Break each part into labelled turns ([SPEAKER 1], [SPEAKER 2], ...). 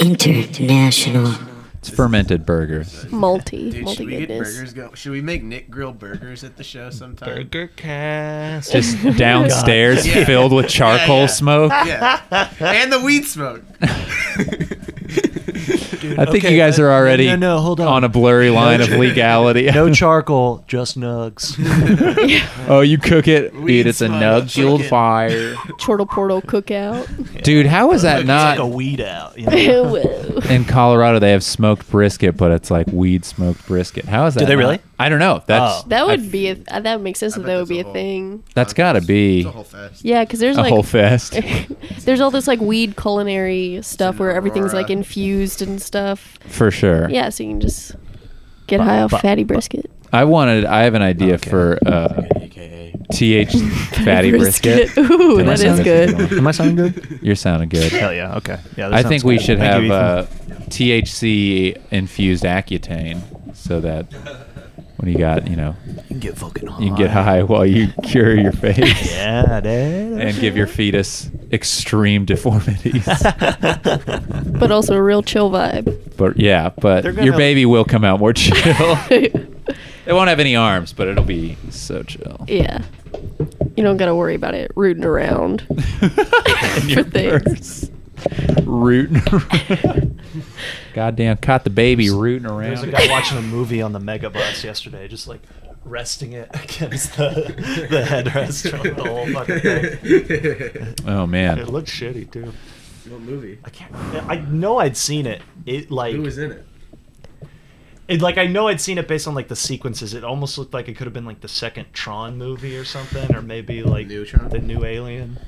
[SPEAKER 1] International.
[SPEAKER 2] It's fermented burgers.
[SPEAKER 3] Multi.
[SPEAKER 4] Dude,
[SPEAKER 3] multi
[SPEAKER 4] should we get
[SPEAKER 3] goodness.
[SPEAKER 4] burgers? Go. Should we make Nick grill burgers at the show sometime?
[SPEAKER 5] Burger Cast.
[SPEAKER 2] Just
[SPEAKER 4] Oh
[SPEAKER 2] downstairs
[SPEAKER 4] Yeah.
[SPEAKER 2] filled with charcoal
[SPEAKER 4] Yeah, yeah.
[SPEAKER 2] smoke.
[SPEAKER 4] Yeah, and the weed smoke.
[SPEAKER 2] I think you guys are already
[SPEAKER 5] No, no, hold on.
[SPEAKER 2] on a blurry line of legality.
[SPEAKER 5] no charcoal, just nugs.
[SPEAKER 2] Oh, you cook it,
[SPEAKER 4] Weed
[SPEAKER 2] dude. It's a
[SPEAKER 4] smoke,
[SPEAKER 2] nug fueled
[SPEAKER 4] fucking-
[SPEAKER 2] fire,
[SPEAKER 3] Chortle portal cookout.
[SPEAKER 2] dude. How is that
[SPEAKER 5] like
[SPEAKER 2] not
[SPEAKER 5] a weed out. You know?
[SPEAKER 3] Whoa.
[SPEAKER 2] in Colorado? They have smoked brisket, but it's like weed smoked brisket. How is that?
[SPEAKER 5] they
[SPEAKER 2] not-
[SPEAKER 5] really?
[SPEAKER 2] I don't know. That's
[SPEAKER 5] Oh.
[SPEAKER 3] That
[SPEAKER 2] I-
[SPEAKER 3] would be a, uh, that would make sense if
[SPEAKER 4] bet
[SPEAKER 3] that would
[SPEAKER 4] that's
[SPEAKER 3] be
[SPEAKER 4] a
[SPEAKER 3] a
[SPEAKER 4] whole-
[SPEAKER 3] thing.
[SPEAKER 2] that's got to be
[SPEAKER 4] It's a whole fest.
[SPEAKER 3] Yeah, because there's
[SPEAKER 2] a
[SPEAKER 3] like
[SPEAKER 2] whole fest.
[SPEAKER 3] there's all this like weed culinary stuff
[SPEAKER 4] an
[SPEAKER 3] where everything's
[SPEAKER 4] aurora.
[SPEAKER 3] like infused and stuff.
[SPEAKER 2] For sure.
[SPEAKER 3] Yeah, so you can just get high off
[SPEAKER 5] bu-
[SPEAKER 3] fatty brisket.
[SPEAKER 2] I wanted. I have an idea
[SPEAKER 5] Okay.
[SPEAKER 2] for uh,
[SPEAKER 5] AKA.
[SPEAKER 2] th fatty brisket.
[SPEAKER 3] Ooh,
[SPEAKER 2] Am I
[SPEAKER 3] that is
[SPEAKER 2] sounding
[SPEAKER 3] good.
[SPEAKER 5] Am I sounding good?
[SPEAKER 2] You're sounding good.
[SPEAKER 5] Hell yeah. Okay. Yeah. that
[SPEAKER 2] I
[SPEAKER 5] sounds
[SPEAKER 2] think we
[SPEAKER 5] good.
[SPEAKER 2] should
[SPEAKER 5] Thank
[SPEAKER 2] have
[SPEAKER 5] you,
[SPEAKER 2] uh,
[SPEAKER 5] Ethan.
[SPEAKER 2] THC infused Accutane so that when you got, you know,
[SPEAKER 5] You can get fucking high.
[SPEAKER 2] you can get high while you cure your face
[SPEAKER 5] Yeah, dude.
[SPEAKER 2] and give your fetus extreme deformities.
[SPEAKER 3] But also a real chill vibe.
[SPEAKER 2] but yeah, but
[SPEAKER 5] They're
[SPEAKER 2] your
[SPEAKER 5] gonna-
[SPEAKER 2] baby will come out more chill. it won't have any arms, but it'll be so chill.
[SPEAKER 3] yeah. You don't gotta worry about it rooting around.
[SPEAKER 2] In your
[SPEAKER 3] For things.
[SPEAKER 2] purse. Rooting around. Goddamn, caught the baby rooting
[SPEAKER 5] There's a
[SPEAKER 2] around.
[SPEAKER 5] guy watching a movie on the megabus yesterday, just like resting it against the, the headrest from the whole fucking thing.
[SPEAKER 2] Oh,
[SPEAKER 5] It
[SPEAKER 2] man.
[SPEAKER 5] looked shitty too.
[SPEAKER 4] What movie?
[SPEAKER 5] I can't. I know I'd seen it. It like
[SPEAKER 4] Who was in it?
[SPEAKER 5] it like I know I'd seen it based on like the sequences. It almost looked like it could have been like the second Tron movie or something, or maybe like
[SPEAKER 4] New Tron?
[SPEAKER 5] the new Alien.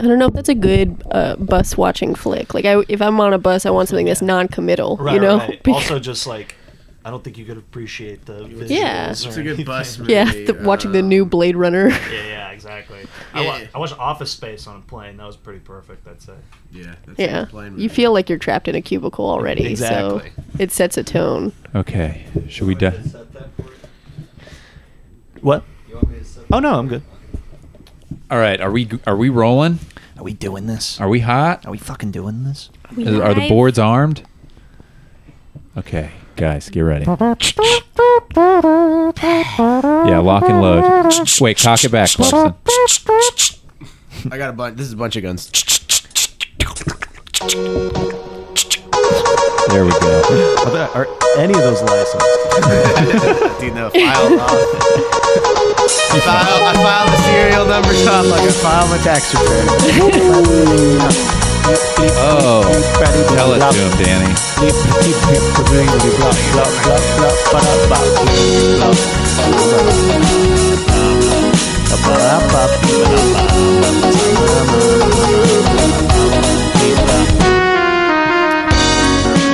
[SPEAKER 3] I don't know if that's a good uh, bus watching flick. Like, I, if I'm on a bus, I want something that's non committal,
[SPEAKER 5] Right.
[SPEAKER 3] you know?
[SPEAKER 5] right.
[SPEAKER 3] Because-
[SPEAKER 5] Also, just like I don't think you could appreciate the visuals.
[SPEAKER 3] Yeah.
[SPEAKER 5] or
[SPEAKER 3] It's
[SPEAKER 4] It's a good
[SPEAKER 5] anything.
[SPEAKER 4] bus movie.
[SPEAKER 3] yeah, the, watching the
[SPEAKER 4] um,
[SPEAKER 3] new Blade Runner.
[SPEAKER 5] Yeah, yeah, exactly. I, wa-
[SPEAKER 4] Yeah.
[SPEAKER 5] I watched Office Space on a plane. That was pretty perfect. I'd say.
[SPEAKER 4] Yeah, that's
[SPEAKER 3] yeah.
[SPEAKER 4] a plane movie.
[SPEAKER 3] You feel like you're trapped in a cubicle already.
[SPEAKER 5] Exactly.
[SPEAKER 3] So it sets a tone.
[SPEAKER 2] Okay, should we do?
[SPEAKER 5] What? Oh no, I'm good.
[SPEAKER 2] All right, are we are we rolling?
[SPEAKER 5] Are we doing this?
[SPEAKER 2] Are we hot?
[SPEAKER 5] we fucking doing this?
[SPEAKER 2] Is- are the boards armed? Okay, guys, get ready. Yeah, lock and load. Wait, cock it back, Clarkson.
[SPEAKER 4] I got a bunch. This is a bunch of guns.
[SPEAKER 2] There we go.
[SPEAKER 5] Are, there, are any of those licensed?
[SPEAKER 4] Dude, no, file off. I file, I file the serial numbers off like I file my tax return.
[SPEAKER 2] Oh, tell it to him, Danny.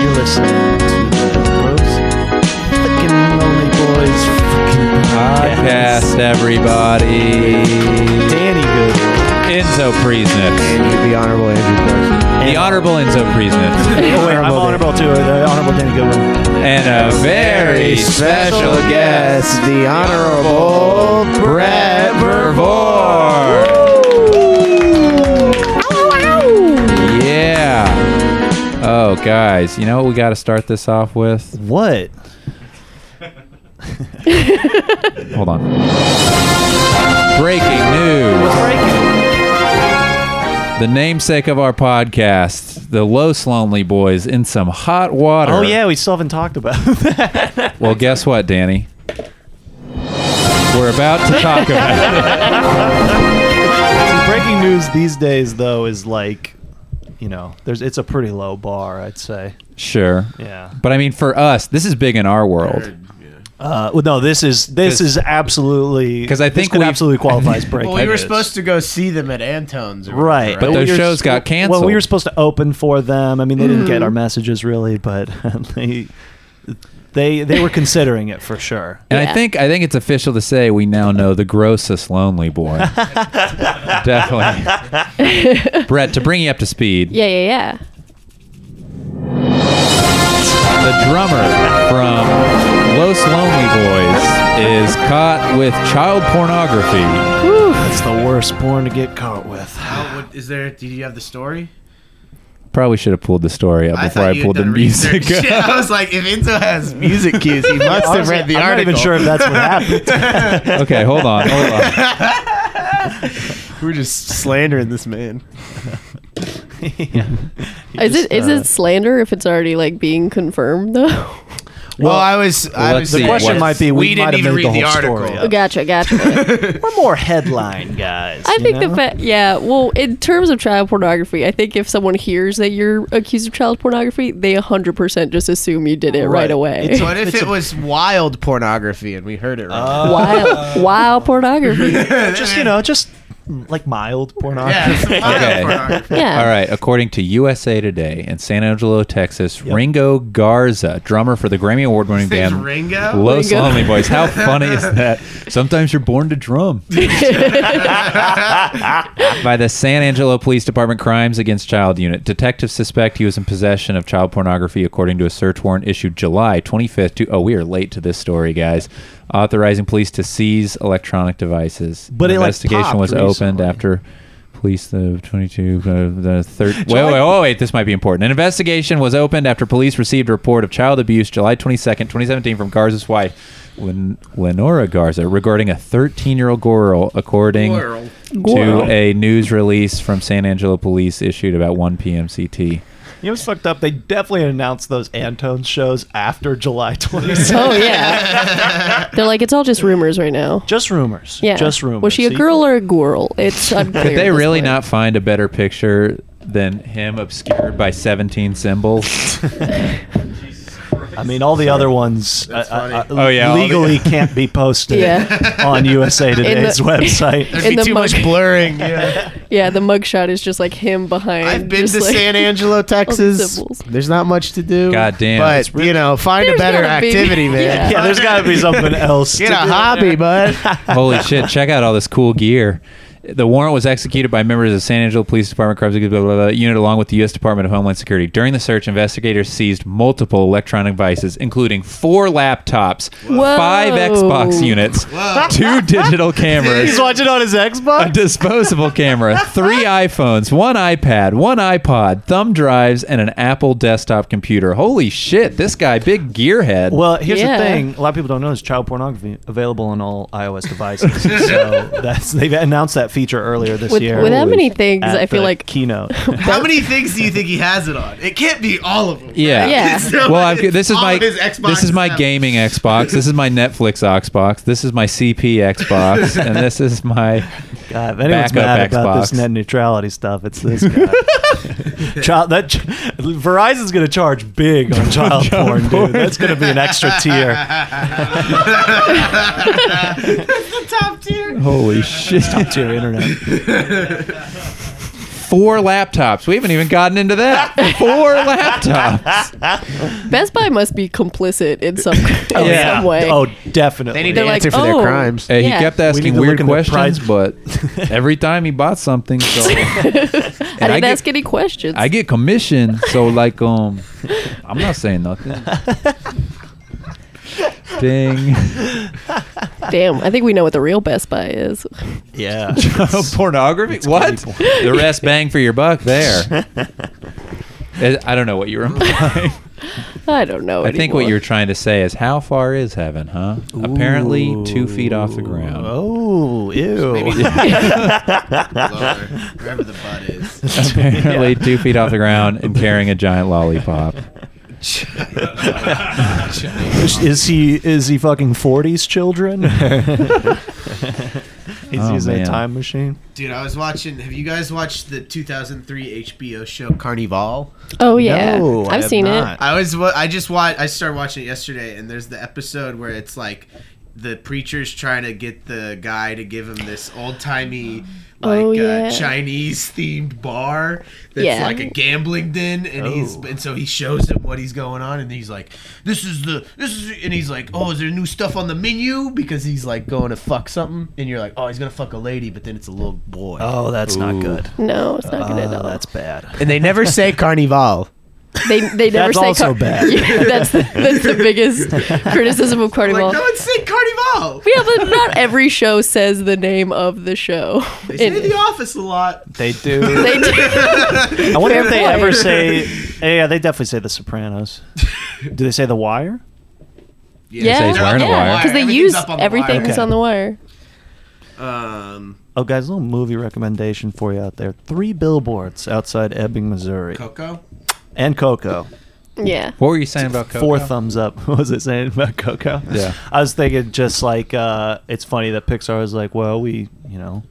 [SPEAKER 5] You're listening to the Gross Fucking Lonely Boys fucking
[SPEAKER 2] Podcast, everybody.
[SPEAKER 5] Danny Good.
[SPEAKER 2] Enzo Priesnitz,
[SPEAKER 4] And you'd be honorable Andrew Carson.
[SPEAKER 2] the Honorable Enzo Priesnitz,
[SPEAKER 5] Oh, wait, I'm honorable too. The honorable Danny Goodwin.
[SPEAKER 2] and a very special guest,
[SPEAKER 4] the honorable
[SPEAKER 2] Brett Vervor. Yeah. Oh, guys, you know what we got to start this off with?
[SPEAKER 5] What?
[SPEAKER 2] Hold on. Breaking news. The namesake of our podcast, the Los Lonely Boys, in some hot water.
[SPEAKER 5] Oh yeah, we still haven't talked about that.
[SPEAKER 2] Well, guess what, Danny? We're about to talk about it.
[SPEAKER 5] See, breaking news these days though is like, you know, there's it's a pretty low bar, I'd say.
[SPEAKER 2] Sure.
[SPEAKER 5] Yeah.
[SPEAKER 2] But I mean, for us, this is big in our world.
[SPEAKER 5] Uh, well, no, this is this is absolutely
[SPEAKER 2] 'Cause I
[SPEAKER 5] this
[SPEAKER 2] think
[SPEAKER 5] could
[SPEAKER 2] we've-
[SPEAKER 5] absolutely qualifies breaking.
[SPEAKER 4] Well, we were
[SPEAKER 5] news.
[SPEAKER 4] supposed to go see them at Antone's. Or
[SPEAKER 5] Right,
[SPEAKER 4] Whatever,
[SPEAKER 2] But
[SPEAKER 4] right?
[SPEAKER 2] those
[SPEAKER 5] we were
[SPEAKER 2] shows
[SPEAKER 5] sp-
[SPEAKER 2] got
[SPEAKER 5] Well, we were
[SPEAKER 2] canceled.
[SPEAKER 5] supposed to open for them. I mean, they didn't get
[SPEAKER 4] Hmm.
[SPEAKER 5] our messages really, but they they they were considering it for sure.
[SPEAKER 2] And I
[SPEAKER 3] Yeah.
[SPEAKER 2] think I think it's official to say we now know the grossest lonely boy. Definitely. Brett, to bring you up to speed,
[SPEAKER 3] Yeah, yeah, yeah.
[SPEAKER 2] the drummer from Los Lonely Boys is caught with child pornography.
[SPEAKER 5] That's the worst porn to get caught with.
[SPEAKER 4] Oh, what, is there? Did you have the story?
[SPEAKER 2] Probably should have pulled the story up before I,
[SPEAKER 4] you had
[SPEAKER 2] pulled the
[SPEAKER 4] done
[SPEAKER 2] music.
[SPEAKER 4] research.
[SPEAKER 2] up.
[SPEAKER 4] I was like, if Enzo has music cues, he must have read the
[SPEAKER 5] I'm
[SPEAKER 4] article.
[SPEAKER 5] not even sure if that's what happened.
[SPEAKER 2] okay, hold on, hold on.
[SPEAKER 4] We're just slandering this man.
[SPEAKER 3] Is it is
[SPEAKER 4] uh,
[SPEAKER 3] it slander if it's already like being confirmed though?
[SPEAKER 4] Well, I was. I
[SPEAKER 2] let's
[SPEAKER 4] was
[SPEAKER 2] see.
[SPEAKER 5] the question
[SPEAKER 2] Yes.
[SPEAKER 5] might be we,
[SPEAKER 4] We didn't
[SPEAKER 5] might have
[SPEAKER 4] even
[SPEAKER 5] made
[SPEAKER 4] read the
[SPEAKER 5] whole
[SPEAKER 4] article.
[SPEAKER 5] story
[SPEAKER 4] Oh,
[SPEAKER 5] up.
[SPEAKER 3] gotcha, gotcha.
[SPEAKER 5] We're more headline guys.
[SPEAKER 3] I
[SPEAKER 5] you
[SPEAKER 3] think
[SPEAKER 5] know?
[SPEAKER 3] the fact, yeah. Well, in terms of child pornography, I think if someone hears that you're accused of child pornography, they 100% just assume you did it right,
[SPEAKER 5] Right.
[SPEAKER 3] away.
[SPEAKER 5] It's
[SPEAKER 4] What if it was wild pornography and we heard it right?
[SPEAKER 3] wild, wild pornography.
[SPEAKER 5] just you know, just like mild
[SPEAKER 4] yeah,
[SPEAKER 5] pornography.
[SPEAKER 4] it's wild
[SPEAKER 2] Okay.
[SPEAKER 4] pornography.
[SPEAKER 3] Yeah.
[SPEAKER 2] All right. According to USA Today in San Angelo, Texas,
[SPEAKER 5] Yep.
[SPEAKER 2] Ringo Garza, drummer for the Grammy award-winning
[SPEAKER 4] His name's
[SPEAKER 2] band
[SPEAKER 4] Ringo?
[SPEAKER 2] Los
[SPEAKER 3] Ringo.
[SPEAKER 2] Lonely Boys. How funny is that? Sometimes you're born to drum. By the San Angelo Police Department Crimes Against Child Unit, detectives suspect he was in possession of child pornography, according to a search warrant issued July 25th. To, oh, we are late to this story, guys. Authorizing police to seize electronic devices.
[SPEAKER 5] But
[SPEAKER 2] An
[SPEAKER 5] it, like,
[SPEAKER 2] investigation
[SPEAKER 5] popped
[SPEAKER 2] was opened
[SPEAKER 5] recently.
[SPEAKER 2] after police the 22 uh, the third wait, wait, wait, wait this might be important an investigation was opened after police received a report of child abuse july 22nd 2017 from garza's wife Len- lenora garza regarding a 13 year old girl according
[SPEAKER 4] Girl.
[SPEAKER 2] to a news release from san angelo police issued about 1 p.m ct
[SPEAKER 5] You know what's fucked up? They definitely announced those Antone shows after July 26th.
[SPEAKER 3] oh, yeah. They're like, it's all just rumors right now.
[SPEAKER 5] just rumors.
[SPEAKER 3] Yeah.
[SPEAKER 5] Just rumors.
[SPEAKER 3] Was she a
[SPEAKER 5] See?
[SPEAKER 3] girl or a girl? It's unclear.
[SPEAKER 2] could
[SPEAKER 3] at
[SPEAKER 2] they
[SPEAKER 3] this
[SPEAKER 2] really
[SPEAKER 3] point.
[SPEAKER 2] not find a better picture than him obscured by 17 symbols
[SPEAKER 5] I mean, all the other ones uh,
[SPEAKER 4] funny.
[SPEAKER 5] uh,
[SPEAKER 2] Oh, yeah, all the-
[SPEAKER 5] legally can't be posted
[SPEAKER 3] Yeah.
[SPEAKER 5] on USA Today's
[SPEAKER 3] the-
[SPEAKER 5] website.
[SPEAKER 3] In
[SPEAKER 4] Be
[SPEAKER 3] the
[SPEAKER 4] too much
[SPEAKER 3] mug.
[SPEAKER 4] blurring. Yeah.
[SPEAKER 3] Yeah, the mugshot is just like him behind.
[SPEAKER 4] I've been
[SPEAKER 3] just
[SPEAKER 4] to
[SPEAKER 3] like-
[SPEAKER 4] San Angelo, Texas.
[SPEAKER 3] symbols.
[SPEAKER 4] There's not much to do.
[SPEAKER 2] God damn.
[SPEAKER 4] But
[SPEAKER 2] It's
[SPEAKER 4] you know, find a
[SPEAKER 3] There's
[SPEAKER 4] better
[SPEAKER 3] gotta be-
[SPEAKER 4] activity, man.
[SPEAKER 3] Yeah.
[SPEAKER 5] yeah, there's got to be something else.
[SPEAKER 4] Get
[SPEAKER 5] to
[SPEAKER 4] a
[SPEAKER 5] do.
[SPEAKER 4] hobby, bud.
[SPEAKER 2] Holy shit! Check out all this cool gear. The warrant was executed by members of the San Angelo Police Department Crimes Against blah, blah, blah, unit, along with the U.S. Department of Homeland Security. During the search, investigators seized multiple electronic devices, including four laptops,
[SPEAKER 3] Whoa.
[SPEAKER 2] five Xbox units, two digital
[SPEAKER 5] He's
[SPEAKER 2] cameras,
[SPEAKER 5] watching on his
[SPEAKER 2] a
[SPEAKER 5] Xbox.
[SPEAKER 2] disposable camera, three iPhones, one iPad, one iPod, thumb drives, and an Apple desktop computer. Holy shit! This guy, big gearhead.
[SPEAKER 5] Well, here's
[SPEAKER 3] Yeah.
[SPEAKER 5] the thing: a lot of people don't know is child pornography available on all iOS devices. so that's they've announced that feature earlier this
[SPEAKER 3] With-
[SPEAKER 5] year.
[SPEAKER 3] with that many things,
[SPEAKER 5] at
[SPEAKER 3] I feel
[SPEAKER 5] the
[SPEAKER 3] like-
[SPEAKER 5] keynote.
[SPEAKER 4] How many things do you think he has it on? It can't be all of them.
[SPEAKER 2] Yeah.
[SPEAKER 3] Yeah.
[SPEAKER 4] So
[SPEAKER 2] well, I'm,
[SPEAKER 4] it's
[SPEAKER 2] this is
[SPEAKER 4] all
[SPEAKER 2] my
[SPEAKER 4] of his Xbox
[SPEAKER 2] this is my
[SPEAKER 4] stuff.
[SPEAKER 2] gaming Xbox. This is my Netflix Xbox. This is my CP Xbox, and this is my.
[SPEAKER 5] God, if anyone's
[SPEAKER 2] Backup
[SPEAKER 5] mad about this
[SPEAKER 2] Xbox.
[SPEAKER 5] net neutrality stuff, it's this guy. child, that ch- Verizon's going to charge big on child porn, dude. That's going to be an extra tier.
[SPEAKER 4] Top tier.
[SPEAKER 2] Holy shit!
[SPEAKER 5] Top tier internet.
[SPEAKER 2] Four laptops. We haven't even gotten into that. Four laptops.
[SPEAKER 3] Best Buy must be complicit in some, Oh, in
[SPEAKER 2] yeah.
[SPEAKER 3] some way.
[SPEAKER 5] Oh, definitely.
[SPEAKER 4] They need
[SPEAKER 3] They're
[SPEAKER 4] to
[SPEAKER 3] like,
[SPEAKER 4] answer for their
[SPEAKER 3] oh.
[SPEAKER 4] crimes.
[SPEAKER 2] Uh, he
[SPEAKER 3] Yeah.
[SPEAKER 2] kept
[SPEAKER 5] We need
[SPEAKER 2] asking
[SPEAKER 5] to
[SPEAKER 2] weird
[SPEAKER 5] look into
[SPEAKER 2] questions,
[SPEAKER 5] price.
[SPEAKER 2] but every time he bought something, so and
[SPEAKER 3] I didn't
[SPEAKER 2] get,
[SPEAKER 3] ask any questions.
[SPEAKER 2] I get commission. So like, um, I'm not saying nothing. Ding.
[SPEAKER 3] Damn, I think we know what the real Best Buy is.
[SPEAKER 5] yeah.
[SPEAKER 3] Oh,
[SPEAKER 2] pornography? What? The rest bang for your buck there. I I don't know what you were implying.
[SPEAKER 3] I don't know.
[SPEAKER 2] I think what you're trying to say is how far is heaven, huh? Apparently two feet off the ground.
[SPEAKER 5] Oh, ew.
[SPEAKER 4] Lower, wherever the butt is.
[SPEAKER 2] Apparently
[SPEAKER 5] Yeah.
[SPEAKER 2] two feet off the ground and carrying a giant lollipop.
[SPEAKER 5] Is- Is he is he fucking forties children? Oh, He's
[SPEAKER 2] Oh,
[SPEAKER 5] using
[SPEAKER 2] man.
[SPEAKER 5] a time machine.
[SPEAKER 4] Dude, I was watching. Have you guys watched the 2003 HBO show Carnival?
[SPEAKER 3] Oh yeah,
[SPEAKER 5] No, I
[SPEAKER 3] I've
[SPEAKER 5] have
[SPEAKER 3] seen
[SPEAKER 5] not.
[SPEAKER 4] I was. wa- I just watched. I started watching it yesterday, and there's the episode where it's like the preacher's trying to get the guy to give him this old timey. Like
[SPEAKER 3] Oh,
[SPEAKER 4] uh,
[SPEAKER 3] yeah.
[SPEAKER 4] Chinese themed bar that's
[SPEAKER 3] Yeah.
[SPEAKER 4] like a gambling den, and he's
[SPEAKER 5] Oh.
[SPEAKER 4] and so he shows him what he's going on, and he's like, "This is the this is," and he's like, "Oh, is there new stuff on the menu?" Because he's like going to fuck something, and you're like, "Oh, he's gonna fuck a lady," but then it's a little boy,
[SPEAKER 5] Oh, that's not good.
[SPEAKER 3] it. No, it's not good at
[SPEAKER 5] Oh,
[SPEAKER 4] Uh,
[SPEAKER 3] all.
[SPEAKER 5] that's bad.
[SPEAKER 4] and they never say Carnival.
[SPEAKER 3] They they never
[SPEAKER 5] That's
[SPEAKER 3] say
[SPEAKER 5] also bad.
[SPEAKER 3] Yeah, that's the, that's the biggest criticism of Carnival.
[SPEAKER 4] Like, no, it's say Carnival. know.
[SPEAKER 3] Yeah, but not every show says the name of the show.
[SPEAKER 4] They say
[SPEAKER 3] in
[SPEAKER 4] The
[SPEAKER 3] it.
[SPEAKER 4] Office a lot.
[SPEAKER 5] They do.
[SPEAKER 3] They do.
[SPEAKER 5] I wonder if
[SPEAKER 3] Fair
[SPEAKER 5] they
[SPEAKER 3] point.
[SPEAKER 5] ever say. Yeah, they definitely say The Sopranos. Do they say The Wire?
[SPEAKER 2] say
[SPEAKER 3] Yeah,
[SPEAKER 2] he's wearing a wire.
[SPEAKER 3] because they
[SPEAKER 4] Everything's
[SPEAKER 3] use
[SPEAKER 4] up on the wire.
[SPEAKER 3] everything that's
[SPEAKER 5] Okay.
[SPEAKER 3] on the wire.
[SPEAKER 4] Um,
[SPEAKER 5] Oh, guys, a little movie recommendation for you out there. Three billboards outside Ebbing, Missouri,
[SPEAKER 4] Coco.
[SPEAKER 5] and Coco.
[SPEAKER 3] Yeah.
[SPEAKER 2] What were you saying about Coco?
[SPEAKER 5] Four thumbs up. What was it saying about Coco?
[SPEAKER 2] Yeah.
[SPEAKER 5] I was thinking just like uh, it's funny that Pixar is like, well, we, you know,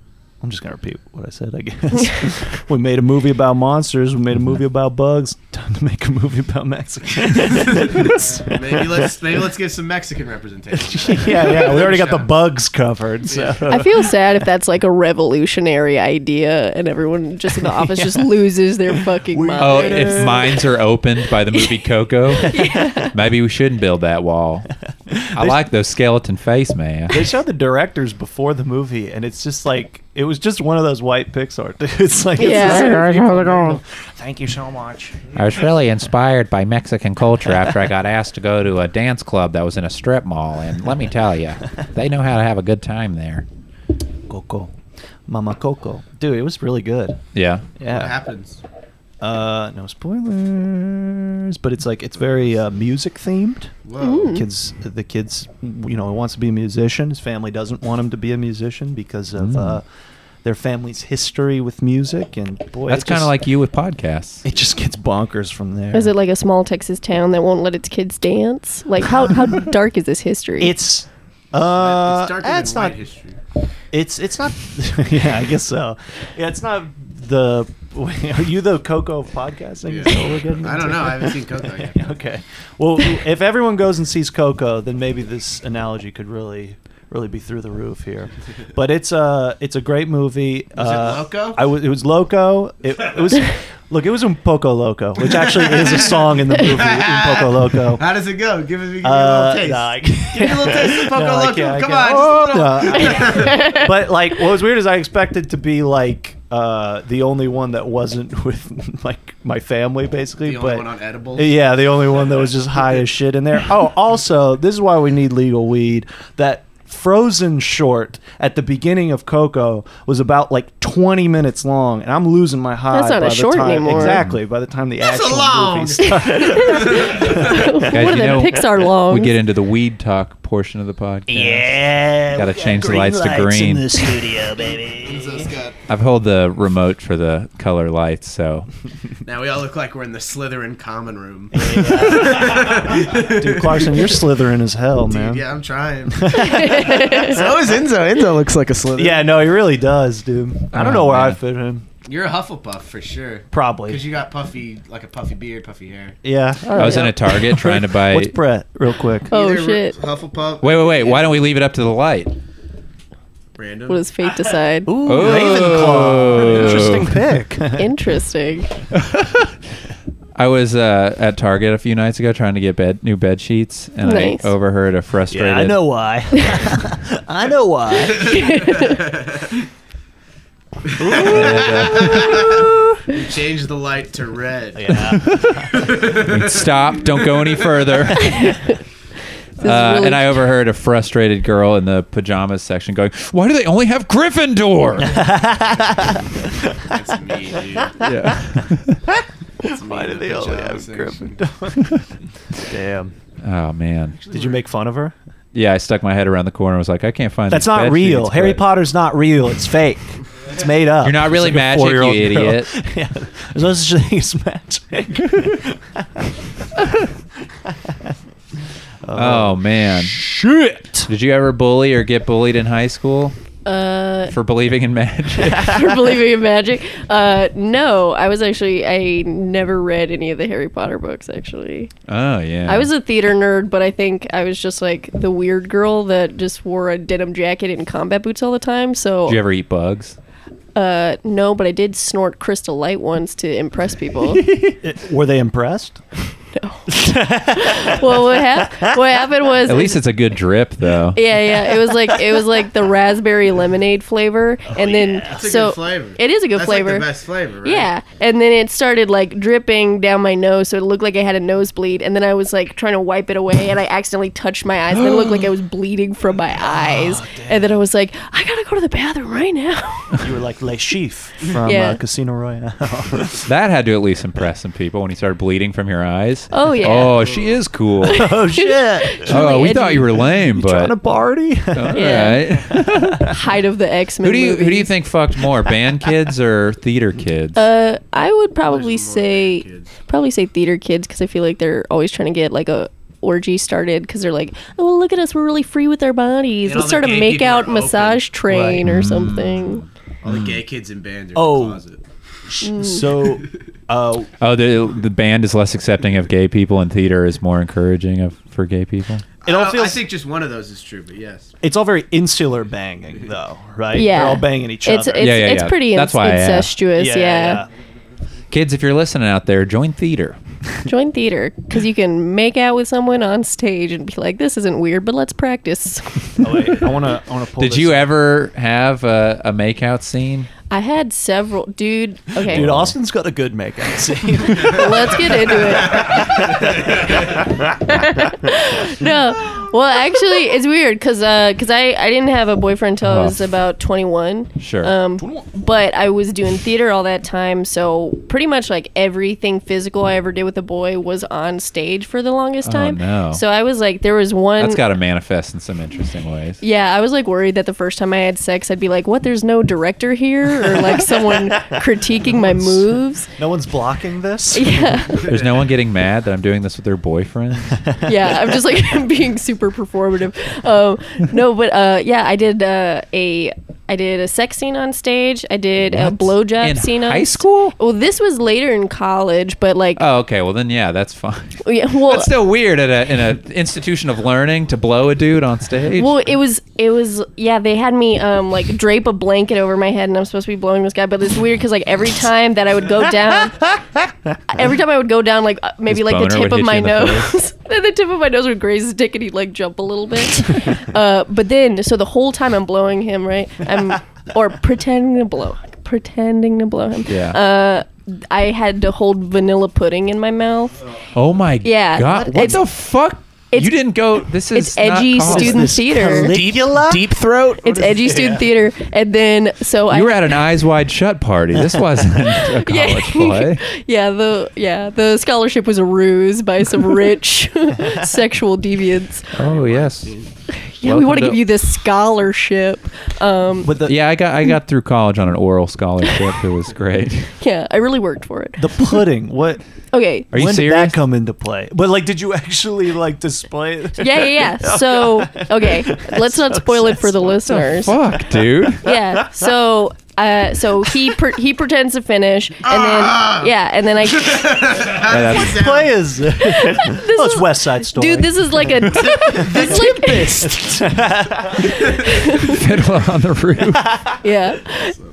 [SPEAKER 5] I'm just gonna repeat what I said. I guess we made a movie about monsters. We made a movie about bugs. Time to make a movie about Mexicans.
[SPEAKER 4] Maybe let's maybe let's give some Mexican representation.
[SPEAKER 5] yeah, yeah. We already got the bugs covered. So.
[SPEAKER 3] I feel sad if that's like a revolutionary idea and everyone just in the office just loses their fucking mind.
[SPEAKER 2] Oh, if mines are opened by the movie Coco, maybe we shouldn't build that wall. I like those skeleton face, man.
[SPEAKER 5] They showed the directors before the movie, and it's just like it was just one of those white Pixar. It's like it's
[SPEAKER 3] Yeah.
[SPEAKER 5] the same
[SPEAKER 3] Hey,
[SPEAKER 5] people.
[SPEAKER 1] Thank you so much.
[SPEAKER 2] I was really inspired by Mexican culture after I got asked to go to a dance club that was in a strip mall, and let me tell you, they know how to have a good time there.
[SPEAKER 5] Coco, Mama Coco, dude, it was really good.
[SPEAKER 2] Yeah.
[SPEAKER 4] What
[SPEAKER 5] Yeah.
[SPEAKER 4] happens?
[SPEAKER 5] Uh, no spoilers, but it's like it's very uh, music themed.
[SPEAKER 4] Whoa.
[SPEAKER 5] Kids, the kids, you know, wants to be a musician. His family doesn't want him to be a musician because
[SPEAKER 2] Mm.
[SPEAKER 5] of uh, their family's history with music, and boy,
[SPEAKER 2] That's
[SPEAKER 5] it
[SPEAKER 2] kind of
[SPEAKER 5] just-
[SPEAKER 2] like you with podcasts.
[SPEAKER 5] it just gets bonkers from there.
[SPEAKER 3] Is it like a small Texas town that won't let its kids dance? Like how how dark is this history?
[SPEAKER 5] It's uh,
[SPEAKER 4] it's darker
[SPEAKER 5] eh,
[SPEAKER 4] than
[SPEAKER 5] it's
[SPEAKER 4] white
[SPEAKER 5] not.
[SPEAKER 4] history.
[SPEAKER 5] It's it's not. yeah, I guess so. Yeah, it's not the. Are you the Coco of podcasting? Is that what we're getting
[SPEAKER 4] I don't
[SPEAKER 5] into?
[SPEAKER 4] know. I haven't seen Coco yet.
[SPEAKER 5] okay. Well, if everyone goes and sees Coco, then maybe this analogy could really, really be through the roof here. But it's a it's a great movie. Was
[SPEAKER 4] it Loco?
[SPEAKER 5] I was. It was Loco. It, it was. Look, it was Un Poco Loco, which actually is a song in the movie, Un Poco Loco.
[SPEAKER 4] How does it go? Give us give me
[SPEAKER 5] Oh.
[SPEAKER 4] a
[SPEAKER 5] Uh,
[SPEAKER 4] little taste.
[SPEAKER 5] nah, I
[SPEAKER 4] give me a little taste of Poco
[SPEAKER 5] No, I
[SPEAKER 4] Loco.
[SPEAKER 5] can't, I
[SPEAKER 4] Come on.
[SPEAKER 5] can't.
[SPEAKER 4] just a little-
[SPEAKER 5] Oh, no. but like, what was weird is I expected to be like uh, the only one that wasn't with like my family, basically.
[SPEAKER 4] The
[SPEAKER 5] but
[SPEAKER 4] only one on edibles.
[SPEAKER 5] Uh, yeah, the only one that was just high as shit in there. Oh, also, this is why we need legal weed. That frozen short at the beginning of Coco was about like 20 minutes long, and I'm losing my high.
[SPEAKER 3] That's not
[SPEAKER 5] by
[SPEAKER 3] a
[SPEAKER 5] the
[SPEAKER 3] short
[SPEAKER 5] time-
[SPEAKER 3] anymore.
[SPEAKER 5] Exactly. By the time the
[SPEAKER 4] That's a
[SPEAKER 5] actual
[SPEAKER 4] long.
[SPEAKER 5] movie started.
[SPEAKER 3] what are
[SPEAKER 2] you
[SPEAKER 3] the
[SPEAKER 2] know,
[SPEAKER 3] Pixar long?
[SPEAKER 2] We get into the weed talk portion of the podcast.
[SPEAKER 1] Yeah.
[SPEAKER 2] Gotta
[SPEAKER 1] we
[SPEAKER 2] change the
[SPEAKER 1] green
[SPEAKER 2] lights to green.
[SPEAKER 1] In the studio, baby.
[SPEAKER 4] So it's got-
[SPEAKER 2] I've held the remote for the color lights, so
[SPEAKER 4] Now we all look like we're in the Slytherin common room.
[SPEAKER 5] Dude, Clarkson, you're slithering as hell, man.
[SPEAKER 4] Yeah, I'm trying.
[SPEAKER 1] so is Enzo. Enzo looks like a slither.
[SPEAKER 5] Yeah, no, he really does, dude. I don't
[SPEAKER 2] Oh,
[SPEAKER 5] know where I
[SPEAKER 2] man.
[SPEAKER 5] fit him.
[SPEAKER 4] You're a Hufflepuff for sure.
[SPEAKER 5] Probably.
[SPEAKER 4] Because you got puffy, like a puffy beard, puffy hair.
[SPEAKER 5] yeah.
[SPEAKER 2] I was in a Target trying to buy.
[SPEAKER 5] What's
[SPEAKER 2] Wait,
[SPEAKER 5] Brett, real quick?
[SPEAKER 3] Oh,
[SPEAKER 4] Either
[SPEAKER 3] shit.
[SPEAKER 4] Hufflepuff.
[SPEAKER 2] wait, wait! Why don't we leave it up to the light?
[SPEAKER 4] Random.
[SPEAKER 3] what does fate decide?
[SPEAKER 5] Ooh,
[SPEAKER 2] Oh.
[SPEAKER 5] Ravenclaw. Interesting pick.
[SPEAKER 3] Interesting.
[SPEAKER 2] I was uh, at Target a few nights ago trying to get bed new bed sheets, and
[SPEAKER 3] Nice.
[SPEAKER 2] I overheard a frustrated.
[SPEAKER 5] Yeah, I know why. I know why.
[SPEAKER 2] uh,
[SPEAKER 4] You change the light to red.
[SPEAKER 2] Stop! Don't go any further.
[SPEAKER 3] This is
[SPEAKER 2] Uh,
[SPEAKER 3] really-
[SPEAKER 2] and I overheard a frustrated girl in the pajamas section going, "Why do they only have Gryffindor?"
[SPEAKER 4] That's me, dude.
[SPEAKER 2] yeah.
[SPEAKER 4] That's me in the pajama section.
[SPEAKER 5] Damn.
[SPEAKER 2] Oh man.
[SPEAKER 5] Did you make fun of her?
[SPEAKER 2] Yeah, I stuck my head around the corner. and was like, "I can't find."
[SPEAKER 5] That's
[SPEAKER 2] these bed
[SPEAKER 5] not real.
[SPEAKER 2] sheets,
[SPEAKER 5] Harry
[SPEAKER 2] but-
[SPEAKER 5] Potter's not real. It's fake. It's made up.
[SPEAKER 2] You're not really
[SPEAKER 5] It's a
[SPEAKER 2] magic, you
[SPEAKER 5] four-year-old girl.
[SPEAKER 2] idiot.
[SPEAKER 5] yeah. There's no such thing as magic. Uh,
[SPEAKER 2] Oh man.
[SPEAKER 5] Shit.
[SPEAKER 2] Did you ever bully or get bullied in high school
[SPEAKER 3] uh,
[SPEAKER 2] for believing in magic?
[SPEAKER 3] for believing in magic. Uh, no, I was actually I never read any of the Harry Potter books. Actually,
[SPEAKER 2] oh yeah.
[SPEAKER 3] I was a theater nerd, but I think I was just like the weird girl that just wore a denim jacket and combat boots all the time. So
[SPEAKER 2] Did you ever eat bugs?
[SPEAKER 3] uh, no, but I did snort Crystal Light once to impress people.
[SPEAKER 5] Were they impressed?
[SPEAKER 3] no. well, what, hap- what happened was
[SPEAKER 2] At least it's a good drip, though.
[SPEAKER 3] yeah, yeah. It was like it was like the raspberry lemonade flavor, and then
[SPEAKER 4] That's Oh, a
[SPEAKER 3] so
[SPEAKER 4] good flavor.
[SPEAKER 3] it is a good
[SPEAKER 4] That's
[SPEAKER 3] flavor.
[SPEAKER 4] Like the best flavor, right?
[SPEAKER 3] Yeah, and then it started like dripping down my nose, so it looked like I had a nosebleed. And then I was like trying to wipe it away, and I accidentally touched my eyes, and it looked like I was bleeding from
[SPEAKER 5] Oh,
[SPEAKER 3] my eyes. and then I was like, I gotta go to the bathroom right now.
[SPEAKER 5] You were like Le Chiffre from
[SPEAKER 3] Yeah.
[SPEAKER 5] uh, Casino Royale.
[SPEAKER 2] That had to at least impress some people when he started bleeding from your eyes.
[SPEAKER 3] Oh, yeah.
[SPEAKER 2] Oh, she is cool.
[SPEAKER 5] oh shit!
[SPEAKER 2] oh, we
[SPEAKER 3] edgy.
[SPEAKER 2] thought you were lame, but
[SPEAKER 5] Trying to party?
[SPEAKER 2] all
[SPEAKER 3] Yeah.
[SPEAKER 2] right.
[SPEAKER 3] Height of the X Men.
[SPEAKER 2] Who do you who do you think fucked more, band kids or theater kids?
[SPEAKER 3] Uh, I would probably
[SPEAKER 4] There's more band
[SPEAKER 3] say
[SPEAKER 4] kids.
[SPEAKER 3] probably say theater kids because I feel like they're always trying to get like a orgy started because they're like, oh well, look at us, we're really free with our bodies.
[SPEAKER 4] And all
[SPEAKER 3] Let's
[SPEAKER 4] the
[SPEAKER 3] start a
[SPEAKER 4] gay
[SPEAKER 3] make
[SPEAKER 4] people are
[SPEAKER 3] out
[SPEAKER 4] open.
[SPEAKER 3] massage train or something.
[SPEAKER 4] All the gay kids in bands are
[SPEAKER 5] Oh.
[SPEAKER 4] in the closet. Mm.
[SPEAKER 5] so, uh,
[SPEAKER 2] oh, the the band is less accepting of gay people, and theater is more encouraging of for gay people.
[SPEAKER 5] it
[SPEAKER 4] I,
[SPEAKER 5] all
[SPEAKER 4] don't- I
[SPEAKER 5] feels.
[SPEAKER 4] think just one of those is true, but yes.
[SPEAKER 5] it's all very insular banging, though, right?
[SPEAKER 3] Yeah,
[SPEAKER 5] They're all banging each
[SPEAKER 3] it's,
[SPEAKER 5] other.
[SPEAKER 3] It's,
[SPEAKER 2] Yeah, yeah,
[SPEAKER 3] it's
[SPEAKER 2] yeah.
[SPEAKER 3] pretty
[SPEAKER 2] That's
[SPEAKER 3] ins-
[SPEAKER 2] why I asked.
[SPEAKER 3] incestuous. Yeah,
[SPEAKER 2] Kids, if you're listening out there, join theater.
[SPEAKER 3] join theater because you can make out with someone on stage and be like, this isn't weird, but let's practice.
[SPEAKER 5] yeah. Oh, wait, I want to. I want to pull.
[SPEAKER 2] Did
[SPEAKER 5] this-
[SPEAKER 2] you ever have a, a makeout scene?
[SPEAKER 3] I had several, dude. Okay,
[SPEAKER 5] Dude, Austin's got a good makeup scene.
[SPEAKER 3] Let's get into it. no, well, actually, it's weird because I I didn't have a boyfriend until I was
[SPEAKER 2] Uh-huh.
[SPEAKER 3] about twenty one.
[SPEAKER 2] Sure.
[SPEAKER 3] Um, but I was doing theater all that time, so pretty much like everything physical I ever did with a boy was on stage for the longest
[SPEAKER 2] Oh,
[SPEAKER 3] time.
[SPEAKER 2] no.
[SPEAKER 3] So I was like, there was one.
[SPEAKER 2] That's got to manifest in some interesting ways.
[SPEAKER 3] Yeah, I was like worried that the first time I had sex, I'd be like, "What? There's no director here, or like someone critiquing my moves."
[SPEAKER 5] no one's blocking this.
[SPEAKER 3] Yeah,
[SPEAKER 2] There's no one getting mad that I'm doing this with their boyfriend.
[SPEAKER 3] yeah i'm just like being super performative um no but uh yeah i did uh a i did a sex scene on stage i did a
[SPEAKER 2] What?
[SPEAKER 3] blowjob
[SPEAKER 2] In
[SPEAKER 3] scene on
[SPEAKER 2] high school?
[SPEAKER 3] well this was later in college but like
[SPEAKER 2] Oh, okay. Well, then, yeah, that's fine.
[SPEAKER 3] yeah, well
[SPEAKER 2] Uh, That's still weird at a in an institution of learning to blow a dude on stage.
[SPEAKER 3] well, it was it was yeah. They had me um like drape a blanket over my head, and I'm supposed to be blowing this guy. But it's weird because like every time that I would go down, every time I would go down, like uh, maybe
[SPEAKER 2] His
[SPEAKER 3] like the
[SPEAKER 2] boner would
[SPEAKER 3] tip of
[SPEAKER 2] hit
[SPEAKER 3] my
[SPEAKER 2] you in the
[SPEAKER 3] nose, the tip of my nose would graze his dick, and he'd like jump a little bit. uh, but then, so the whole time I'm blowing him, right? I'm or pretending to blow, pretending to blow him.
[SPEAKER 2] Yeah.
[SPEAKER 3] Uh, I had to hold vanilla pudding in my mouth.
[SPEAKER 2] oh my
[SPEAKER 3] Yeah,
[SPEAKER 2] god!
[SPEAKER 3] but
[SPEAKER 2] What
[SPEAKER 3] it's-
[SPEAKER 2] the fuck?
[SPEAKER 3] it's-
[SPEAKER 2] You didn't go. This
[SPEAKER 3] It's
[SPEAKER 2] is
[SPEAKER 3] edgy
[SPEAKER 2] not college.
[SPEAKER 3] student theater.
[SPEAKER 1] Deep, deep throat.
[SPEAKER 3] It's edgy student theater, and then so I
[SPEAKER 2] You were at an eyes wide shut party. This wasn't a college play.
[SPEAKER 3] yeah, the yeah, the scholarship was a ruse by some rich sexual deviants.
[SPEAKER 2] Oh yes.
[SPEAKER 3] Yeah, we
[SPEAKER 2] Welcome
[SPEAKER 3] want to
[SPEAKER 2] to-
[SPEAKER 3] give you this scholarship. Um,
[SPEAKER 5] But the,
[SPEAKER 2] Yeah, I got I got through college on an oral scholarship. It was great.
[SPEAKER 3] yeah, I really worked for it.
[SPEAKER 5] the pudding. What?
[SPEAKER 3] Okay.
[SPEAKER 2] Are you
[SPEAKER 5] when
[SPEAKER 2] serious?
[SPEAKER 5] did that come into play? But like, did you actually like display? It?
[SPEAKER 3] Yeah, yeah,
[SPEAKER 2] Oh,
[SPEAKER 3] yeah. So, okay, let's not spoil it for the listeners.
[SPEAKER 2] Fuck, dude.
[SPEAKER 3] Yeah. So, uh, so he per- he pretends to finish, and
[SPEAKER 5] Ah!
[SPEAKER 3] then yeah, and then I,
[SPEAKER 2] Yeah, that's-
[SPEAKER 5] What play is it? oh, it's
[SPEAKER 3] is-
[SPEAKER 5] West Side Story.
[SPEAKER 3] dude, this is like a this is like
[SPEAKER 2] Fiddler on the Roof.
[SPEAKER 3] yeah.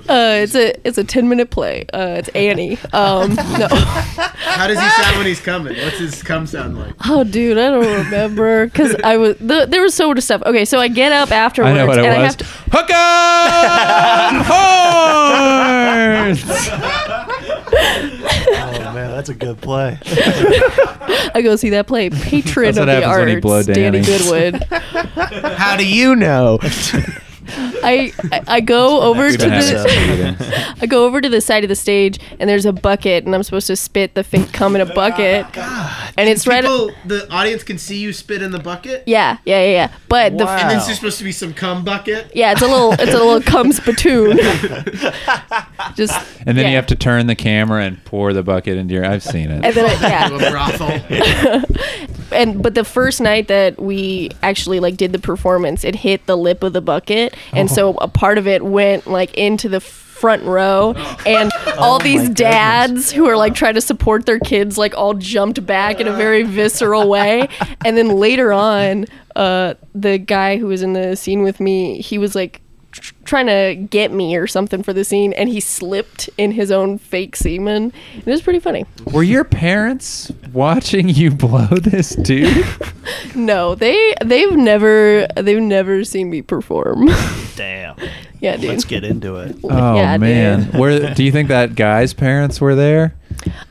[SPEAKER 3] Uh, it's a it's a ten minute play. Uh, it's Annie. Um, no.
[SPEAKER 4] How does he sound when he's coming? What's his cum sound like?
[SPEAKER 3] Oh, dude, I don't remember because I was the, there was so much stuff. Okay, so I get up
[SPEAKER 2] I
[SPEAKER 3] afterwards.
[SPEAKER 2] know what it
[SPEAKER 3] and I
[SPEAKER 2] was.
[SPEAKER 3] have to,
[SPEAKER 2] Hook on horns.
[SPEAKER 5] oh man, that's a good play.
[SPEAKER 3] I go see that play. Patron
[SPEAKER 2] That's
[SPEAKER 3] of
[SPEAKER 2] what
[SPEAKER 3] the
[SPEAKER 2] happens when you
[SPEAKER 3] arts,
[SPEAKER 2] blow
[SPEAKER 3] Danny
[SPEAKER 2] Danny.
[SPEAKER 3] Goodwood.
[SPEAKER 1] How do you know?
[SPEAKER 3] I, I I go over
[SPEAKER 2] We've
[SPEAKER 3] to
[SPEAKER 2] been having
[SPEAKER 3] the
[SPEAKER 2] sex meetings.
[SPEAKER 3] I go over to the side of the stage and there's a bucket and I'm supposed to spit the fake cum in a bucket. and it's right.
[SPEAKER 4] People, the audience can see you spit in the bucket.
[SPEAKER 3] Yeah, yeah, yeah, yeah. But the
[SPEAKER 5] Wow.
[SPEAKER 4] And it's just supposed to be some cum bucket.
[SPEAKER 3] yeah, it's a little it's a little cum spittoon. Just
[SPEAKER 2] And then
[SPEAKER 3] yeah.
[SPEAKER 2] you have to turn the camera and pour the bucket into your. I've seen it.
[SPEAKER 3] and then I, yeah.
[SPEAKER 4] A brothel.
[SPEAKER 3] and but the first night that we actually like did the performance it hit the lip of the bucket and so a part of it went like into the front row and all these dads who are like trying to support their kids like all jumped back in a very visceral way and then later on uh the guy who was in the scene with me he was like tr- trying to get me or something for the scene, and he slipped in his own fake semen. It was pretty funny.
[SPEAKER 2] Were your parents watching you blow this dude?
[SPEAKER 3] No, they they've never they've never seen me perform.
[SPEAKER 5] Damn.
[SPEAKER 3] yeah, dude.
[SPEAKER 5] Let's get into it.
[SPEAKER 2] Oh
[SPEAKER 3] Yeah, dude.
[SPEAKER 2] man, where do you think that guy's parents were there?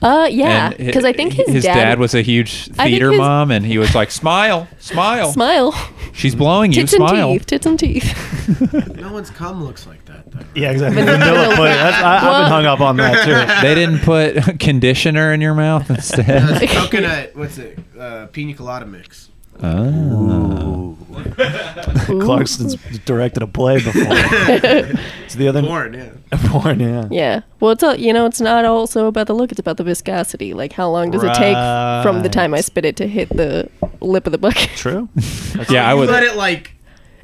[SPEAKER 3] Uh, yeah,
[SPEAKER 2] And hi-
[SPEAKER 3] because I think his,
[SPEAKER 2] dad, was a huge
[SPEAKER 3] I think
[SPEAKER 2] theater
[SPEAKER 3] his-
[SPEAKER 2] mom, and he was like, "Smile, smile,
[SPEAKER 3] smile,
[SPEAKER 2] she's blowing you,
[SPEAKER 3] tits and
[SPEAKER 2] smile."
[SPEAKER 3] teeth, tits and teeth.
[SPEAKER 4] No one's cum looks like that. Though.
[SPEAKER 5] Yeah, exactly.
[SPEAKER 3] Vanilla
[SPEAKER 5] Vanilla
[SPEAKER 3] pudding.
[SPEAKER 5] pudding. That's- I, I've
[SPEAKER 3] Well-
[SPEAKER 5] been hung up on that too.
[SPEAKER 2] They didn't put conditioner in your mouth instead.
[SPEAKER 4] That's coconut. What's it? Uh, pina colada mix.
[SPEAKER 2] Ah. Oh.
[SPEAKER 5] Clarkson's directed a play before. it's the other
[SPEAKER 4] Porn. Yeah.
[SPEAKER 5] Porn, yeah.
[SPEAKER 3] Yeah. Well, it's all, you know, it's not also about the look; it's about the viscosity. Like, how long does it take f- from the time I
[SPEAKER 5] Right.
[SPEAKER 3] spit it to hit the lip of the bucket?
[SPEAKER 5] True.
[SPEAKER 2] Yeah, I
[SPEAKER 4] You
[SPEAKER 2] would.
[SPEAKER 4] let it like.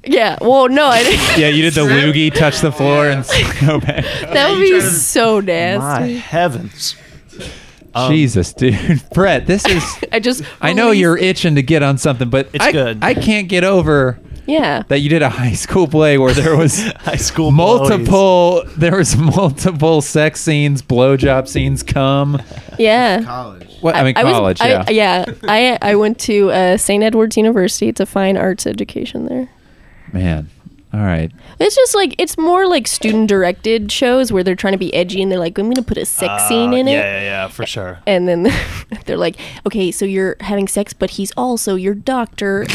[SPEAKER 3] yeah. Well, no, I didn't.
[SPEAKER 2] Yeah, you did the
[SPEAKER 4] Strip?
[SPEAKER 2] loogie, touch the floor, and go back.
[SPEAKER 3] that would
[SPEAKER 4] you
[SPEAKER 3] be
[SPEAKER 4] try to-
[SPEAKER 3] so
[SPEAKER 5] My
[SPEAKER 3] nasty.
[SPEAKER 5] heavens. Um,
[SPEAKER 2] Jesus, dude, Brett, this is.
[SPEAKER 3] I just.
[SPEAKER 2] I know
[SPEAKER 3] released-
[SPEAKER 2] you're itching to get on something, but
[SPEAKER 5] It's
[SPEAKER 2] I,
[SPEAKER 5] good.
[SPEAKER 2] I can't get over
[SPEAKER 3] Yeah.
[SPEAKER 2] that you did a high school play where there was
[SPEAKER 5] High school
[SPEAKER 2] multiple there was multiple sex scenes, blowjob scenes, come.
[SPEAKER 3] yeah.
[SPEAKER 4] College.
[SPEAKER 2] What I, mean,
[SPEAKER 3] was-
[SPEAKER 2] college.
[SPEAKER 3] I-
[SPEAKER 2] yeah.
[SPEAKER 3] I I went to uh, St. Edward's University. It's a fine arts education there.
[SPEAKER 2] Man. All right.
[SPEAKER 3] It's just like it's more like student directed shows where they're trying to be edgy and they're like, I'm gonna put a sex scene in
[SPEAKER 5] Ah, Uh, yeah,
[SPEAKER 3] it.
[SPEAKER 5] yeah, yeah, for sure.
[SPEAKER 3] And then they're like, okay, so you're having sex, but he's also your doctor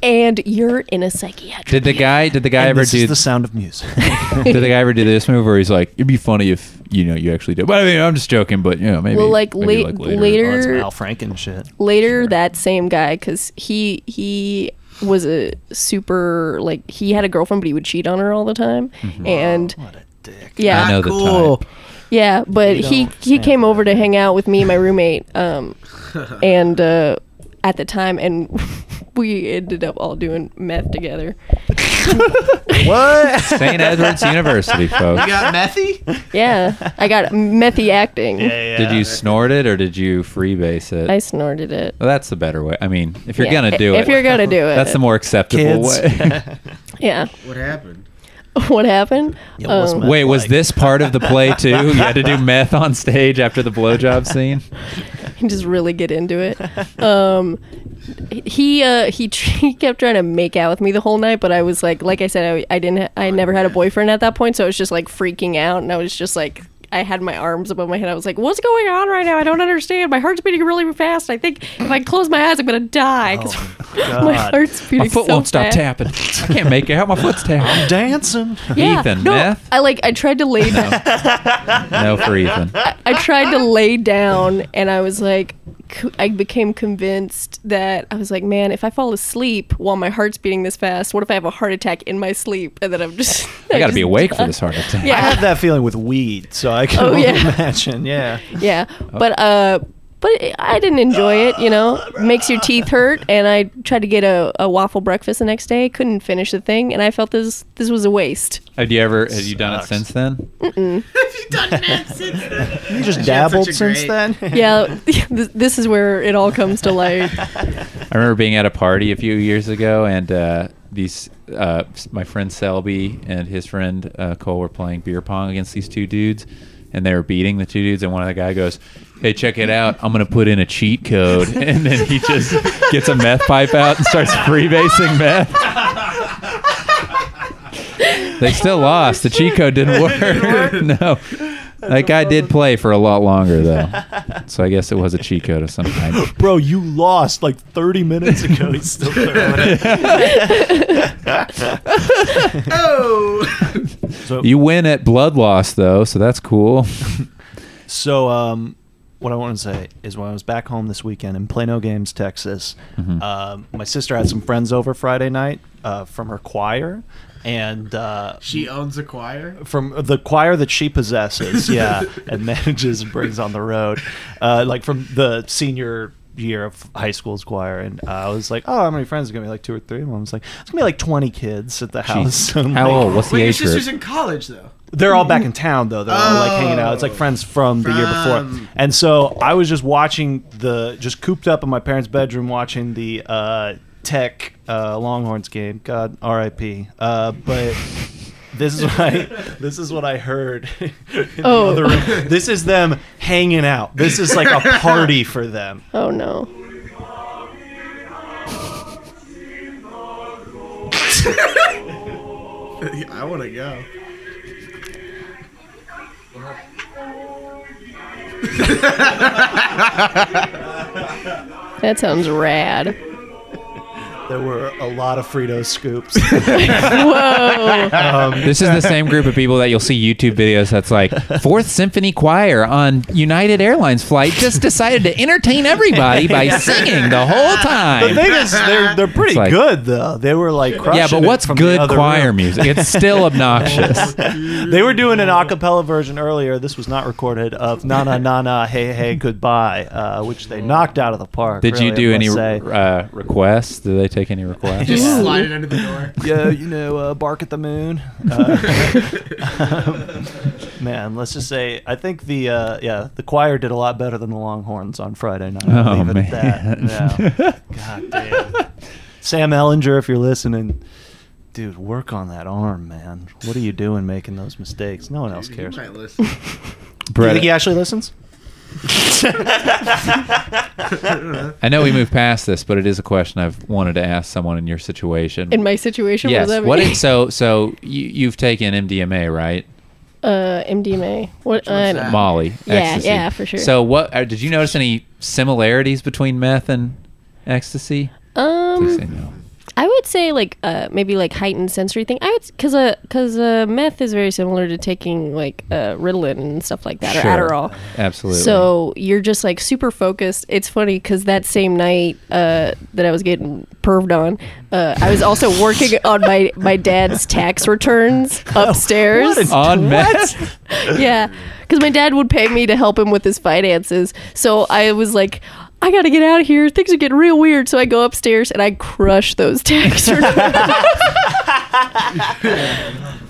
[SPEAKER 3] and you're in a psychiatric.
[SPEAKER 2] Did the guy did the guy
[SPEAKER 5] And
[SPEAKER 2] ever
[SPEAKER 5] this
[SPEAKER 2] do
[SPEAKER 5] is the sound of music.
[SPEAKER 2] did the guy ever do this move where he's like, It'd be funny if you know you actually did but I mean I'm just joking, but you know, maybe,
[SPEAKER 3] Well, like,
[SPEAKER 2] maybe,
[SPEAKER 3] late-
[SPEAKER 5] Oh, that's
[SPEAKER 3] Later-
[SPEAKER 5] Al Franken shit.
[SPEAKER 3] Later, that same guy, because he he was a super like he had a girlfriend, but he would cheat on her all the time, and
[SPEAKER 5] What a dick.
[SPEAKER 3] yeah,
[SPEAKER 2] Mm-hmm. I know the
[SPEAKER 5] Cool.
[SPEAKER 2] type.
[SPEAKER 3] Yeah, but
[SPEAKER 5] You
[SPEAKER 3] he
[SPEAKER 5] don't
[SPEAKER 3] he
[SPEAKER 5] stand
[SPEAKER 3] came
[SPEAKER 5] for
[SPEAKER 3] over
[SPEAKER 5] that.
[SPEAKER 3] to hang out with me and my roommate, um, and uh, at the time, and we ended up all doing meth together.
[SPEAKER 5] What?
[SPEAKER 2] St. Edward's University, folks.
[SPEAKER 4] You got methy?
[SPEAKER 3] Yeah, I got methy acting.
[SPEAKER 2] Did you snort it or did you freebase it?
[SPEAKER 3] I snorted it.
[SPEAKER 2] well, that's the better way. I mean, if you're
[SPEAKER 3] Yeah,
[SPEAKER 2] gonna do
[SPEAKER 3] if
[SPEAKER 2] it,
[SPEAKER 3] you're gonna do it,
[SPEAKER 2] that's the more acceptable
[SPEAKER 5] Kids.
[SPEAKER 2] way.
[SPEAKER 3] yeah.
[SPEAKER 4] What happened?
[SPEAKER 3] What happened?
[SPEAKER 5] Yeah, what's
[SPEAKER 3] Um,
[SPEAKER 5] meth?
[SPEAKER 2] Wait, was
[SPEAKER 5] like-
[SPEAKER 2] this part of the play too? You had to do meth on stage after the blowjob scene.
[SPEAKER 3] and just really get into it. Um, he uh, he he kept trying to make out with me the whole night, but I was like, like I said, I, I didn't, ha- I never had a boyfriend at that point, so I was just like freaking out, and I was just like. I had my arms above my head. I was like, "What's going on right now? I don't understand. My heart's beating really fast. I think if I close my eyes, I'm gonna die 'cause
[SPEAKER 2] Oh,
[SPEAKER 5] God.
[SPEAKER 3] my heart's beating
[SPEAKER 2] My foot
[SPEAKER 3] so
[SPEAKER 2] won't stop
[SPEAKER 3] fast.
[SPEAKER 2] tapping. I can't make it out. My foot's tapping.
[SPEAKER 5] Dancing.
[SPEAKER 3] Yeah,
[SPEAKER 2] Ethan,
[SPEAKER 3] no,
[SPEAKER 2] meth?
[SPEAKER 3] I like. I tried to lay down.
[SPEAKER 2] No for Ethan.
[SPEAKER 3] I tried to lay down and I was like, co- I became convinced that I was like, man, if I fall asleep while my heart's beating this fast, what if I have a heart attack in my sleep and then I'm just.
[SPEAKER 2] I got to be
[SPEAKER 3] just-
[SPEAKER 2] awake for this heart attack.
[SPEAKER 5] I
[SPEAKER 3] Yeah.
[SPEAKER 5] had that feeling with weed, so I can
[SPEAKER 3] Oh,
[SPEAKER 5] only
[SPEAKER 3] yeah.
[SPEAKER 5] imagine. Yeah.
[SPEAKER 3] Yeah. But, uh, but it- I didn't enjoy it, you know. Makes your teeth hurt, and I tried to get a, a waffle breakfast the next day. Couldn't finish the thing, and I felt this this was a waste.
[SPEAKER 2] Have you ever? Have you done it
[SPEAKER 5] Sucks.
[SPEAKER 2] since then?
[SPEAKER 4] You've done meth since then.
[SPEAKER 5] You just
[SPEAKER 4] She had such
[SPEAKER 5] dabbled
[SPEAKER 4] a
[SPEAKER 5] since
[SPEAKER 4] great-
[SPEAKER 5] then?
[SPEAKER 3] Yeah, th- this is where it all comes to light.
[SPEAKER 2] I remember being at a party a few years ago, and uh, these uh, s- my friend Selby and his friend uh, Cole were playing beer pong against these two dudes, and they were beating the two dudes. And one of the guy goes, "Hey, check it out! I'm gonna put in a cheat code," and then he just gets a meth pipe out and starts freebasing meth. they still lost. The cheat code didn't work. no. That guy did play for a lot longer though, so I guess it was a cheat code of some kind.
[SPEAKER 5] Bro, you lost like 30 minutes ago. He's still throwing it.
[SPEAKER 4] Oh.
[SPEAKER 5] So,
[SPEAKER 2] You win at blood loss though, so that's cool.
[SPEAKER 5] so um, what I want to say is when I was back home this weekend in Plano Games, Texas,
[SPEAKER 2] Mm-hmm.
[SPEAKER 5] um, my sister had some friends over Friday night uh, from her choir. And uh,
[SPEAKER 4] She owns a choir.
[SPEAKER 5] from the choir that she possesses, yeah, and manages and brings on the road, uh, like from the senior year of high school's choir. And uh, I was like, oh, how many friends are gonna be like two or three? And I was like, it's gonna be like twenty kids at the house. And I'm
[SPEAKER 2] How
[SPEAKER 5] like-
[SPEAKER 2] old? What's the
[SPEAKER 4] Wait, your
[SPEAKER 2] age
[SPEAKER 4] sister's
[SPEAKER 2] group?
[SPEAKER 4] in college though.
[SPEAKER 5] They're all back in
[SPEAKER 3] Mm-hmm.
[SPEAKER 5] town though. They're all like hanging out. It's like
[SPEAKER 4] Oh.
[SPEAKER 5] friends from the year
[SPEAKER 4] From-
[SPEAKER 5] before. And so I was just watching the, just cooped up in my parents' bedroom watching the uh, Tech uh, Longhorns game. God, R.I.P. Uh, but This is what I, this is what I heard. in the
[SPEAKER 3] Oh.
[SPEAKER 5] other room. This is them hanging out. This is like a party for them.
[SPEAKER 3] Oh no.
[SPEAKER 4] I want to go.
[SPEAKER 3] That sounds rad.
[SPEAKER 5] There were a lot of Frito scoops. Um,
[SPEAKER 2] This is the same group of people that you'll see YouTube videos that's like Fourth Symphony Choir on United Airlines flight just decided to entertain everybody by singing the whole
[SPEAKER 5] The
[SPEAKER 2] time.
[SPEAKER 5] thing is, they're they're pretty
[SPEAKER 2] like-
[SPEAKER 5] good though. They were like crushing
[SPEAKER 2] Yeah, but
[SPEAKER 5] it
[SPEAKER 2] what's
[SPEAKER 5] from the
[SPEAKER 2] good
[SPEAKER 5] other
[SPEAKER 2] choir
[SPEAKER 5] room.
[SPEAKER 2] music? It's still obnoxious.
[SPEAKER 5] They were doing an a cappella version earlier. This was not recorded of "Na Na Na Na Hey Hey Goodbye," uh, which they knocked out of the park.
[SPEAKER 2] Did you
[SPEAKER 5] really,
[SPEAKER 2] do
[SPEAKER 5] I
[SPEAKER 2] any
[SPEAKER 5] must say.
[SPEAKER 2] uh, requests? Did they take any requests?
[SPEAKER 4] Just
[SPEAKER 5] Yeah.
[SPEAKER 4] slide it under the door.
[SPEAKER 5] yeah, you know, uh, bark at the moon. Uh, man, let's just say I think the uh, yeah the choir did a lot better than the Longhorns on Friday night. I'll
[SPEAKER 2] Oh,
[SPEAKER 5] leave it at
[SPEAKER 2] man.
[SPEAKER 5] that. Yeah. God damn. Sam Ellinger, if you're listening, dude, work on that arm, man. What are you doing making those mistakes? No one else
[SPEAKER 4] You
[SPEAKER 5] cares.
[SPEAKER 4] might listen.
[SPEAKER 5] Do you
[SPEAKER 2] Brett,
[SPEAKER 5] think he actually listens?
[SPEAKER 2] I know we moved past this, but it is a question I've wanted to ask someone in your situation.
[SPEAKER 3] In my situation,
[SPEAKER 2] yes.
[SPEAKER 3] what does that
[SPEAKER 2] What
[SPEAKER 3] mean?
[SPEAKER 2] is, so so you, you've taken MDMA, right?
[SPEAKER 3] uh, MDMA. What? I
[SPEAKER 4] that?
[SPEAKER 3] don't-
[SPEAKER 2] Molly.
[SPEAKER 3] Uh, Yeah,
[SPEAKER 2] ecstasy.
[SPEAKER 3] yeah, for sure.
[SPEAKER 2] So what uh, did you notice any similarities between meth and ecstasy? Please say
[SPEAKER 3] um,
[SPEAKER 2] no.
[SPEAKER 3] I would say like uh, maybe like heightened sensory thing. I would because uh, cause, uh, meth is very similar to taking like uh, Ritalin and stuff like that
[SPEAKER 2] Sure.
[SPEAKER 3] or Adderall.
[SPEAKER 2] Absolutely.
[SPEAKER 3] So you're just like super focused. It's funny because that same night uh, that I was getting perved on, uh, I was also working on my my dad's tax returns upstairs.
[SPEAKER 5] Oh, what a-
[SPEAKER 2] on meth.
[SPEAKER 3] yeah, because my dad would pay me to help him with his finances. So I was like. I gotta get out of here. Things are getting real weird. So I go upstairs and I crush those tax returns.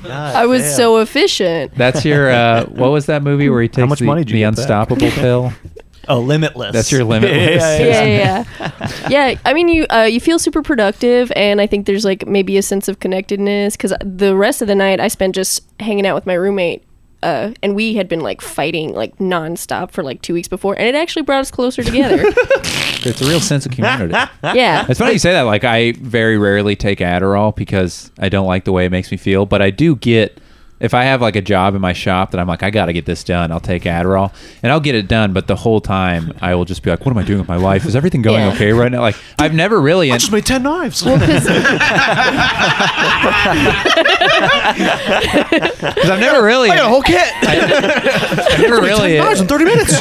[SPEAKER 3] I was so efficient.
[SPEAKER 2] That's your uh, what was that movie where he takes
[SPEAKER 5] much
[SPEAKER 2] the,
[SPEAKER 5] money did you
[SPEAKER 2] the
[SPEAKER 5] get back?
[SPEAKER 2] unstoppable pill?
[SPEAKER 5] oh limitless.
[SPEAKER 2] That's your limitless.
[SPEAKER 5] Yeah, yeah,
[SPEAKER 3] yeah, yeah, yeah. Yeah, I mean, you uh, you feel super productive, and I think there's like maybe a sense of connectedness because the rest of the night I spent just hanging out with my roommate, uh, and we had been like fighting like nonstop for like two weeks before, and it actually brought us closer together.
[SPEAKER 2] It's a real sense of community.
[SPEAKER 3] yeah,
[SPEAKER 2] It's funny you say that. Like I very rarely take Adderall because I don't like the way it makes me feel. But I do get if I have like a job in my shop that I'm like I got to get this done. I'll take Adderall and I'll get it done. But the whole time I will just be like, what am I doing with my life? Is everything going
[SPEAKER 3] Yeah.
[SPEAKER 2] okay right now? Like I've never really.
[SPEAKER 5] I just made ten knives.
[SPEAKER 2] Because I've never really. I got a whole kit. I, never really.
[SPEAKER 5] thirty minutes.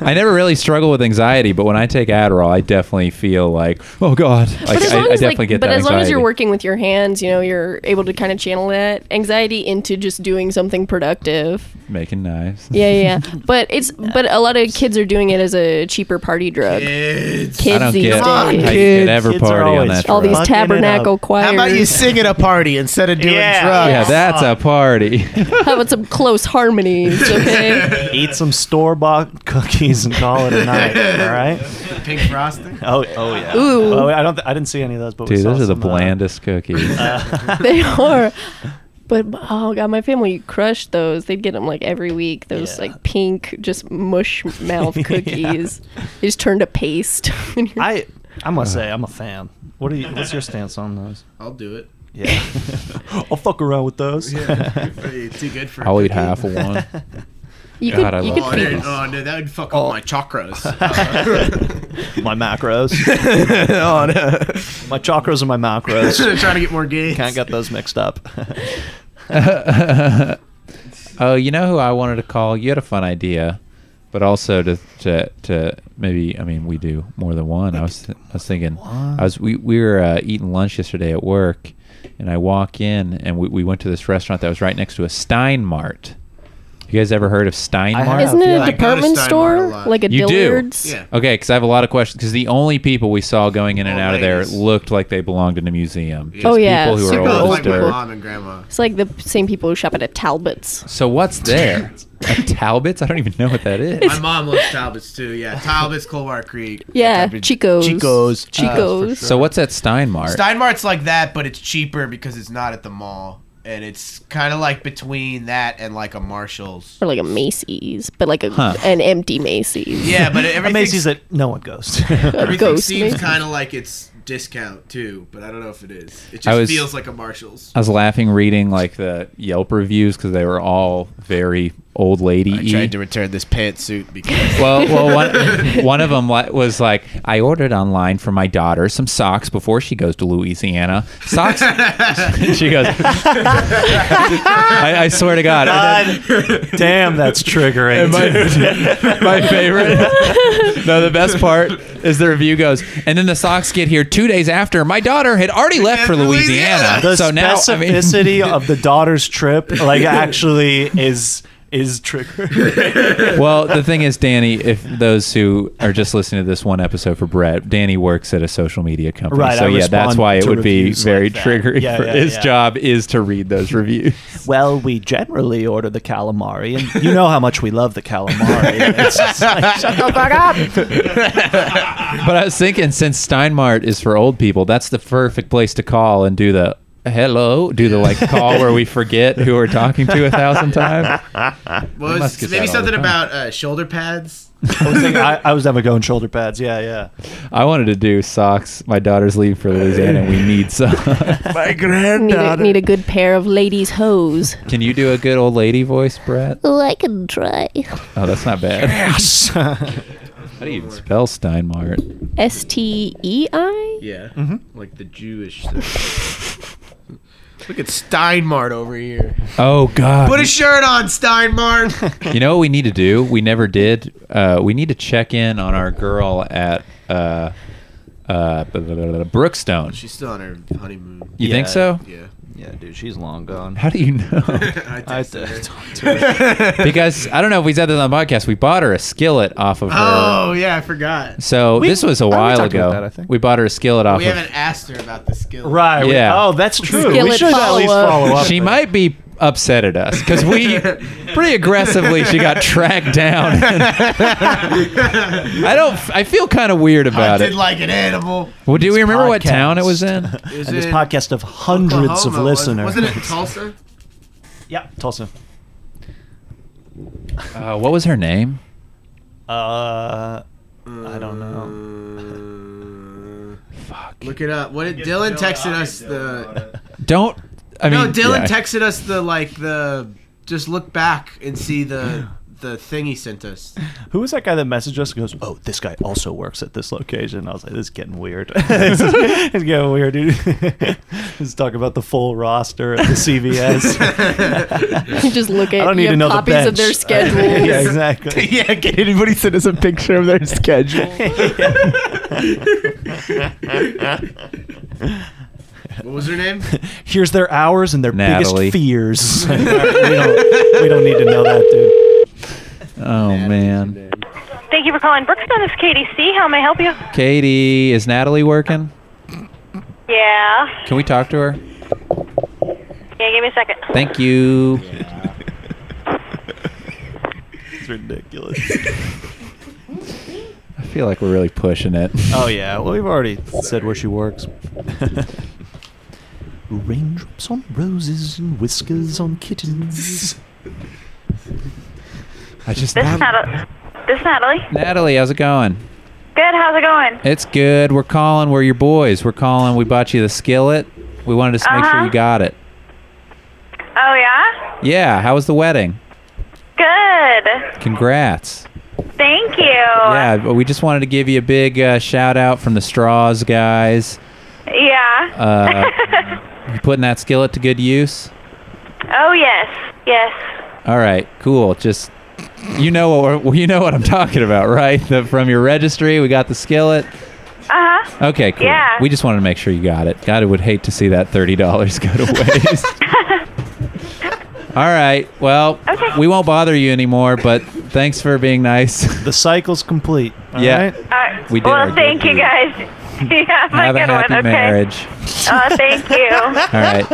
[SPEAKER 2] I never really struggle with anxiety, but when I take Adderall, I definitely feel like, oh god. Like,
[SPEAKER 3] but as
[SPEAKER 2] I,
[SPEAKER 3] long
[SPEAKER 2] I
[SPEAKER 3] as
[SPEAKER 2] definitely
[SPEAKER 3] like,
[SPEAKER 2] get
[SPEAKER 3] but
[SPEAKER 2] that
[SPEAKER 3] as long as you're
[SPEAKER 2] anxiety.
[SPEAKER 3] working with your hands, you know, you're able to kind of channel that anxiety into just doing something productive.
[SPEAKER 2] making knives.
[SPEAKER 3] Yeah, yeah. yeah. but it's but a lot of kids are doing it as a cheaper party drug.
[SPEAKER 4] It's
[SPEAKER 2] I
[SPEAKER 3] Kids
[SPEAKER 2] don't
[SPEAKER 3] these
[SPEAKER 2] get.
[SPEAKER 3] days.
[SPEAKER 2] I
[SPEAKER 4] Come on,
[SPEAKER 2] could
[SPEAKER 5] kids.
[SPEAKER 2] ever
[SPEAKER 5] Kids are
[SPEAKER 2] party on
[SPEAKER 5] always
[SPEAKER 2] that.
[SPEAKER 5] drunk.
[SPEAKER 3] all these
[SPEAKER 5] Fucking it up.
[SPEAKER 3] tabernacle choirs.
[SPEAKER 1] How about you sing at a party instead of doing
[SPEAKER 5] Yeah.
[SPEAKER 2] Yeah,
[SPEAKER 1] drugs?
[SPEAKER 2] that's a party.
[SPEAKER 3] How about some close harmonies? Okay.
[SPEAKER 5] Eat some store bought cookies and call it a night. All right.
[SPEAKER 4] the pink frosting.
[SPEAKER 5] Oh, oh yeah.
[SPEAKER 3] Ooh.
[SPEAKER 5] Well, I don't. Th- I didn't see any of those, but we
[SPEAKER 2] Dude,
[SPEAKER 5] saw
[SPEAKER 2] those are the
[SPEAKER 5] some, uh,
[SPEAKER 2] blandest cookies.
[SPEAKER 3] they are. But oh god, my family crushed those. They'd get them like every week. Those
[SPEAKER 5] Yeah.
[SPEAKER 3] like pink, just mush mouth cookies. They just turn to paste. And you're-
[SPEAKER 5] I I
[SPEAKER 3] Uh-huh.
[SPEAKER 5] must say I'm a fan. What are you? What's your stance on those?
[SPEAKER 4] I'll do it.
[SPEAKER 5] Yeah. I'll fuck around with those.
[SPEAKER 4] Yeah, it's too good for. a
[SPEAKER 2] I'll eat
[SPEAKER 4] cookie.
[SPEAKER 2] half of one.
[SPEAKER 3] you
[SPEAKER 2] God, I
[SPEAKER 3] could, you
[SPEAKER 2] love
[SPEAKER 3] could
[SPEAKER 4] Oh,
[SPEAKER 3] feed.
[SPEAKER 4] dude,
[SPEAKER 2] cookies.
[SPEAKER 4] oh no, that would fuck
[SPEAKER 5] Oh.
[SPEAKER 4] up my Uh, chakras.
[SPEAKER 5] My macros.
[SPEAKER 1] oh, no.
[SPEAKER 5] my chakras and my macros.
[SPEAKER 4] Trying to get more gains.
[SPEAKER 5] Can't get those mixed up.
[SPEAKER 2] Oh, you know who I wanted to call? You had a fun idea, but also to to, to maybe I mean we do more than one. I was I was thinking I was we we were uh, eating lunch yesterday at work, and I walk in and we, we went to this restaurant that was right next to a Stein Mart. You guys ever heard of Stein
[SPEAKER 5] I
[SPEAKER 2] Mart?
[SPEAKER 5] have.
[SPEAKER 3] Isn't it
[SPEAKER 5] Yeah,
[SPEAKER 3] a
[SPEAKER 5] I go to
[SPEAKER 3] department
[SPEAKER 4] Steinmart
[SPEAKER 3] store
[SPEAKER 4] a lot.
[SPEAKER 3] like a
[SPEAKER 2] You do?
[SPEAKER 3] Dillard's?
[SPEAKER 4] Yeah.
[SPEAKER 2] Okay, because I have a lot of questions. Because the only people we saw going in and
[SPEAKER 4] Old
[SPEAKER 2] out of
[SPEAKER 4] ladies.
[SPEAKER 2] there looked like they belonged in a museum.
[SPEAKER 4] Yeah.
[SPEAKER 2] Just
[SPEAKER 3] Oh, yeah,
[SPEAKER 2] people who
[SPEAKER 3] super
[SPEAKER 2] are
[SPEAKER 4] People
[SPEAKER 2] old
[SPEAKER 4] like my
[SPEAKER 3] people.
[SPEAKER 2] older.
[SPEAKER 4] mom and Uh-huh. grandma.
[SPEAKER 3] It's like the same people who shop at a Talbot's.
[SPEAKER 2] So what's there? A Talbots? I don't even know what that is.
[SPEAKER 4] My mom loves Talbots too. Yeah, Talbots, Coldwater Creek.
[SPEAKER 3] Yeah,
[SPEAKER 4] That type of-
[SPEAKER 3] Chico's.
[SPEAKER 1] Chico's.
[SPEAKER 3] Chico's.
[SPEAKER 2] So what's at Steinmart?
[SPEAKER 4] Steinmart's like that, but it's cheaper because it's not at the mall, and it's kind of like between that and like a Marshalls.
[SPEAKER 3] or like a Macy's, but like a,
[SPEAKER 2] Huh.
[SPEAKER 3] an empty Macy's.
[SPEAKER 4] Yeah, but
[SPEAKER 5] A Macy's
[SPEAKER 4] everything's,
[SPEAKER 5] that no one goes.
[SPEAKER 3] A
[SPEAKER 4] everything
[SPEAKER 3] ghost
[SPEAKER 4] seems
[SPEAKER 3] Macy's.
[SPEAKER 4] kind of like it's discount too, but I don't know if it is. It
[SPEAKER 2] I
[SPEAKER 4] just
[SPEAKER 2] was-
[SPEAKER 4] feels like a Marshalls.
[SPEAKER 2] I was laughing reading like the Yelp reviews because they were all very old lady.
[SPEAKER 4] I tried to return this pantsuit because
[SPEAKER 2] E well, well, one, one of them was like, I ordered online for my daughter some socks before she goes to Louisiana. Socks. she goes. I, I swear to God.
[SPEAKER 5] God damn, that's triggering.
[SPEAKER 2] And my, my favorite. no, the best part is the review goes, and then the socks get here two days after. My daughter had already left for Louisiana,
[SPEAKER 5] the
[SPEAKER 2] so now I mean,
[SPEAKER 5] specificity of the daughter's trip, like, actually is is triggering.
[SPEAKER 2] well, the thing is, Danny, if those who are just listening to this one episode for Brett, Danny works at a social media company.
[SPEAKER 5] Right,
[SPEAKER 2] So,
[SPEAKER 5] I
[SPEAKER 2] yeah, that's
[SPEAKER 5] respond
[SPEAKER 2] why it
[SPEAKER 5] to
[SPEAKER 2] would be
[SPEAKER 5] reviews
[SPEAKER 2] very
[SPEAKER 5] like that.
[SPEAKER 2] triggering.
[SPEAKER 5] Yeah,
[SPEAKER 2] for
[SPEAKER 5] yeah,
[SPEAKER 2] his
[SPEAKER 5] yeah.
[SPEAKER 2] job is to read those reviews.
[SPEAKER 5] Well, we generally order the calamari, and you know how much we love the calamari. It's just like, shut the fuck up.
[SPEAKER 2] but I was thinking, since Steinmart is for old people, that's the perfect place to call and do the hello, do the like call where we forget who we're talking to a thousand times.
[SPEAKER 4] well,
[SPEAKER 2] must
[SPEAKER 4] it's
[SPEAKER 2] get
[SPEAKER 4] maybe
[SPEAKER 2] that all the
[SPEAKER 4] something
[SPEAKER 2] time.
[SPEAKER 4] about uh, shoulder pads.
[SPEAKER 5] I was, thinking, I, I was never going shoulder pads. Yeah, yeah.
[SPEAKER 2] I wanted to do socks. My daughter's leaving for Louisiana. and We need socks.
[SPEAKER 1] My
[SPEAKER 3] Need a,
[SPEAKER 1] granddaughter.
[SPEAKER 3] need a good pair of ladies' hose.
[SPEAKER 2] Can you do a good old lady voice, Brett?
[SPEAKER 3] Oh, I can try.
[SPEAKER 2] Oh, that's not bad. How do you even spell Steinmart?
[SPEAKER 3] S T E I?
[SPEAKER 4] Yeah,
[SPEAKER 2] Mm-hmm.
[SPEAKER 4] like the Jewish. Thing. Look at Steinmart over here.
[SPEAKER 2] Oh God!
[SPEAKER 4] Put a shirt on, Steinmart.
[SPEAKER 2] you know what we need to do? We never did. Uh, we need to check in on our girl at uh, uh, blah, blah, blah, blah, Brookstone.
[SPEAKER 4] She's still on her honeymoon.
[SPEAKER 2] you
[SPEAKER 5] Yeah.
[SPEAKER 2] think so?
[SPEAKER 4] Yeah.
[SPEAKER 5] Yeah, dude, she's long gone.
[SPEAKER 2] How do you know?
[SPEAKER 5] I
[SPEAKER 4] I texted her.
[SPEAKER 5] talked to her.
[SPEAKER 2] because I don't know if we said this on the podcast. We bought her a skillet off of her.
[SPEAKER 4] Oh yeah, I forgot.
[SPEAKER 2] So
[SPEAKER 5] We-
[SPEAKER 2] this was a
[SPEAKER 5] we
[SPEAKER 2] while
[SPEAKER 5] talked about
[SPEAKER 2] ago.
[SPEAKER 5] that, I think.
[SPEAKER 2] We bought her a skillet off
[SPEAKER 4] We
[SPEAKER 2] of.
[SPEAKER 4] haven't asked her about the skill.
[SPEAKER 5] Right. we-
[SPEAKER 2] Yeah.
[SPEAKER 5] oh, that's true. we
[SPEAKER 3] Skillet
[SPEAKER 5] should at least
[SPEAKER 3] follow-up.
[SPEAKER 5] follow up.
[SPEAKER 2] She
[SPEAKER 5] with-
[SPEAKER 2] might be upset at us because we pretty aggressively she got tracked down. I don't. I feel kind of weird
[SPEAKER 4] I
[SPEAKER 2] about
[SPEAKER 4] did
[SPEAKER 2] it.
[SPEAKER 4] like an animal.
[SPEAKER 2] Well, do we remember what
[SPEAKER 5] podcast.
[SPEAKER 2] town it was in?
[SPEAKER 4] It was
[SPEAKER 5] And this
[SPEAKER 4] in
[SPEAKER 5] podcast of hundreds of
[SPEAKER 4] Oklahoma, wasn't-
[SPEAKER 5] listeners.
[SPEAKER 4] Wasn't it Tulsa?
[SPEAKER 5] Yeah, Tulsa.
[SPEAKER 2] Uh, what was her name?
[SPEAKER 5] Uh, I don't know.
[SPEAKER 4] know. Fuck. Look it up. What did Dylan texted us the?
[SPEAKER 2] Don't. I mean,
[SPEAKER 4] No, Dylan
[SPEAKER 2] yeah.
[SPEAKER 4] texted us the like the. Just look back and see the the thing he sent us.
[SPEAKER 5] Who was that guy that messaged us and goes, "Oh, this guy also works at this location"? I was like, "This is getting weird. it's, it's getting weird, dude." Let's talk about the full roster at the CVS.
[SPEAKER 3] Just look at
[SPEAKER 5] I don't
[SPEAKER 3] you
[SPEAKER 5] need
[SPEAKER 3] have
[SPEAKER 5] to know the
[SPEAKER 3] copies of their
[SPEAKER 5] bench.
[SPEAKER 3] schedules.
[SPEAKER 5] yeah, exactly.
[SPEAKER 1] Yeah, can anybody send us a picture of their schedule?
[SPEAKER 4] What was her name?
[SPEAKER 5] Here's their hours and their
[SPEAKER 2] Natalie.
[SPEAKER 5] biggest fears. we, don't, we don't need to know that, dude.
[SPEAKER 2] Oh man,
[SPEAKER 6] Thank you for calling Brookstone. This is Katie C. How may I help you?
[SPEAKER 2] Katie, is Natalie working?
[SPEAKER 6] Yeah.
[SPEAKER 2] Can we talk to her?
[SPEAKER 6] Yeah, give me a second.
[SPEAKER 2] Thank you.
[SPEAKER 5] It's ridiculous.
[SPEAKER 2] I feel like we're really pushing it.
[SPEAKER 5] Oh yeah. Well, we've already said where she works. Raindrops on roses and whiskers on kittens.
[SPEAKER 2] I just
[SPEAKER 6] This is Natalie. This is Natalie.
[SPEAKER 2] Natalie, how's it going?
[SPEAKER 6] Good. How's it going?
[SPEAKER 2] It's good. We're calling. We're your boys. We're calling. We bought you the skillet. We wanted to s- make sure
[SPEAKER 6] Uh-huh.
[SPEAKER 2] you got it.
[SPEAKER 6] Oh yeah.
[SPEAKER 2] Yeah. How was the wedding?
[SPEAKER 6] Good.
[SPEAKER 2] Congrats.
[SPEAKER 6] Thank you.
[SPEAKER 2] Yeah. But we just wanted to give you a big uh, shout out from the Straws guys.
[SPEAKER 6] Yeah.
[SPEAKER 2] Uh, you putting that skillet to good use.
[SPEAKER 6] oh yes. Yes.
[SPEAKER 2] All right. Cool. Just you know what we're- you know what I'm talking about, right? The, from your registry, we got the skillet.
[SPEAKER 6] Uh huh.
[SPEAKER 2] Okay, cool.
[SPEAKER 6] Yeah.
[SPEAKER 2] We just wanted to make sure you got it. God, I would hate to see that thirty dollars go to waste. All right. Well,
[SPEAKER 6] Okay.
[SPEAKER 2] we won't bother you anymore. But thanks for being nice.
[SPEAKER 5] The cycle's complete. all
[SPEAKER 2] Yeah.
[SPEAKER 5] right?
[SPEAKER 6] Uh,
[SPEAKER 2] We did our
[SPEAKER 6] Well,
[SPEAKER 2] good
[SPEAKER 6] thank you
[SPEAKER 2] deed.
[SPEAKER 6] guys. yeah, my
[SPEAKER 2] Have a
[SPEAKER 6] good
[SPEAKER 2] happy
[SPEAKER 6] one. Okay.
[SPEAKER 2] marriage.
[SPEAKER 6] Oh, thank you.
[SPEAKER 2] All right.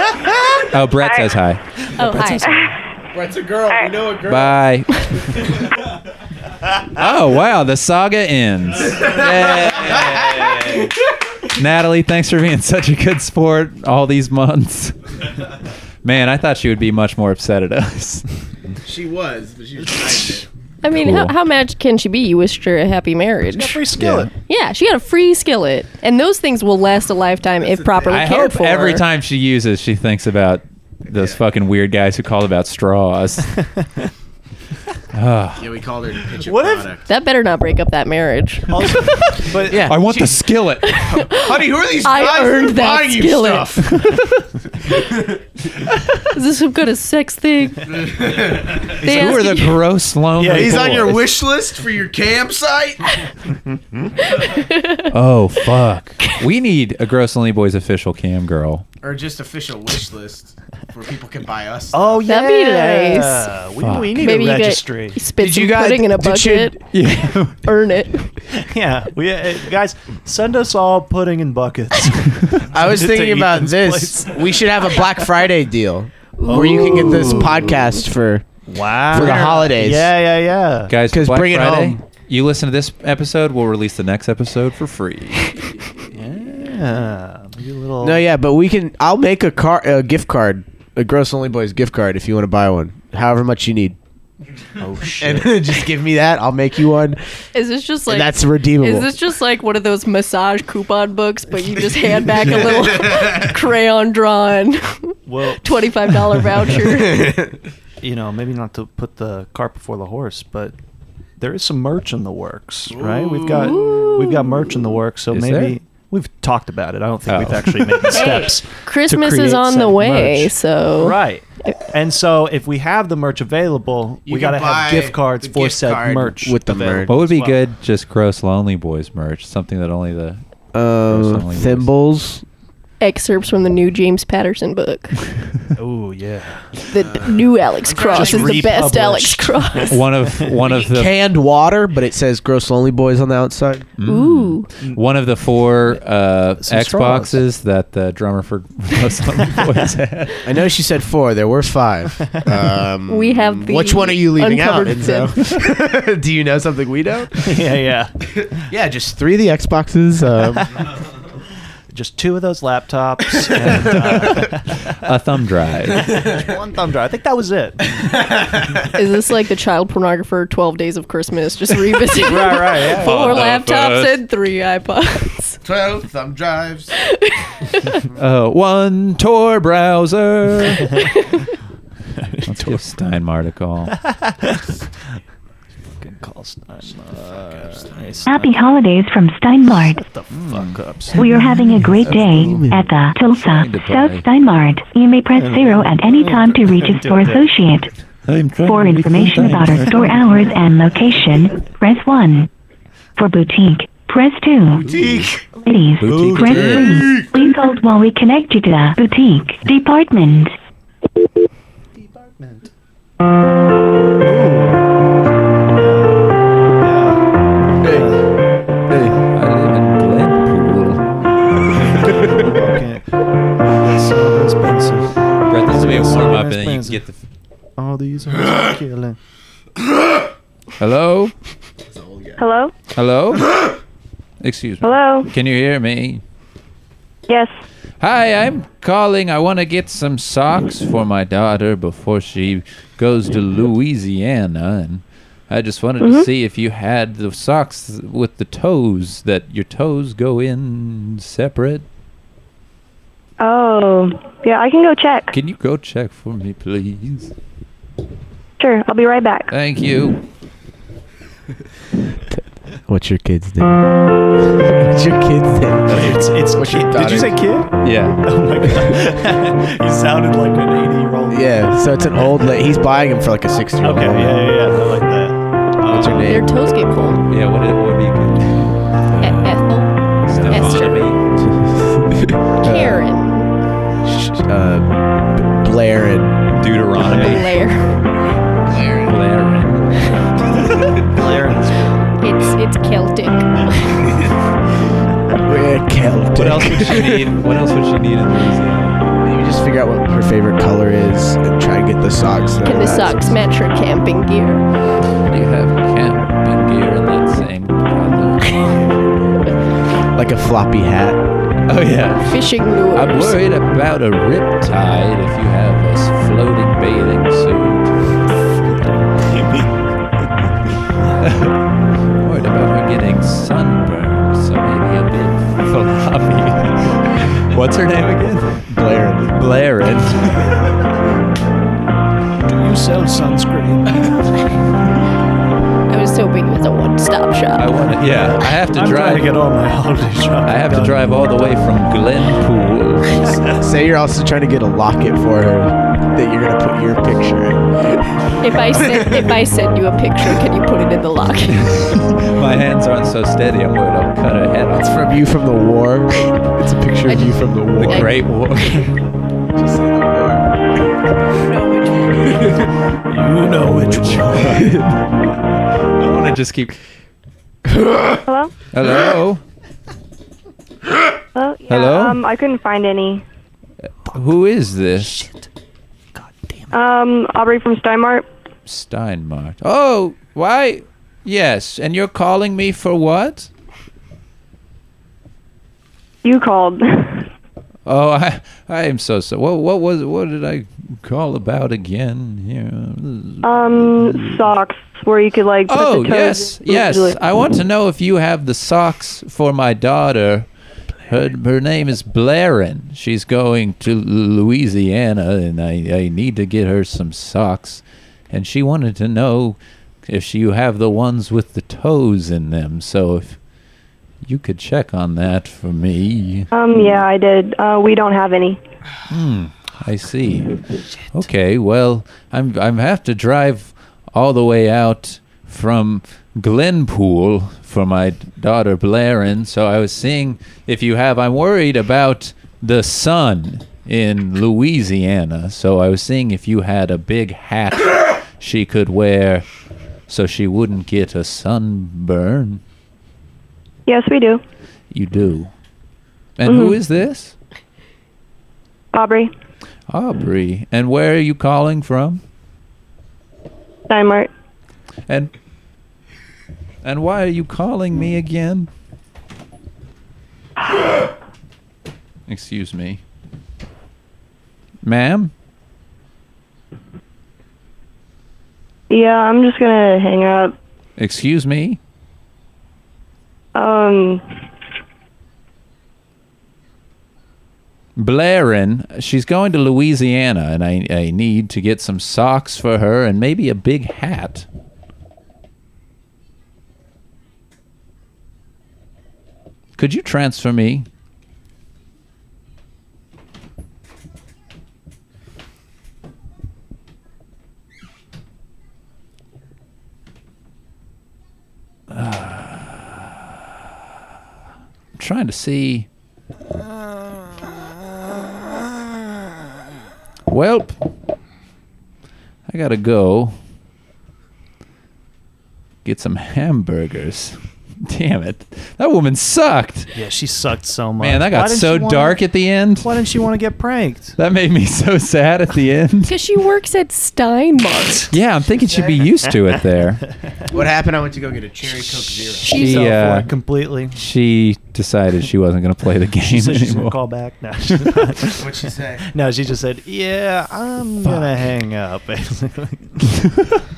[SPEAKER 2] Oh, Brett
[SPEAKER 6] Hi.
[SPEAKER 2] says hi.
[SPEAKER 3] Oh, hi.
[SPEAKER 4] Brett's a girl. We know a girl.
[SPEAKER 2] Bye. oh wow, the saga ends. Yay. Natalie, thanks for being such a good sport all these months. Man, I thought she would be much more upset at us.
[SPEAKER 4] She was, but she was behind it.
[SPEAKER 3] I mean, how,
[SPEAKER 2] Cool.
[SPEAKER 3] how mad can she be? You wished her a happy marriage.
[SPEAKER 5] Free skillet.
[SPEAKER 3] Yeah, she got a free skillet, and those things will last a lifetime if properly
[SPEAKER 2] I
[SPEAKER 3] cared
[SPEAKER 2] hope
[SPEAKER 3] for.
[SPEAKER 2] every time she uses, she thinks about those fucking weird guys who called about straws. Ah.
[SPEAKER 4] Yeah, we called her to pitch a
[SPEAKER 5] What if-
[SPEAKER 4] product.
[SPEAKER 3] that better not break up that marriage.
[SPEAKER 5] Also, but yeah,
[SPEAKER 2] I want the skillet.
[SPEAKER 4] Honey, who are these
[SPEAKER 3] I
[SPEAKER 4] guys that
[SPEAKER 3] earned
[SPEAKER 4] are
[SPEAKER 3] that
[SPEAKER 4] buying
[SPEAKER 3] skillet.
[SPEAKER 4] you stuff?
[SPEAKER 3] Is this some kind of sex thing? they
[SPEAKER 2] Who
[SPEAKER 3] ask
[SPEAKER 2] are the
[SPEAKER 3] you-
[SPEAKER 2] gross lonely?
[SPEAKER 5] Yeah,
[SPEAKER 4] He's on your
[SPEAKER 2] boys?
[SPEAKER 4] wish list for your campsite.
[SPEAKER 2] Oh fuck. We need a gross lonely boys official cam girl.
[SPEAKER 4] or just official wish list where people can buy us.
[SPEAKER 5] Oh yeah,
[SPEAKER 3] That'd be
[SPEAKER 5] We, we need
[SPEAKER 3] Maybe
[SPEAKER 5] a
[SPEAKER 3] you could
[SPEAKER 5] registry.
[SPEAKER 3] spit
[SPEAKER 5] Did
[SPEAKER 3] some
[SPEAKER 5] you guys-
[SPEAKER 3] pudding in a
[SPEAKER 5] did you-
[SPEAKER 3] bucket,
[SPEAKER 2] Yeah.
[SPEAKER 3] earn it.
[SPEAKER 5] yeah, we uh, guys send us all pudding in buckets.
[SPEAKER 4] I was
[SPEAKER 5] It's
[SPEAKER 4] thinking
[SPEAKER 5] to
[SPEAKER 4] about
[SPEAKER 5] Ethan's
[SPEAKER 4] this. We should have a Black Friday deal where you can get this podcast for
[SPEAKER 5] wow,
[SPEAKER 4] For the holidays.
[SPEAKER 5] Yeah, yeah, yeah.
[SPEAKER 2] Guys,
[SPEAKER 4] Uh, 'Cause
[SPEAKER 2] Black
[SPEAKER 4] bring it
[SPEAKER 2] Friday,
[SPEAKER 4] home.
[SPEAKER 2] You listen to this episode, we'll release the next episode for free.
[SPEAKER 5] Yeah, maybe a little.
[SPEAKER 4] No, yeah, but we can. I'll make a car, a gift card, a Gross Only Boys gift card if you want to buy one, however much you need,
[SPEAKER 5] Oh shit.
[SPEAKER 4] and just give me that. I'll make you one,
[SPEAKER 3] Is this just like
[SPEAKER 4] and that's redeemable.
[SPEAKER 3] Is this just like one of those massage coupon books, but you just hand back a little crayon drawn
[SPEAKER 5] Well,
[SPEAKER 3] twenty five dollar voucher?
[SPEAKER 5] you know, maybe not to put the cart before the horse, but there is some merch in the works, right? We've got we've got merch in the works, so
[SPEAKER 2] Is
[SPEAKER 5] maybe
[SPEAKER 2] there?
[SPEAKER 5] we've talked about it. I don't think
[SPEAKER 2] Oh.
[SPEAKER 5] we've actually made the steps.
[SPEAKER 3] Christmas
[SPEAKER 5] create
[SPEAKER 3] is on the
[SPEAKER 5] some
[SPEAKER 3] way,
[SPEAKER 5] merch.
[SPEAKER 3] so
[SPEAKER 5] Right. And so if we have the merch available,
[SPEAKER 4] You
[SPEAKER 5] we
[SPEAKER 4] can
[SPEAKER 5] got to
[SPEAKER 4] buy
[SPEAKER 5] have gift cards
[SPEAKER 4] the
[SPEAKER 5] for
[SPEAKER 4] gift
[SPEAKER 5] said
[SPEAKER 4] card
[SPEAKER 5] merch.
[SPEAKER 4] with the
[SPEAKER 5] available
[SPEAKER 4] merch.
[SPEAKER 2] What would
[SPEAKER 5] as
[SPEAKER 2] be
[SPEAKER 5] well.
[SPEAKER 2] good? Just gross lonely boys merch, something that only the
[SPEAKER 3] Uh,
[SPEAKER 2] Gross
[SPEAKER 4] um,
[SPEAKER 2] Lonely Boys.
[SPEAKER 4] thimbles?
[SPEAKER 3] excerpts from the new James Patterson book.
[SPEAKER 5] Oh, yeah.
[SPEAKER 3] The d- new Alex Cross is
[SPEAKER 5] think-
[SPEAKER 3] the best Alex Cross.
[SPEAKER 2] one of one of the
[SPEAKER 4] Canned water, but it says Gross Lonely Boys on the outside.
[SPEAKER 3] Mm. Ooh,
[SPEAKER 2] Mm. one of the four uh,
[SPEAKER 5] Some
[SPEAKER 2] Xboxes that the drummer for Gross Lonely Boys had.
[SPEAKER 4] I know she said four. There were five. Um,
[SPEAKER 3] We have the
[SPEAKER 4] which one are you leaving out?
[SPEAKER 3] uncovered
[SPEAKER 4] Enzo? Do you know something we don't?
[SPEAKER 5] yeah, yeah.
[SPEAKER 4] Yeah, just three of the Xboxes. Um,
[SPEAKER 5] Just two of those laptops and uh,
[SPEAKER 2] A thumb drive.
[SPEAKER 5] one thumb drive. I think that was it.
[SPEAKER 3] is this like the child pornographer Twelve Days of Christmas? Just revisiting
[SPEAKER 5] Right, right. Yeah.
[SPEAKER 3] four laptops and three iPods.
[SPEAKER 4] Twelve thumb drives.
[SPEAKER 2] Uh, one Tor browser. Let's give Steinmart a call.
[SPEAKER 5] Fucking call Steinmart.
[SPEAKER 7] Happy holidays from Steinmart.
[SPEAKER 5] the fuck up.
[SPEAKER 7] We are having a great day at the Tulsa South Steinmart. You may press zero at any time to reach a store associate. For information about our store hours and location, press one. For boutique, press two.
[SPEAKER 4] Boutique.
[SPEAKER 7] Ladies,
[SPEAKER 2] Boutique
[SPEAKER 7] press
[SPEAKER 2] it
[SPEAKER 7] three. Please hold while we connect you to the boutique department.
[SPEAKER 5] Department.
[SPEAKER 2] I live in Glenpool.
[SPEAKER 5] Okay. That's so expensive.
[SPEAKER 2] Brett, this will be a
[SPEAKER 5] Sorry,
[SPEAKER 2] warm up, and
[SPEAKER 5] Miss
[SPEAKER 2] then you can
[SPEAKER 5] Benson.
[SPEAKER 2] get the.
[SPEAKER 5] All these are killing.
[SPEAKER 2] Hello?
[SPEAKER 6] Hello?
[SPEAKER 2] Hello? Excuse me.
[SPEAKER 6] Hello?
[SPEAKER 2] Can you hear me?
[SPEAKER 6] Yes.
[SPEAKER 2] Hi, I'm calling. I want to get some socks for my daughter before she goes to Louisiana. And I just wanted
[SPEAKER 6] Mm-hmm.
[SPEAKER 2] to see if you had the socks with the toes that your toes go in separate.
[SPEAKER 6] Oh, yeah, I can go check.
[SPEAKER 2] Can you go check for me, please?
[SPEAKER 6] Sure, I'll be right back.
[SPEAKER 2] Thank you.
[SPEAKER 4] What's your kid's name? What's your kid's name?
[SPEAKER 5] It's it's. kid- Did you
[SPEAKER 4] daughter's-
[SPEAKER 5] say kid?
[SPEAKER 2] Yeah.
[SPEAKER 5] Oh my god. he sounded like an 80 year old.
[SPEAKER 4] Yeah, so it's an old. La- he's buying him for like a sixty-year-old.
[SPEAKER 5] Okay, yeah, yeah, yeah. I like that. Um,
[SPEAKER 4] What's her
[SPEAKER 3] Their
[SPEAKER 4] name?
[SPEAKER 3] toes get cold.
[SPEAKER 2] Yeah, what, what do you
[SPEAKER 3] Eh, eh, oh, Esther. Karen,
[SPEAKER 4] Uh, B- Blair and
[SPEAKER 2] Deuteronomy.
[SPEAKER 3] Blair.
[SPEAKER 2] Blaring.
[SPEAKER 3] It's it's Celtic.
[SPEAKER 4] Blair Celtic.
[SPEAKER 2] What else would she need? What else would she need in Louisiana?
[SPEAKER 4] we just figure out what her favorite color is and try to get the socks. that
[SPEAKER 3] Can the
[SPEAKER 4] match.
[SPEAKER 3] socks match her camping gear?
[SPEAKER 2] Do you have camping gear in that same color?
[SPEAKER 4] Like a floppy hat.
[SPEAKER 2] oh yeah.
[SPEAKER 3] Fishing lures.
[SPEAKER 2] I'm worried about a rip tide if you have a s- floating bathing suit. worried about her getting sunburned, so maybe a bit floppy. What's her name again?
[SPEAKER 4] Blaring.
[SPEAKER 2] Blairin.
[SPEAKER 5] Do you sell
[SPEAKER 3] I
[SPEAKER 5] sunscreen?
[SPEAKER 3] was hoping it was a one-stop
[SPEAKER 2] I
[SPEAKER 3] shop.
[SPEAKER 2] want to. Yeah, I have to
[SPEAKER 5] I'm trying to
[SPEAKER 2] drive.
[SPEAKER 5] get all my holiday shopping.
[SPEAKER 2] I have to
[SPEAKER 5] done.
[SPEAKER 2] drive all the way from Glenpool.
[SPEAKER 4] Say you're also trying to get a locket for her that you're gonna put your picture in.
[SPEAKER 3] If I send if I send you a picture, can you put it in the locket?
[SPEAKER 2] My hands aren't so steady. I'm worried I'll cut her head
[SPEAKER 4] It's
[SPEAKER 2] off.
[SPEAKER 4] from you from the war. It's a picture of you from the war.
[SPEAKER 2] The Great War.
[SPEAKER 4] Just say the war.
[SPEAKER 5] You know which one.
[SPEAKER 2] I want to just keep.
[SPEAKER 8] Hello?
[SPEAKER 2] Hello.
[SPEAKER 8] Hello? Yeah,
[SPEAKER 2] Hello?
[SPEAKER 8] Um, I couldn't find any.
[SPEAKER 2] Who is this?
[SPEAKER 8] Um, Aubrey from Steinmart.
[SPEAKER 2] Steinmart. Oh, why? Yes, and you're calling me for what?
[SPEAKER 8] You called.
[SPEAKER 2] Oh, I, I am so sorry. What, what was? What did I call about again? Here.
[SPEAKER 8] um, socks where you could like. Put
[SPEAKER 2] Oh
[SPEAKER 8] the toes
[SPEAKER 2] yes,
[SPEAKER 8] in.
[SPEAKER 2] yes.
[SPEAKER 8] Usually.
[SPEAKER 2] I want to know if you have the socks for my daughter. Her, her name is Blairin. She's going to Louisiana, and I, I need to get her some socks. And she wanted to know if you have the ones with the toes in them. So if you could check on that for me,
[SPEAKER 8] Um, yeah, I did. Uh, we don't have any.
[SPEAKER 2] Hmm, I see. Okay, well, I'm I'm have to drive all the way out from Glenpool for my daughter Blairin. So I was seeing if you have. I'm worried about the sun in Louisiana. So I was seeing if you had a big hat she could wear, so she wouldn't get a sunburn.
[SPEAKER 8] Yes, we do.
[SPEAKER 2] You do. And
[SPEAKER 8] Mm-hmm.
[SPEAKER 2] who is this?
[SPEAKER 8] Aubrey,
[SPEAKER 2] Aubrey. And where are you calling from?
[SPEAKER 8] Steinmart.
[SPEAKER 2] And and why are you calling me again? Excuse me. Ma'am?
[SPEAKER 8] Yeah, I'm just gonna hang up.
[SPEAKER 2] Excuse me?
[SPEAKER 8] Um,
[SPEAKER 2] Blairin, she's going to Louisiana and I, I need to get some socks for her and maybe a big hat. Could you transfer me? I'm trying to see. Welp, I gotta go get some hamburgers. Damn it. That woman sucked.
[SPEAKER 5] Yeah, she sucked so much.
[SPEAKER 2] Man, that
[SPEAKER 5] Why
[SPEAKER 2] got
[SPEAKER 5] didn't
[SPEAKER 2] so
[SPEAKER 5] she wanna-
[SPEAKER 2] dark at the end.
[SPEAKER 5] Why didn't she want to get pranked?
[SPEAKER 2] That made me so sad at the end.
[SPEAKER 3] Because she works at Steinmart.
[SPEAKER 2] Yeah, I'm thinking she'd be used to it there.
[SPEAKER 9] What happened? I went to go get a cherry coke zero.
[SPEAKER 5] She
[SPEAKER 2] She,
[SPEAKER 5] fell for
[SPEAKER 2] uh,
[SPEAKER 5] it completely.
[SPEAKER 2] She decided she wasn't going to play the
[SPEAKER 5] She
[SPEAKER 2] game
[SPEAKER 5] said she's gonna
[SPEAKER 2] anymore.
[SPEAKER 5] call back. No, she's not.
[SPEAKER 9] What'd she say?
[SPEAKER 5] no, she just said, "Yeah, I'm gonna hang up."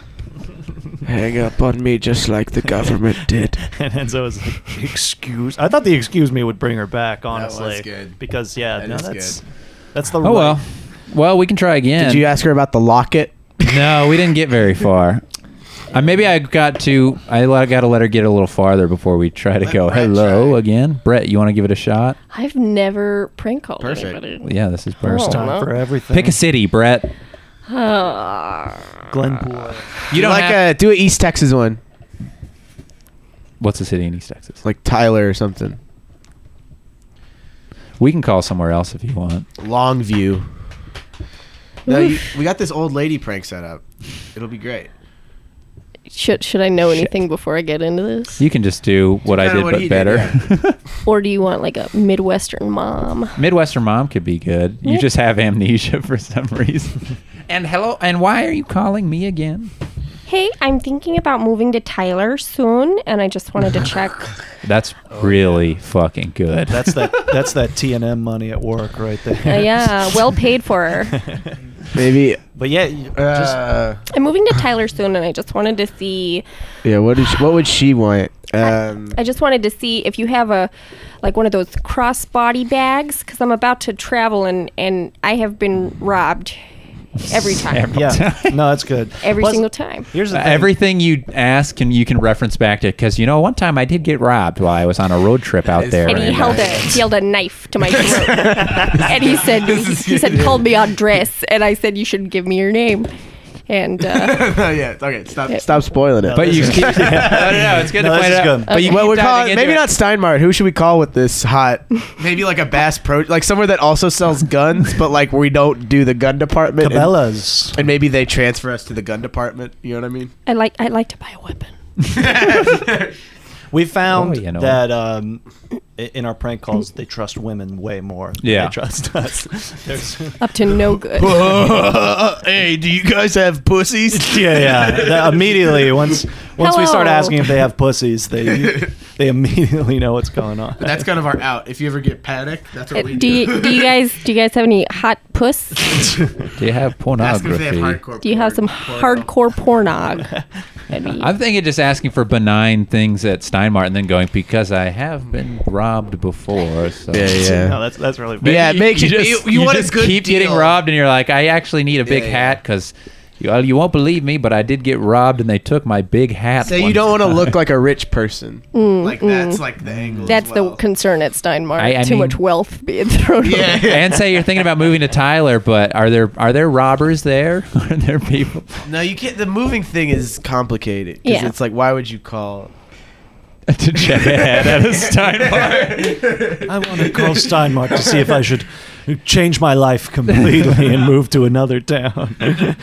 [SPEAKER 4] Hang up on me just like the government did.
[SPEAKER 5] and Enzo was like, "Excuse." I thought the "excuse me" would bring her back,
[SPEAKER 9] was
[SPEAKER 5] honestly,
[SPEAKER 9] good.
[SPEAKER 5] because yeah,
[SPEAKER 9] That
[SPEAKER 5] no,
[SPEAKER 9] is
[SPEAKER 5] that's
[SPEAKER 9] good.
[SPEAKER 5] that's the
[SPEAKER 2] Oh,
[SPEAKER 5] right-
[SPEAKER 2] well. Well, we can try again.
[SPEAKER 4] Did you ask her about the locket?
[SPEAKER 2] no, we didn't get very far. Uh, maybe I got to. I got to let her get a little farther before we try to go.
[SPEAKER 9] Brett
[SPEAKER 2] Hello
[SPEAKER 9] try.
[SPEAKER 2] again, Brett. You want to give it a shot?
[SPEAKER 3] I've never prank called
[SPEAKER 9] Perfect.
[SPEAKER 3] anybody.
[SPEAKER 2] Yeah, this is Brett.
[SPEAKER 3] Oh.
[SPEAKER 5] time for everything.
[SPEAKER 2] Pick a city, Brett.
[SPEAKER 3] Uh,
[SPEAKER 5] Glenpool.
[SPEAKER 2] You don't
[SPEAKER 4] like
[SPEAKER 2] have.
[SPEAKER 1] uh,
[SPEAKER 4] a do an East Texas one,
[SPEAKER 2] What's the city in East Texas?
[SPEAKER 4] like Tyler or something.
[SPEAKER 2] We can call somewhere else if you want.
[SPEAKER 4] Longview. No, you, we got this old lady prank set up. It'll be great.
[SPEAKER 3] should should I know anything before I get into this,
[SPEAKER 2] You can just do what I
[SPEAKER 4] kinda
[SPEAKER 2] did,
[SPEAKER 4] what
[SPEAKER 2] but
[SPEAKER 4] he did,
[SPEAKER 2] better.
[SPEAKER 3] or do you want like a Midwestern mom?
[SPEAKER 2] Midwestern mom could be good. You just have amnesia for some reason. and hello, and why are you calling me again?
[SPEAKER 3] Hey, I'm thinking about moving to Tyler soon, and I just wanted to check.
[SPEAKER 2] That's really fucking good.
[SPEAKER 5] That's that. That's that T and M money at work right there.
[SPEAKER 3] Uh, yeah, well paid for.
[SPEAKER 1] Maybe.
[SPEAKER 5] But yeah, you- just
[SPEAKER 4] Uh,
[SPEAKER 3] I'm moving to Tyler soon, and I just wanted to see.
[SPEAKER 1] Yeah. What did she, what would she want? Um,
[SPEAKER 3] I just wanted to see if you have a, like one of those crossbody bags, because I'm about to travel, and and I have been robbed every time,
[SPEAKER 5] yeah. No, that's good.
[SPEAKER 3] every
[SPEAKER 5] Plus,
[SPEAKER 3] single time.
[SPEAKER 5] Here's the
[SPEAKER 2] Uh,
[SPEAKER 5] thing.
[SPEAKER 2] Everything you ask and you can reference back to because you know one time I did get robbed while I was on a road trip out there.
[SPEAKER 3] And he
[SPEAKER 2] and
[SPEAKER 3] held
[SPEAKER 2] I-
[SPEAKER 3] a he held a knife to my throat, and he said he said call me on dress, and I said you should give me your name, and uh,
[SPEAKER 4] yeah. Okay. Stop.
[SPEAKER 1] stop spoiling it.
[SPEAKER 2] But you keep. no, no, no, it's good
[SPEAKER 5] No,
[SPEAKER 2] to
[SPEAKER 5] this
[SPEAKER 2] point
[SPEAKER 5] is
[SPEAKER 2] out.
[SPEAKER 5] good.
[SPEAKER 2] But you
[SPEAKER 1] well,
[SPEAKER 2] keep
[SPEAKER 1] we're
[SPEAKER 2] diving
[SPEAKER 1] calling
[SPEAKER 2] into
[SPEAKER 1] maybe
[SPEAKER 2] it.
[SPEAKER 1] not Steinmart. Who should we call with this hot?
[SPEAKER 4] Maybe like a Bass Pro.
[SPEAKER 1] Like somewhere that also sells guns, but like we don't do the gun department. and-
[SPEAKER 5] Cabela's.
[SPEAKER 1] and maybe they transfer us to the gun department. You know what I mean?
[SPEAKER 3] I like I like to buy a weapon.
[SPEAKER 5] We found
[SPEAKER 2] Oh, you know.
[SPEAKER 5] that um, i- in our prank calls, they trust women way more. than
[SPEAKER 2] Yeah.
[SPEAKER 5] they trust us. There's-
[SPEAKER 3] Up to no good. Uh,
[SPEAKER 1] hey, do you guys have pussies?
[SPEAKER 5] yeah, yeah. That immediately, once once we start
[SPEAKER 3] Hello.
[SPEAKER 5] asking if they have pussies, they they immediately know what's going on.
[SPEAKER 4] That's kind of our out. If you ever get panicked, that's
[SPEAKER 3] Uh,
[SPEAKER 4] what we
[SPEAKER 3] do you, do you guys do you guys have any hot puss?
[SPEAKER 2] Do you have
[SPEAKER 4] Ask them
[SPEAKER 2] pornography?
[SPEAKER 4] if they have hardcore.
[SPEAKER 3] Do you have some
[SPEAKER 4] porn.
[SPEAKER 3] hardcore pornog? That'd be-
[SPEAKER 2] I'm thinking just asking for benign things at Steinmart and then going because I have been robbed before. So.
[SPEAKER 1] Yeah,
[SPEAKER 5] No,
[SPEAKER 1] yeah.
[SPEAKER 5] that's that's really
[SPEAKER 1] Yeah, it makes
[SPEAKER 2] you,
[SPEAKER 1] you-
[SPEAKER 2] just,
[SPEAKER 1] you- you want a
[SPEAKER 2] just
[SPEAKER 1] good
[SPEAKER 2] keep getting
[SPEAKER 1] deal.
[SPEAKER 2] robbed, and you're like, I actually need a big
[SPEAKER 1] Yeah, yeah.
[SPEAKER 2] hat because you, well, you won't believe me, but I did get robbed, and they took my big hat.
[SPEAKER 1] So you
[SPEAKER 2] one
[SPEAKER 1] don't want to
[SPEAKER 2] time."
[SPEAKER 1] look like a rich person.
[SPEAKER 4] Like that's like the angle.
[SPEAKER 3] Mm, That's
[SPEAKER 4] as well.
[SPEAKER 3] the concern at Steinmart.
[SPEAKER 2] I- I
[SPEAKER 3] Too
[SPEAKER 2] mean-
[SPEAKER 3] much wealth being thrown.
[SPEAKER 4] Yeah.
[SPEAKER 3] around.
[SPEAKER 2] and say you're thinking about moving to Tyler, but are there are there robbers there? Are there people?
[SPEAKER 1] No, you can't. The moving thing is complicated 'cause
[SPEAKER 3] Yeah.
[SPEAKER 1] it's like, why would you call?
[SPEAKER 2] to check ahead at a Steinmart.
[SPEAKER 5] I want to call Steinmark to see if I should change my life completely and move to another town.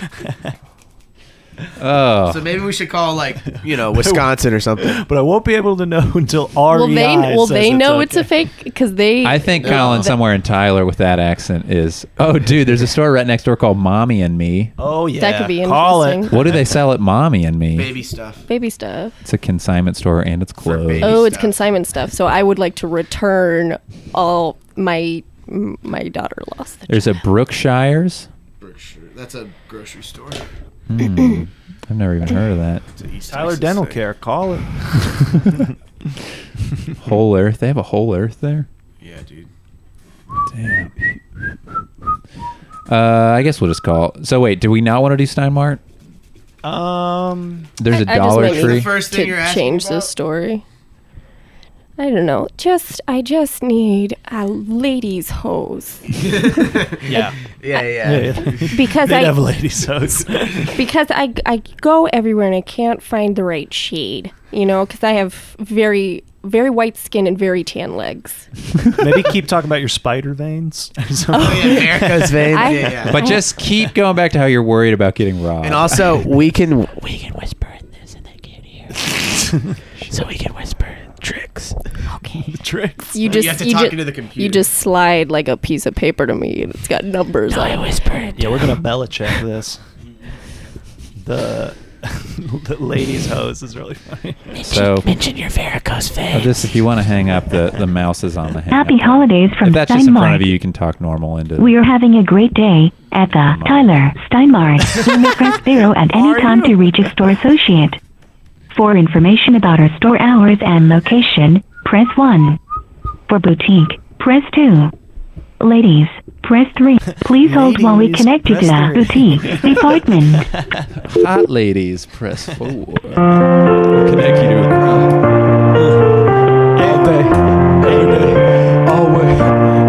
[SPEAKER 2] Oh,
[SPEAKER 4] So maybe we should call like
[SPEAKER 1] You know, Wisconsin or something.
[SPEAKER 5] But I won't be able to know until REI.
[SPEAKER 3] Will
[SPEAKER 2] E
[SPEAKER 3] they will
[SPEAKER 5] says
[SPEAKER 3] they
[SPEAKER 5] it's
[SPEAKER 3] know
[SPEAKER 5] okay.
[SPEAKER 3] it's a fake? Because they
[SPEAKER 2] I think
[SPEAKER 3] No.
[SPEAKER 2] Colin somewhere in Tyler with that accent is. Oh, dude, there's a store right next door called Mommy and Me.
[SPEAKER 5] Oh yeah,
[SPEAKER 3] That could be
[SPEAKER 5] Call it.
[SPEAKER 3] interesting.
[SPEAKER 2] What do they sell at Mommy and Me?
[SPEAKER 4] baby stuff.
[SPEAKER 3] baby stuff.
[SPEAKER 2] It's a consignment store and it's closed.
[SPEAKER 4] babies.
[SPEAKER 3] Oh, it's
[SPEAKER 4] stuff.
[SPEAKER 3] consignment stuff. So I would like to return all my m- my daughter lost. The
[SPEAKER 2] There's a Brookshire's.
[SPEAKER 4] Berkshire. That's a grocery store.
[SPEAKER 2] Hmm. I've never even heard of that.
[SPEAKER 4] It's a East
[SPEAKER 5] Tyler
[SPEAKER 4] Texas
[SPEAKER 5] Dental
[SPEAKER 4] thing.
[SPEAKER 5] Care. Call it.
[SPEAKER 2] Whole Earth. They have a Whole Earth there.
[SPEAKER 4] Yeah, dude.
[SPEAKER 2] Damn. Uh, I guess we'll just call. So wait, do we not want to do Steinmart?
[SPEAKER 5] Um,
[SPEAKER 2] There's a
[SPEAKER 3] I- I just
[SPEAKER 2] Dollar
[SPEAKER 3] made it.
[SPEAKER 2] Tree.
[SPEAKER 4] First thing you're
[SPEAKER 3] to
[SPEAKER 4] asking
[SPEAKER 3] change
[SPEAKER 4] about?
[SPEAKER 3] this story. I don't know. Just I just need a ladies' hose
[SPEAKER 5] yeah,
[SPEAKER 4] Yeah,
[SPEAKER 5] yeah.
[SPEAKER 4] yeah.
[SPEAKER 5] yeah. They
[SPEAKER 3] because I
[SPEAKER 5] have ladies' hoes.
[SPEAKER 3] because I I go everywhere and I can't find the right shade. You know, because I have very very white skin and very tan legs.
[SPEAKER 5] Maybe keep talking about your spider veins. or something.
[SPEAKER 4] Oh, yeah, America's
[SPEAKER 1] vein.
[SPEAKER 3] I-
[SPEAKER 4] Yeah, yeah.
[SPEAKER 2] But just keep going back to how you're worried about getting robbed.
[SPEAKER 1] And also, we can we can
[SPEAKER 5] Tricks.
[SPEAKER 3] You
[SPEAKER 4] You
[SPEAKER 3] just
[SPEAKER 4] have to talk
[SPEAKER 3] ju-
[SPEAKER 4] into the computer.
[SPEAKER 3] you just slide like a piece of paper to me and it's got numbers on it.
[SPEAKER 5] Yeah, we're gonna Belichick this. The the ladies' hose is really funny.
[SPEAKER 2] so mention your varicose veins. Just if you want to hang up, the the mouse is on the hang.
[SPEAKER 7] Happy
[SPEAKER 2] up.
[SPEAKER 7] holidays from
[SPEAKER 2] If that's just in front of
[SPEAKER 7] Steinmark.
[SPEAKER 2] you, you can talk normal into.
[SPEAKER 7] We are having a great day at the Tyler Steinmart. You may press zero at any time to reach a store associate. For information about our store hours and location, press one. For boutique, press two. Ladies, press three. Please hold while we
[SPEAKER 5] Ladies,
[SPEAKER 7] connect you to
[SPEAKER 5] press
[SPEAKER 7] the
[SPEAKER 5] three.
[SPEAKER 7] boutique department.
[SPEAKER 2] Hot ladies, press four. Connect you to a crowd.
[SPEAKER 1] all day, every day, always,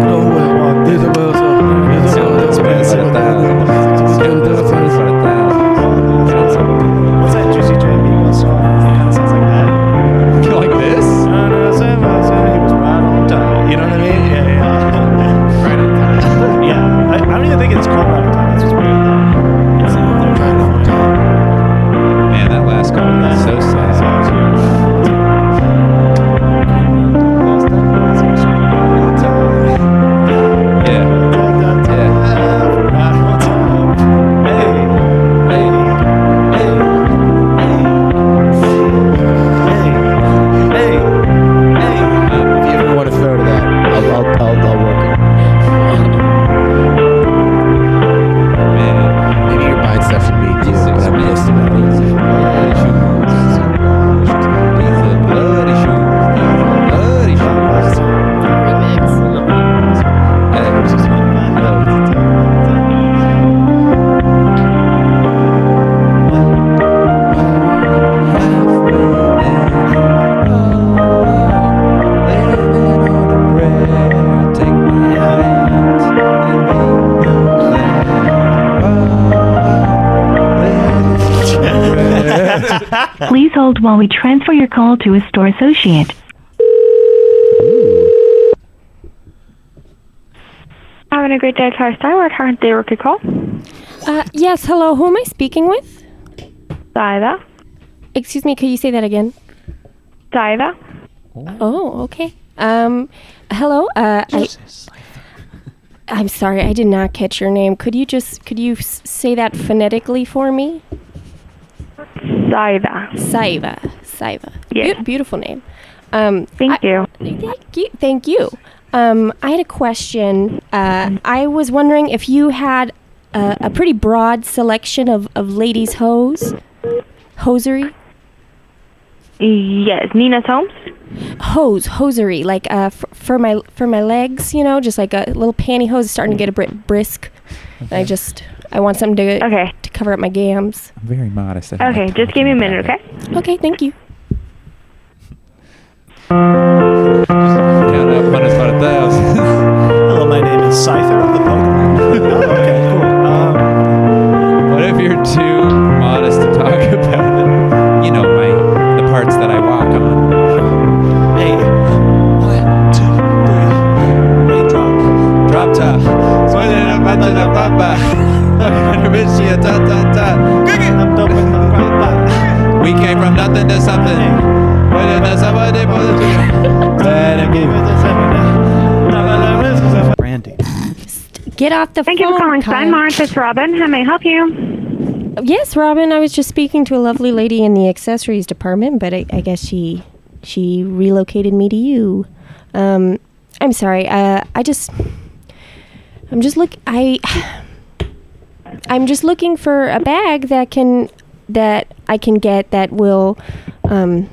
[SPEAKER 1] nowhere. There's a will,
[SPEAKER 2] So that's
[SPEAKER 1] so
[SPEAKER 2] one
[SPEAKER 1] there's
[SPEAKER 2] for a thousand. That's one for a thousand.
[SPEAKER 5] What's that Juicy J Migos song? It kinda sounds like that.
[SPEAKER 2] Like this?
[SPEAKER 5] uh, He was right on time. You know what I mean? Yeah, yeah.
[SPEAKER 4] Right on time.
[SPEAKER 5] yeah. I, I don't even think it's called right on time. That's what's weird. It's, they're trying to-
[SPEAKER 2] Man, that last call.
[SPEAKER 7] hold while we transfer your call to a store associate.
[SPEAKER 6] Having a great day at Car Skyward. How they work a call?
[SPEAKER 3] Uh, yes, hello. Who am I speaking with?
[SPEAKER 6] Diva.
[SPEAKER 3] Excuse me, could you say that again?
[SPEAKER 6] Diva.
[SPEAKER 3] Oh, okay. Um, hello. Uh, I, I'm sorry, I did not catch your name. Could you just could you s- say that phonetically for me?
[SPEAKER 6] Diva.
[SPEAKER 3] Saiva, Saiva.
[SPEAKER 6] Yeah.
[SPEAKER 3] Beau- beautiful name. Um,
[SPEAKER 6] Thank
[SPEAKER 3] I-
[SPEAKER 6] you.
[SPEAKER 3] Thank you. Thank you. Um, I had a question. Uh, I was wondering if you had a, a pretty broad selection of, of ladies' hose, hosiery,
[SPEAKER 6] Yes, Nina's Homes.
[SPEAKER 3] hose, hosiery, like uh, f- for my for my legs, you know, just like a little pantyhose is starting to get a bit brisk. And I just I want something to
[SPEAKER 6] Okay.
[SPEAKER 3] to cover up my gams.
[SPEAKER 2] I'm very modest. I don't
[SPEAKER 6] Okay,
[SPEAKER 2] like
[SPEAKER 6] just give me a
[SPEAKER 2] talking
[SPEAKER 6] minute,
[SPEAKER 2] about
[SPEAKER 6] okay?
[SPEAKER 2] it.
[SPEAKER 3] Okay, thank you.
[SPEAKER 2] Count up, minus about a thousand.
[SPEAKER 5] Hello, my name is Scyther of the Pokemon. Oh, okay, cool. Um,
[SPEAKER 2] What if you're too modest to talk about it? You know, my the parts that I walk on.
[SPEAKER 5] hey, one, two, three, hey, drop.
[SPEAKER 2] Drop top.
[SPEAKER 5] I'm done with my grandpa.
[SPEAKER 2] We came from nothing to something.
[SPEAKER 5] Brandy.
[SPEAKER 3] Get off the
[SPEAKER 6] Thank
[SPEAKER 3] phone.
[SPEAKER 6] you for calling
[SPEAKER 3] Kyle.
[SPEAKER 6] Steinmart. It's Robin. How may I help you?
[SPEAKER 3] Yes, Robin. I was just speaking to a lovely lady in the accessories department, but I, I guess she she relocated me to you. Um, I'm sorry. Uh, I just I'm just look I I'm just looking for a bag that can that I can get that will um,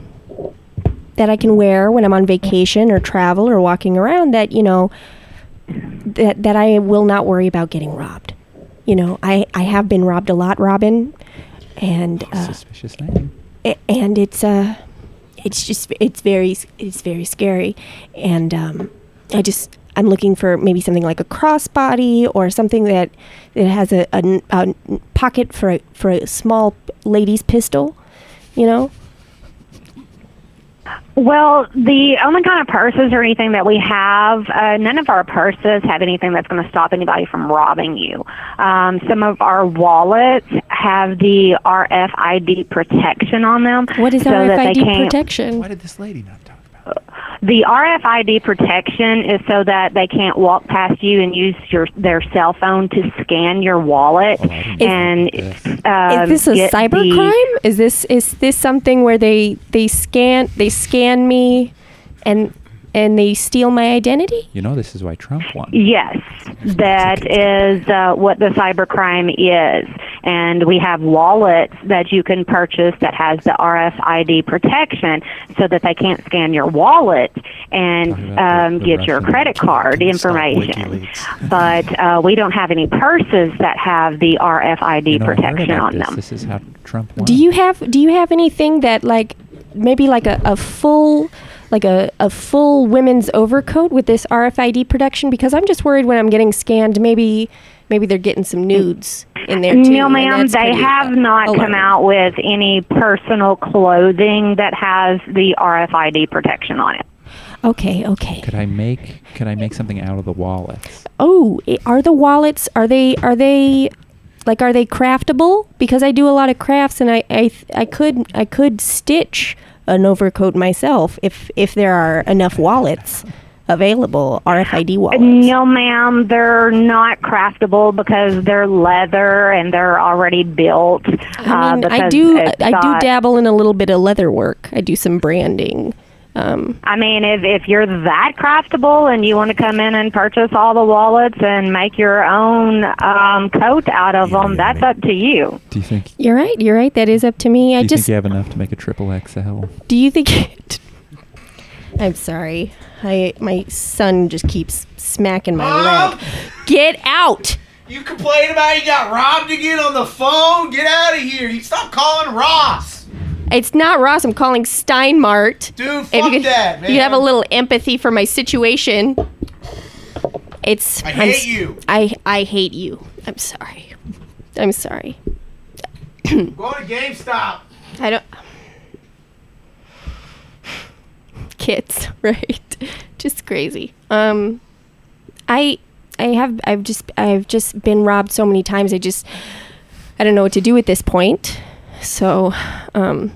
[SPEAKER 3] that I can wear when I'm on vacation or travel or walking around. That you know that that I will not worry about getting robbed. You know, I I have been robbed a lot, Robin, and uh,
[SPEAKER 2] Suspicious name.
[SPEAKER 3] a- and it's uh it's just it's very s- it's very scary and um i just i'm looking for maybe something like a crossbody or something that that has a, a n- a n- pocket for a for a small lady's pistol you know
[SPEAKER 6] Well, the only kind of purses or anything that we have, uh, none of our purses have anything that's going to stop anybody from robbing you. Um, some of our wallets have the RFID protection on them.
[SPEAKER 3] what is
[SPEAKER 6] so that they
[SPEAKER 3] rfid
[SPEAKER 6] can't
[SPEAKER 3] protection
[SPEAKER 2] Why did this lady not talk about
[SPEAKER 6] The RFID protection is so that they can't walk past you and use your their cell phone to scan your wallet and um,
[SPEAKER 3] is this a
[SPEAKER 6] get the-
[SPEAKER 3] cyber crime is this is this something where they they scan they scan me and and they steal my identity
[SPEAKER 2] You know, this is why Trump won.
[SPEAKER 6] Yes, that is uh, what the cybercrime is. And we have wallets that you can purchase that has the RFID protection so that they can't scan your wallet and
[SPEAKER 2] Talking about
[SPEAKER 6] um,
[SPEAKER 2] the- the
[SPEAKER 6] get your
[SPEAKER 2] Russian
[SPEAKER 6] credit card
[SPEAKER 5] Stop
[SPEAKER 6] information.
[SPEAKER 5] WikiLeaks.
[SPEAKER 6] But uh, we don't have any purses that have the RFID
[SPEAKER 2] You know, I heard
[SPEAKER 6] protection
[SPEAKER 2] about
[SPEAKER 6] on
[SPEAKER 2] this.
[SPEAKER 6] them.
[SPEAKER 2] This is how Trump won.
[SPEAKER 3] Do you have do you have anything that like maybe like a, a full like a, a full women's overcoat with this RFID protection? Because I'm just worried when I'm getting scanned, maybe maybe they're getting some nudes in there too.
[SPEAKER 6] No,
[SPEAKER 3] and
[SPEAKER 6] ma'am.
[SPEAKER 3] that's
[SPEAKER 6] They
[SPEAKER 3] pretty,
[SPEAKER 6] have
[SPEAKER 3] uh,
[SPEAKER 2] Oh,
[SPEAKER 6] not come
[SPEAKER 3] alarming.
[SPEAKER 6] out with any personal clothing that has the RFID protection on it.
[SPEAKER 3] Okay, okay.
[SPEAKER 2] Could I make? Could I make something out of the wallets?
[SPEAKER 3] Oh, i- are the wallets are they are they like are they craftable? Because I do a lot of crafts and I I, th- I could I could stitch an overcoat myself if if there are enough wallets available RFID wallets.
[SPEAKER 6] No, ma'am. They're not craftable because they're leather and they're already built.
[SPEAKER 3] I mean,
[SPEAKER 6] uh,
[SPEAKER 3] I
[SPEAKER 6] because
[SPEAKER 3] do
[SPEAKER 6] it's
[SPEAKER 3] I do
[SPEAKER 6] got-
[SPEAKER 3] dabble in a little bit of leather work. I do some branding. Um,
[SPEAKER 6] I mean, if if you're that craftable and you want to come in and purchase all the wallets and make your own um, coat out of them, that's up to you.
[SPEAKER 2] Do you think?
[SPEAKER 3] you're right. You're right. That is up to me. I
[SPEAKER 2] Do you
[SPEAKER 3] just
[SPEAKER 2] think you have enough to make a triple XL?
[SPEAKER 3] do you think? I'm sorry. I my son just keeps smacking my leg. Get out.
[SPEAKER 4] You complain about you got robbed again on the phone? Get out of here. You stop calling Ross.
[SPEAKER 3] It's not Ross. I'm calling Steinmart.
[SPEAKER 4] Dude,
[SPEAKER 3] If
[SPEAKER 4] fuck
[SPEAKER 3] you could,
[SPEAKER 4] that,
[SPEAKER 3] You could have a
[SPEAKER 4] man.
[SPEAKER 3] little empathy for my situation. It's.
[SPEAKER 4] I
[SPEAKER 3] I'm
[SPEAKER 4] hate
[SPEAKER 3] s-
[SPEAKER 4] you.
[SPEAKER 3] I I hate you. I'm sorry. I'm sorry.
[SPEAKER 4] Go to GameStop.
[SPEAKER 3] I don't. kits, right? Just crazy.
[SPEAKER 10] Um, I I have I've just I've just been robbed so many times. I just I don't know what to do at this point. So, um,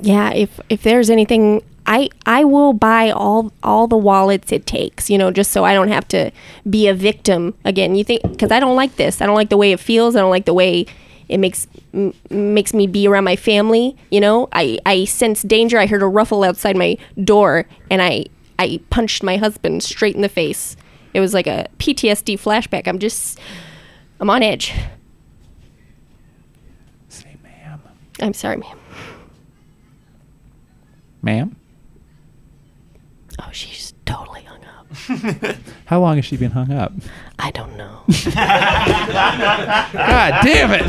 [SPEAKER 10] yeah, if if there's anything, I I will buy all all the wallets it takes. You know, just so I don't have to be a victim again. You think because I don't like this. I don't like the way it feels. I don't like the way it makes m- makes me be around my family. You know, I I sense danger. I heard a ruffle outside my door, and I I punched my husband straight in the face. It was like a PTSD flashback. I'm just I'm on edge.
[SPEAKER 2] Say, ma'am.
[SPEAKER 10] I'm sorry, ma'am.
[SPEAKER 2] Ma'am?
[SPEAKER 10] Oh, she's totally hung up.
[SPEAKER 2] How long has she been hung up?
[SPEAKER 10] I don't know.
[SPEAKER 2] God damn it!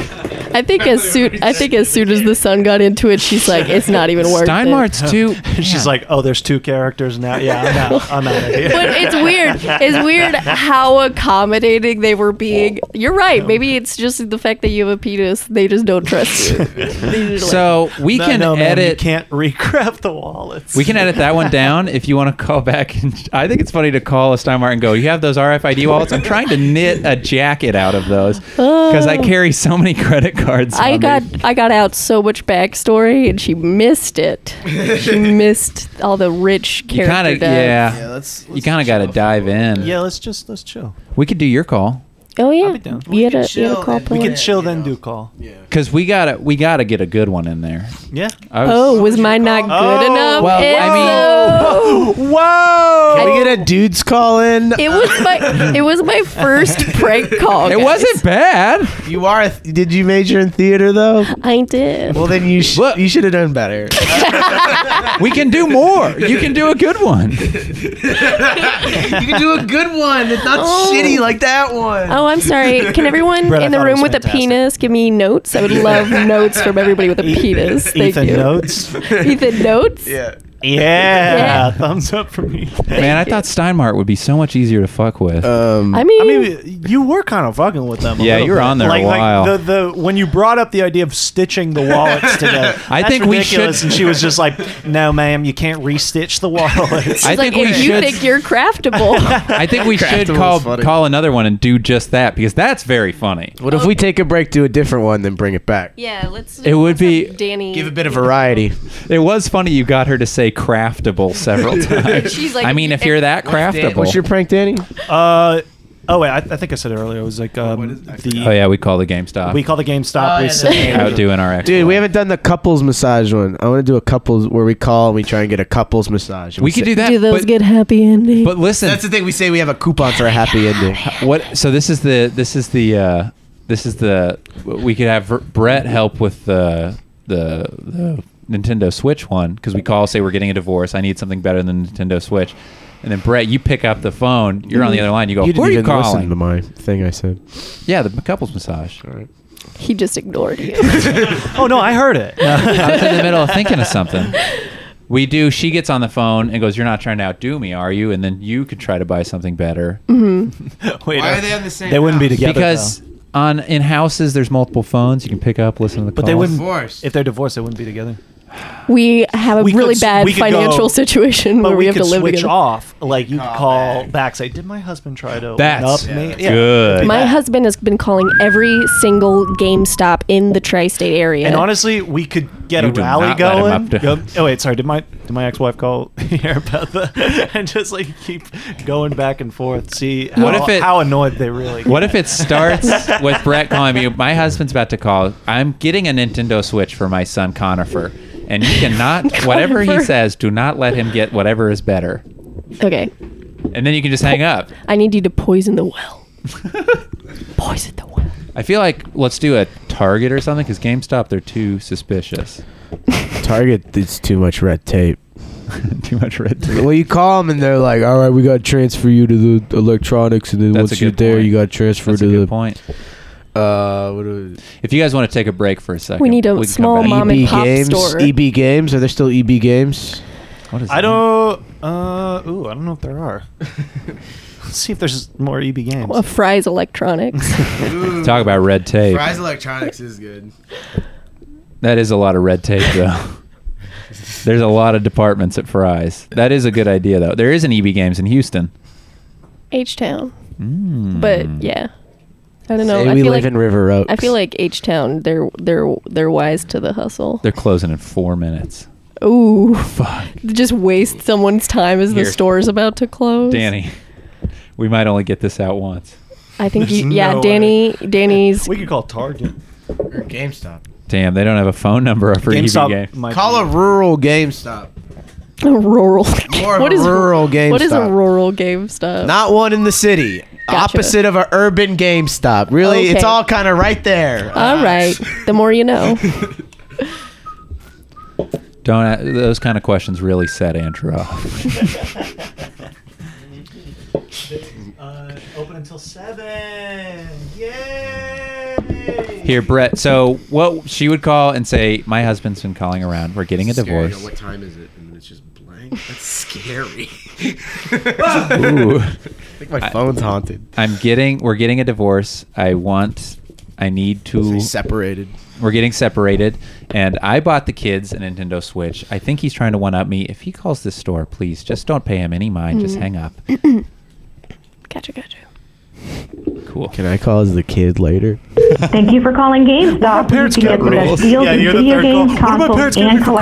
[SPEAKER 3] I think as soon I think as soon as the son got into it, she's like, it's not even worth it.
[SPEAKER 2] Steinmart's too.
[SPEAKER 5] She's like, oh, there's two characters now. Yeah, I'm out. I'm out of here.
[SPEAKER 3] But it's weird. It's weird how accommodating they were being. You're right. Maybe it's just the fact that you have a penis. They just don't trust you. They just like-
[SPEAKER 2] So we
[SPEAKER 5] No,
[SPEAKER 2] can
[SPEAKER 5] no, ma'am,
[SPEAKER 2] edit.
[SPEAKER 5] you can't recraft the wallets.
[SPEAKER 2] We can edit that one down if you want to call back. And, I think it's funny to call a Steinmart and go, "You have those RFID wallets? I'm trying to knit a jacket out of those because I carry so many credit cards." on
[SPEAKER 3] Oh. I
[SPEAKER 2] me."
[SPEAKER 3] got I got out so much backstory, and she missed it. She missed all the rich
[SPEAKER 2] You
[SPEAKER 3] character.
[SPEAKER 2] kind of,
[SPEAKER 3] depth.
[SPEAKER 2] yeah.
[SPEAKER 4] Yeah, let's,
[SPEAKER 2] you kind of got to dive in.
[SPEAKER 5] Yeah, let's just let's chill.
[SPEAKER 2] We could do your call
[SPEAKER 10] Oh yeah,
[SPEAKER 5] be down.
[SPEAKER 10] you had
[SPEAKER 4] can
[SPEAKER 10] a you had a
[SPEAKER 4] chill
[SPEAKER 10] call
[SPEAKER 4] and we
[SPEAKER 5] We
[SPEAKER 10] plan.
[SPEAKER 5] can
[SPEAKER 4] Yeah,
[SPEAKER 5] chill
[SPEAKER 4] you
[SPEAKER 5] then
[SPEAKER 4] know.
[SPEAKER 5] do call.
[SPEAKER 4] Yeah.
[SPEAKER 2] because we gotta we gotta get a good one in there.
[SPEAKER 5] Yeah.
[SPEAKER 2] I was-
[SPEAKER 3] Oh, was mine not good
[SPEAKER 5] Oh,
[SPEAKER 3] enough?
[SPEAKER 2] well, I
[SPEAKER 3] Enzo?
[SPEAKER 5] Whoa!
[SPEAKER 4] Can we get a dude's call in?
[SPEAKER 3] it was my it was my first prank call.
[SPEAKER 2] it
[SPEAKER 3] guys.
[SPEAKER 2] wasn't bad.
[SPEAKER 4] Oh, You are. A th- did you major in theater though?
[SPEAKER 10] I did.
[SPEAKER 4] Well, then you sh-
[SPEAKER 2] Look.
[SPEAKER 4] you should have done better.
[SPEAKER 2] We can do more. You can do a good one.
[SPEAKER 4] you can do a good one. It's not
[SPEAKER 3] Oh.
[SPEAKER 4] shitty like that one.
[SPEAKER 10] Oh, I'm sorry. Can everyone
[SPEAKER 5] Brett, I
[SPEAKER 10] in the
[SPEAKER 5] thought it
[SPEAKER 10] room
[SPEAKER 5] was
[SPEAKER 10] with a
[SPEAKER 5] fantastic.
[SPEAKER 10] penis give me notes? I would love notes from everybody with a penis. Thank
[SPEAKER 5] Ethan
[SPEAKER 10] you.
[SPEAKER 5] notes.
[SPEAKER 10] Ethan notes.
[SPEAKER 4] Yeah.
[SPEAKER 5] Oh, Yeah. Thumbs up for me.
[SPEAKER 2] Man, I thought Steinmart would be so much easier to fuck with.
[SPEAKER 4] Um.
[SPEAKER 3] I mean,
[SPEAKER 5] I mean, you were kind of fucking with them. a
[SPEAKER 2] Yeah,
[SPEAKER 5] little
[SPEAKER 2] you were
[SPEAKER 5] bit.
[SPEAKER 2] on there a
[SPEAKER 5] like,
[SPEAKER 2] while.
[SPEAKER 5] Like the, the when you brought up the idea of stitching the wallets together,
[SPEAKER 2] I
[SPEAKER 5] that's
[SPEAKER 2] think we should-
[SPEAKER 5] ridiculous, And she was just like, "No, ma'am, you can't restitch the wallets."
[SPEAKER 2] I
[SPEAKER 3] it's like
[SPEAKER 2] think we
[SPEAKER 3] if you
[SPEAKER 2] should-
[SPEAKER 3] think you're craftable,
[SPEAKER 2] I think we should
[SPEAKER 4] Craftable
[SPEAKER 2] call
[SPEAKER 4] is funny.
[SPEAKER 2] call another one and do just that because that's very funny.
[SPEAKER 4] What if we take a break, do a different one, then bring it back?
[SPEAKER 10] Yeah, let's.
[SPEAKER 2] It would be-
[SPEAKER 10] Danny.
[SPEAKER 4] Give a bit of variety.
[SPEAKER 2] It was funny you got her to say craftable several times.
[SPEAKER 10] She's like,
[SPEAKER 2] I mean, if you're that craftable.
[SPEAKER 4] What's your prank, Danny?
[SPEAKER 5] Uh, oh wait, I, I think I said it earlier. It was like um, the
[SPEAKER 2] oh yeah, we call the GameStop.
[SPEAKER 5] we call the GameStop.
[SPEAKER 4] Oh,
[SPEAKER 5] we
[SPEAKER 4] yeah,
[SPEAKER 5] sit
[SPEAKER 4] the-
[SPEAKER 5] here.
[SPEAKER 2] out doing our extra.
[SPEAKER 4] Dude, we haven't done the couples massage one. I want to do a couples where we call and we try and get a couples massage.
[SPEAKER 2] We could do that.
[SPEAKER 3] do those
[SPEAKER 2] but,
[SPEAKER 3] get happy endings?
[SPEAKER 2] but listen,
[SPEAKER 4] That's the thing. We say we have a coupon for a happy ending.
[SPEAKER 2] what? So this is the this is the uh, this is the we could have Ver- Brett help with the the, the Nintendo Switch one because we call say we're getting a divorce. I need something better than Nintendo Switch, and then Brett, you pick up the phone. You're on the other line. You go,
[SPEAKER 4] Mm. you
[SPEAKER 2] who
[SPEAKER 4] didn't
[SPEAKER 2] are you
[SPEAKER 4] even listen to
[SPEAKER 2] calling?
[SPEAKER 4] my thing I said.
[SPEAKER 2] Yeah, the couples massage.
[SPEAKER 3] he just ignored you.
[SPEAKER 5] Oh no, I heard it.
[SPEAKER 2] I was in the middle of thinking of something. We do. She gets on the phone and goes, "You're not trying to outdo me, are you?" And then you could try to buy something better
[SPEAKER 10] Hmm.
[SPEAKER 5] Wait,
[SPEAKER 4] Why
[SPEAKER 5] uh,
[SPEAKER 4] are they on the same
[SPEAKER 5] They wouldn't be
[SPEAKER 4] house?
[SPEAKER 5] together
[SPEAKER 2] because
[SPEAKER 5] though.
[SPEAKER 2] on in houses there's multiple phones you can pick up, listen to the
[SPEAKER 5] But
[SPEAKER 2] call.
[SPEAKER 5] they wouldn't.
[SPEAKER 4] Divorced.
[SPEAKER 5] If they're divorced, they wouldn't be together.
[SPEAKER 3] We have a
[SPEAKER 5] We could
[SPEAKER 3] really
[SPEAKER 5] s-
[SPEAKER 3] bad
[SPEAKER 5] we could
[SPEAKER 3] financial
[SPEAKER 5] go-
[SPEAKER 3] situation
[SPEAKER 5] But
[SPEAKER 3] where
[SPEAKER 5] we,
[SPEAKER 3] we, have
[SPEAKER 5] could
[SPEAKER 3] to live
[SPEAKER 5] switch
[SPEAKER 3] together.
[SPEAKER 5] off. Like you could call
[SPEAKER 4] back.
[SPEAKER 5] back, say, "Did my husband try to
[SPEAKER 2] That's
[SPEAKER 5] one up me?" Yeah.
[SPEAKER 2] good.
[SPEAKER 3] My husband has been calling every single GameStop in the tri-state area.
[SPEAKER 5] And honestly, we could get
[SPEAKER 2] You
[SPEAKER 5] a
[SPEAKER 2] do
[SPEAKER 5] rally
[SPEAKER 2] not let him
[SPEAKER 5] going.
[SPEAKER 2] up to-
[SPEAKER 5] Go- oh wait, sorry. Did my did my ex wife call here about the and just like keep going back and forth? See how,
[SPEAKER 2] What if it-
[SPEAKER 5] how annoyed they really.
[SPEAKER 2] What
[SPEAKER 5] get.
[SPEAKER 2] if it starts with Brett calling me? My husband's about to call. I'm getting a Nintendo Switch for my son Conifer, and you cannot whatever he
[SPEAKER 3] Conifer.
[SPEAKER 2] says. Do not let him get whatever is better.
[SPEAKER 3] okay,
[SPEAKER 2] And then you can just hang up.
[SPEAKER 3] I need you to poison the well. poison the well.
[SPEAKER 2] I feel like let's do a Target or something because GameStop they're too suspicious.
[SPEAKER 4] Target, it's too much red tape.
[SPEAKER 2] too much red
[SPEAKER 4] Well, you call them and they're like, "All right, we got to transfer you to the electronics, and then
[SPEAKER 2] That's
[SPEAKER 4] once
[SPEAKER 2] a
[SPEAKER 4] you're
[SPEAKER 2] good
[SPEAKER 4] there,
[SPEAKER 2] point.
[SPEAKER 4] you got to transfer
[SPEAKER 2] That's a
[SPEAKER 4] to
[SPEAKER 2] good
[SPEAKER 4] the."
[SPEAKER 2] point.
[SPEAKER 4] Uh, what do
[SPEAKER 2] If you guys want to take a break for a second,
[SPEAKER 3] We need a
[SPEAKER 2] can come
[SPEAKER 3] small
[SPEAKER 2] back.
[SPEAKER 3] mom and
[SPEAKER 4] EB
[SPEAKER 3] pop
[SPEAKER 4] E games?
[SPEAKER 3] store.
[SPEAKER 4] EB games? Are there still EB games?
[SPEAKER 2] What is
[SPEAKER 5] I
[SPEAKER 2] that?
[SPEAKER 5] don't. Uh, ooh, I don't know if there are. Let's see if there's more EB games.
[SPEAKER 3] Well, Fry's Electronics.
[SPEAKER 2] talk about red tape.
[SPEAKER 4] Electronics is good.
[SPEAKER 2] That is a lot of red tape, though. There's a lot of departments at Fry's. That is a good idea, though. There is an EB Games in Houston.
[SPEAKER 3] H Town.
[SPEAKER 5] Mm.
[SPEAKER 3] But yeah, I don't know.
[SPEAKER 11] Say
[SPEAKER 3] I
[SPEAKER 11] we
[SPEAKER 3] feel
[SPEAKER 11] live
[SPEAKER 3] like,
[SPEAKER 11] in River Oaks.
[SPEAKER 3] I feel like H Town. They're they're they're wise to the hustle.
[SPEAKER 2] They're closing in four minutes.
[SPEAKER 3] Ooh, just waste someone's time as
[SPEAKER 2] Here.
[SPEAKER 3] the store's about to close.
[SPEAKER 2] Danny, we might only get this out once.
[SPEAKER 3] I think you,
[SPEAKER 5] There's
[SPEAKER 3] yeah,
[SPEAKER 5] no way.
[SPEAKER 3] Danny. Danny's
[SPEAKER 5] We could call Target.
[SPEAKER 4] Or GameStop.
[SPEAKER 2] Damn, they don't have a phone number for EB Games.
[SPEAKER 5] might
[SPEAKER 4] Call a
[SPEAKER 5] be-
[SPEAKER 4] rural GameStop.
[SPEAKER 3] a rural.
[SPEAKER 4] More of
[SPEAKER 3] what
[SPEAKER 4] a
[SPEAKER 3] is
[SPEAKER 4] rural GameStop.
[SPEAKER 3] What is a rural GameStop?
[SPEAKER 4] Not one in the city.
[SPEAKER 3] Oh. Gotcha.
[SPEAKER 4] Opposite of an urban GaMstop. Really, it's
[SPEAKER 3] Okay.
[SPEAKER 4] all kind of right there. Uh,
[SPEAKER 3] All right. The more you know.
[SPEAKER 2] Don't a- those kind of questions really set Andrew off.
[SPEAKER 5] Uh, open until seven. Yay!
[SPEAKER 2] Here, Brett. So what she would call and say, "My husband's been calling around. We're getting a divorce."
[SPEAKER 4] What time is it? And then it's just blank. That's scary.
[SPEAKER 2] Ooh,
[SPEAKER 4] I think my phone's haunted.
[SPEAKER 2] I'm getting. We're getting a divorce. I want. I need to.
[SPEAKER 4] separated.
[SPEAKER 2] We're getting separated, and I bought the kids a Nintendo Switch. I think he's trying to one up me. If he calls this store, please just don't pay him any mind. Just hang up.
[SPEAKER 3] Gotcha, gotcha.
[SPEAKER 2] Cool.
[SPEAKER 11] Can I call as the kid later?
[SPEAKER 7] Thank you for calling GameStop.
[SPEAKER 5] parents
[SPEAKER 7] you can
[SPEAKER 5] got
[SPEAKER 7] get the
[SPEAKER 5] rules.
[SPEAKER 7] best deals
[SPEAKER 5] Yeah,
[SPEAKER 7] in
[SPEAKER 5] you're the
[SPEAKER 7] video
[SPEAKER 5] third call.
[SPEAKER 7] games,
[SPEAKER 5] What do my
[SPEAKER 7] consoles,
[SPEAKER 5] parents get me
[SPEAKER 7] and
[SPEAKER 5] for
[SPEAKER 7] collectibles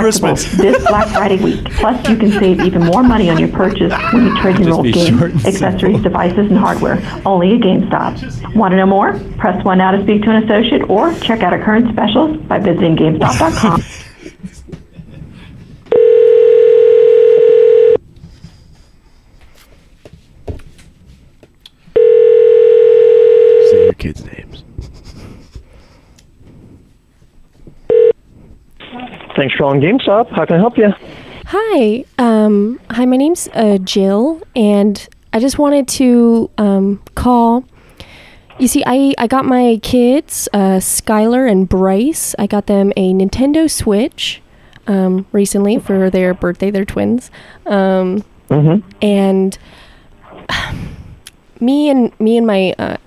[SPEAKER 5] Christmas?
[SPEAKER 7] this Black Friday week. Plus, you can save even more money on your purchase when you trade in
[SPEAKER 2] Just
[SPEAKER 7] old
[SPEAKER 2] be short and
[SPEAKER 7] games, accessories, devices, and hardware. Only at GameStop. Want to know more? Press 1 now to speak to an associate or check out our current specials by visiting GameStop.com.
[SPEAKER 11] Say your kids' names.
[SPEAKER 12] Thanks for calling GameStop. How can I help you?
[SPEAKER 10] Hi. Um, hi, my name's uh, Jill, and I just wanted to um, call. You see, I, I got my kids, uh, Skylar and Bryce, I got them a Nintendo Switch um, recently for their birthday. They're twins. Um,
[SPEAKER 13] Mm-hmm.
[SPEAKER 12] Mm-hmm.
[SPEAKER 10] And me and me and my uh,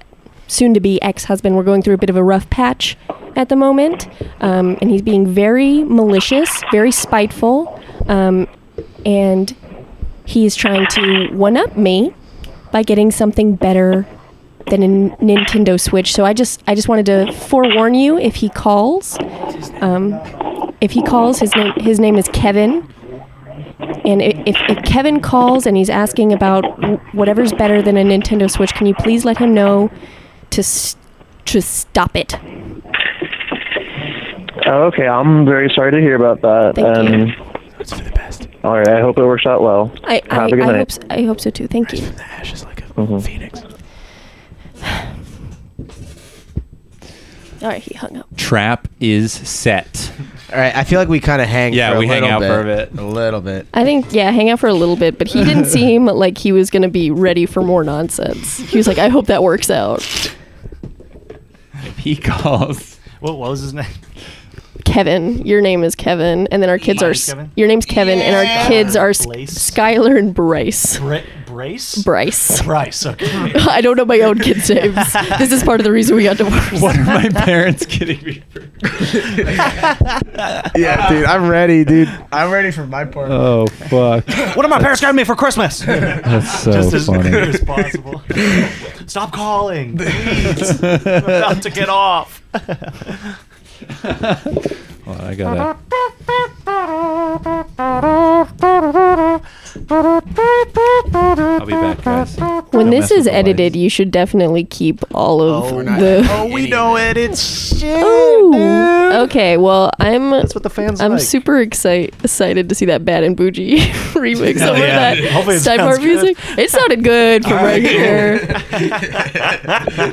[SPEAKER 10] soon-to-be ex-husband were going through a bit of a rough patch at the moment, um, and he's being very malicious, very spiteful, um, and he's trying to one-up me by getting something better than a N- Nintendo Switch. So I just I just wanted to forewarn you if he calls, um, if he calls, his name his name is Kevin. And i- if, if Kevin calls and he's asking about w- whatever's better than a Nintendo Switch, can you please let him know to s to stop it?
[SPEAKER 12] Oh, okay, I'm very sorry to hear about that.
[SPEAKER 10] Thank you.
[SPEAKER 12] um,
[SPEAKER 11] It's for the best.
[SPEAKER 12] All right, I hope it works out well.
[SPEAKER 10] I, I,
[SPEAKER 12] Have a good
[SPEAKER 10] I
[SPEAKER 12] night.
[SPEAKER 10] hope so, I hope so too. Thank you.
[SPEAKER 11] The ash is like a
[SPEAKER 13] Mm-hmm.
[SPEAKER 11] phoenix.
[SPEAKER 10] All right, he hung up.
[SPEAKER 2] Trap is set.
[SPEAKER 4] All right, I feel like we kind of hang.
[SPEAKER 2] Yeah,
[SPEAKER 4] for a
[SPEAKER 2] we hang
[SPEAKER 4] little
[SPEAKER 2] out
[SPEAKER 4] bit,
[SPEAKER 2] for a bit.
[SPEAKER 4] a little bit.
[SPEAKER 3] I think yeah, hang out for a little bit, but he didn't seem like he was gonna be ready for more nonsense. He was like, I hope that works out.
[SPEAKER 2] If he calls,
[SPEAKER 5] What, what was his name?
[SPEAKER 3] Kevin, your name is Kevin, and then our kids
[SPEAKER 5] Mine
[SPEAKER 3] are
[SPEAKER 5] is
[SPEAKER 3] s-
[SPEAKER 5] Kevin?
[SPEAKER 3] your name's Kevin, and our kids are S-
[SPEAKER 5] Blaise?
[SPEAKER 3] Skylar and Bryce.
[SPEAKER 5] Bra- Brace?
[SPEAKER 3] Bryce.
[SPEAKER 5] Bryce. Okay.
[SPEAKER 3] I don't know my own kids' names. This is part of the reason we got divorced.
[SPEAKER 2] what are my parents kidding me? For?
[SPEAKER 11] Yeah, dude, I'm ready, dude.
[SPEAKER 4] I'm ready for my part.
[SPEAKER 2] Oh fuck!
[SPEAKER 5] what are my parents got me for Christmas?
[SPEAKER 2] That's so
[SPEAKER 5] Just as
[SPEAKER 2] funny.
[SPEAKER 5] clear as possible. Stop calling. Please. I'm about to get off.
[SPEAKER 2] Well, Oh, I gotta. I'll be back, guys.
[SPEAKER 3] When
[SPEAKER 2] Don't
[SPEAKER 3] this
[SPEAKER 2] mess with
[SPEAKER 3] is
[SPEAKER 2] the
[SPEAKER 3] edited,
[SPEAKER 2] lights.
[SPEAKER 3] you should definitely keep all of the.
[SPEAKER 5] Oh, we know it. It's shit.
[SPEAKER 3] Ooh. Okay, well, I'm.
[SPEAKER 5] That's what the fans
[SPEAKER 3] I'm
[SPEAKER 5] like.
[SPEAKER 3] super excite, excited to see that Bad and Bougie remix over
[SPEAKER 5] yeah.
[SPEAKER 3] that
[SPEAKER 5] Hopefully it
[SPEAKER 3] Steinhardt
[SPEAKER 5] sounds good.
[SPEAKER 3] music. It sounded good from right here.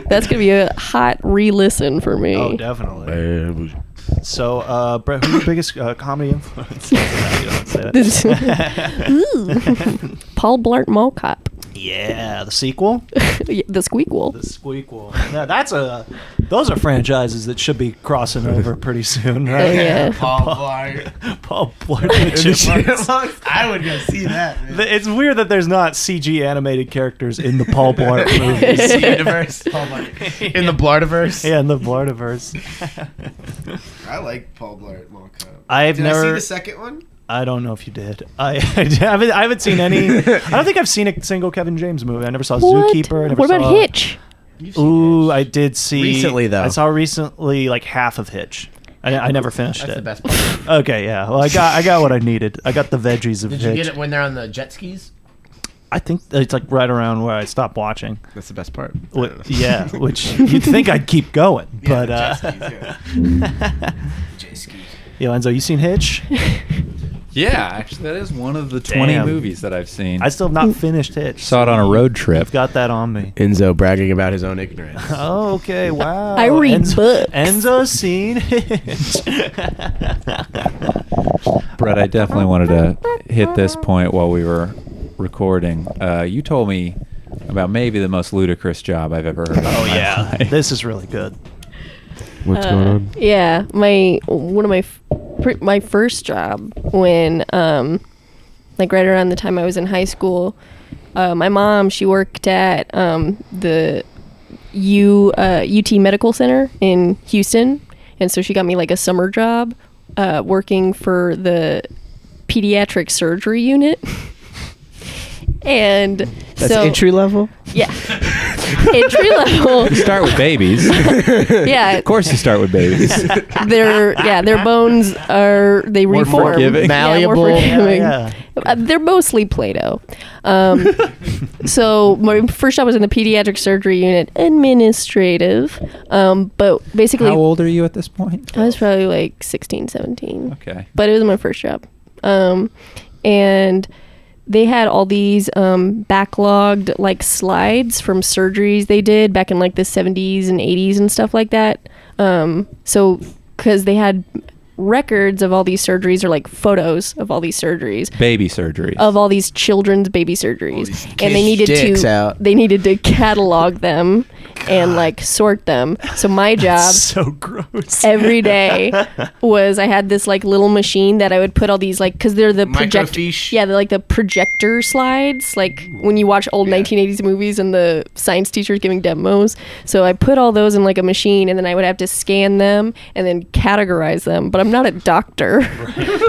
[SPEAKER 3] That's gonna be a hot re-listen for me.
[SPEAKER 5] Oh, definitely. So, uh, Brett, who's your biggest uh, comedy influence? You don't say that.
[SPEAKER 3] Ooh. Paul Blart Mall Cop,
[SPEAKER 5] yeah, the sequel,
[SPEAKER 3] Yeah, the Squeakquel.
[SPEAKER 5] the sequel. Now, that's a. Those are franchises that should be crossing over pretty soon, right?
[SPEAKER 3] Oh yeah,
[SPEAKER 4] Paul Blart.
[SPEAKER 5] Paul Blart and the Chipmunks.
[SPEAKER 4] I would go see that. Man.
[SPEAKER 5] Th- It's weird that there's not CG animated characters in the Paul Blart movies.
[SPEAKER 4] It's the universe. Paul Blart. In the Blartiverse.
[SPEAKER 5] Yeah, in the Blartiverse.
[SPEAKER 4] I like Paul Blart. Mall Cop.
[SPEAKER 5] I've
[SPEAKER 4] Did I see
[SPEAKER 5] never.
[SPEAKER 4] the second one?
[SPEAKER 5] I don't know if you did. I, I haven't. I haven't seen any. I don't think I've seen a single Kevin James movie. I never saw
[SPEAKER 3] What?
[SPEAKER 5] Zookeeper. I never
[SPEAKER 3] What about
[SPEAKER 5] saw,
[SPEAKER 3] Hitch?
[SPEAKER 5] Ooh, I did see
[SPEAKER 4] Recently, though.
[SPEAKER 5] I saw recently like half of Hitch. I, I never finished
[SPEAKER 4] That's
[SPEAKER 5] it.
[SPEAKER 4] the best part.
[SPEAKER 5] Okay, yeah. Well, I got I got what I needed. I got the veggies of
[SPEAKER 4] Did you
[SPEAKER 5] Hitch.
[SPEAKER 4] get it when they're on the jet skis?
[SPEAKER 5] I think it's like right around where I stopped watching.
[SPEAKER 4] That's the best part.
[SPEAKER 5] Wh- yeah, which you'd think I'd keep going, but
[SPEAKER 4] the
[SPEAKER 5] uh,
[SPEAKER 4] jet skis, yeah. Jet skis.
[SPEAKER 5] Yo, Enzo, you seen Hitch?
[SPEAKER 2] Yeah, actually, that is one of the 20
[SPEAKER 5] Damn.
[SPEAKER 2] movies that I've seen.
[SPEAKER 5] I still have not finished Hitch.
[SPEAKER 2] saw it on a road trip.
[SPEAKER 5] I've got that on me.
[SPEAKER 4] Enzo bragging about his own ignorance.
[SPEAKER 5] Oh, okay. Wow.
[SPEAKER 3] I read books.
[SPEAKER 5] Enzo seen Hitch.
[SPEAKER 2] Brett, I definitely wanted to hit this point while we were recording. Uh, you told me about maybe the most ludicrous job I've ever heard of.
[SPEAKER 5] oh yeah, this is really good.
[SPEAKER 11] What's going on?
[SPEAKER 3] Uh, Yeah, my one of my f- pr- my first job when um like right around the time I was in high school, uh, my mom she worked at um the U uh, UT Medical Center in Houston, and so she got me like a summer job uh, working for the pediatric surgery unit. And
[SPEAKER 11] That's
[SPEAKER 3] so
[SPEAKER 11] entry level.
[SPEAKER 3] yeah, entry level.
[SPEAKER 2] You start with babies. of
[SPEAKER 3] Yeah,
[SPEAKER 2] course, you start with babies.
[SPEAKER 3] their yeah their bones are they
[SPEAKER 2] More
[SPEAKER 3] reform
[SPEAKER 2] forgiving.
[SPEAKER 3] Yeah,
[SPEAKER 11] Malleable.
[SPEAKER 3] more forgiving.
[SPEAKER 5] Yeah,
[SPEAKER 3] Uh, they're mostly play-doh um, so my first job was in the pediatric surgery unit administrative um, but basically
[SPEAKER 2] How old are you at this point?
[SPEAKER 3] i was probably like 16 17
[SPEAKER 2] Okay.
[SPEAKER 3] but it was my first job. Um, and they had all these um, backlogged like slides from surgeries they did back in like the 70s and 80s and stuff like that. Um, so because they had records of all these surgeries or like photos of all these surgeries
[SPEAKER 2] Baby surgery.
[SPEAKER 3] of all these children's baby surgeries and they needed
[SPEAKER 4] dicks
[SPEAKER 3] to
[SPEAKER 4] out.
[SPEAKER 3] they needed to catalog them and like sort them so my job
[SPEAKER 5] so gross.
[SPEAKER 3] Um, every day was I had this like little machine that I would put all these like because they're the project
[SPEAKER 4] Microfiche?
[SPEAKER 3] yeah they're like the projector slides like when you watch old 1980s movies and the science teacher's giving demos so I put all those in like a machine and then I would have to scan them and then categorize them but I'm not a doctor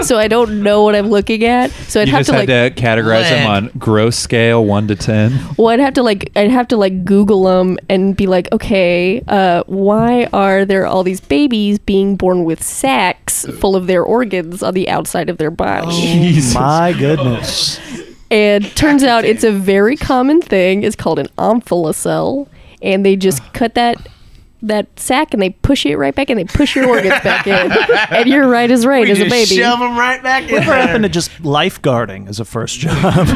[SPEAKER 3] so I don't know what I'm looking at so I'd
[SPEAKER 2] you
[SPEAKER 3] have
[SPEAKER 2] just
[SPEAKER 3] to like
[SPEAKER 2] had to categorize them on gross scale, one to ten.
[SPEAKER 3] well, I'd have to like I'd have to like Google them and be like, okay, uh, why are there all these babies being born with sacks full of their organs on the outside of their
[SPEAKER 4] Oh.
[SPEAKER 3] body?
[SPEAKER 5] Oh My goodness.
[SPEAKER 3] And turns out it's a very common thing. It's called an omphalocele, and they just cut that that sack and they push it right back and they push your organs back in, and you're right as right as a baby.
[SPEAKER 4] Shove them right back in.
[SPEAKER 5] What happened to just lifeguarding as a first job?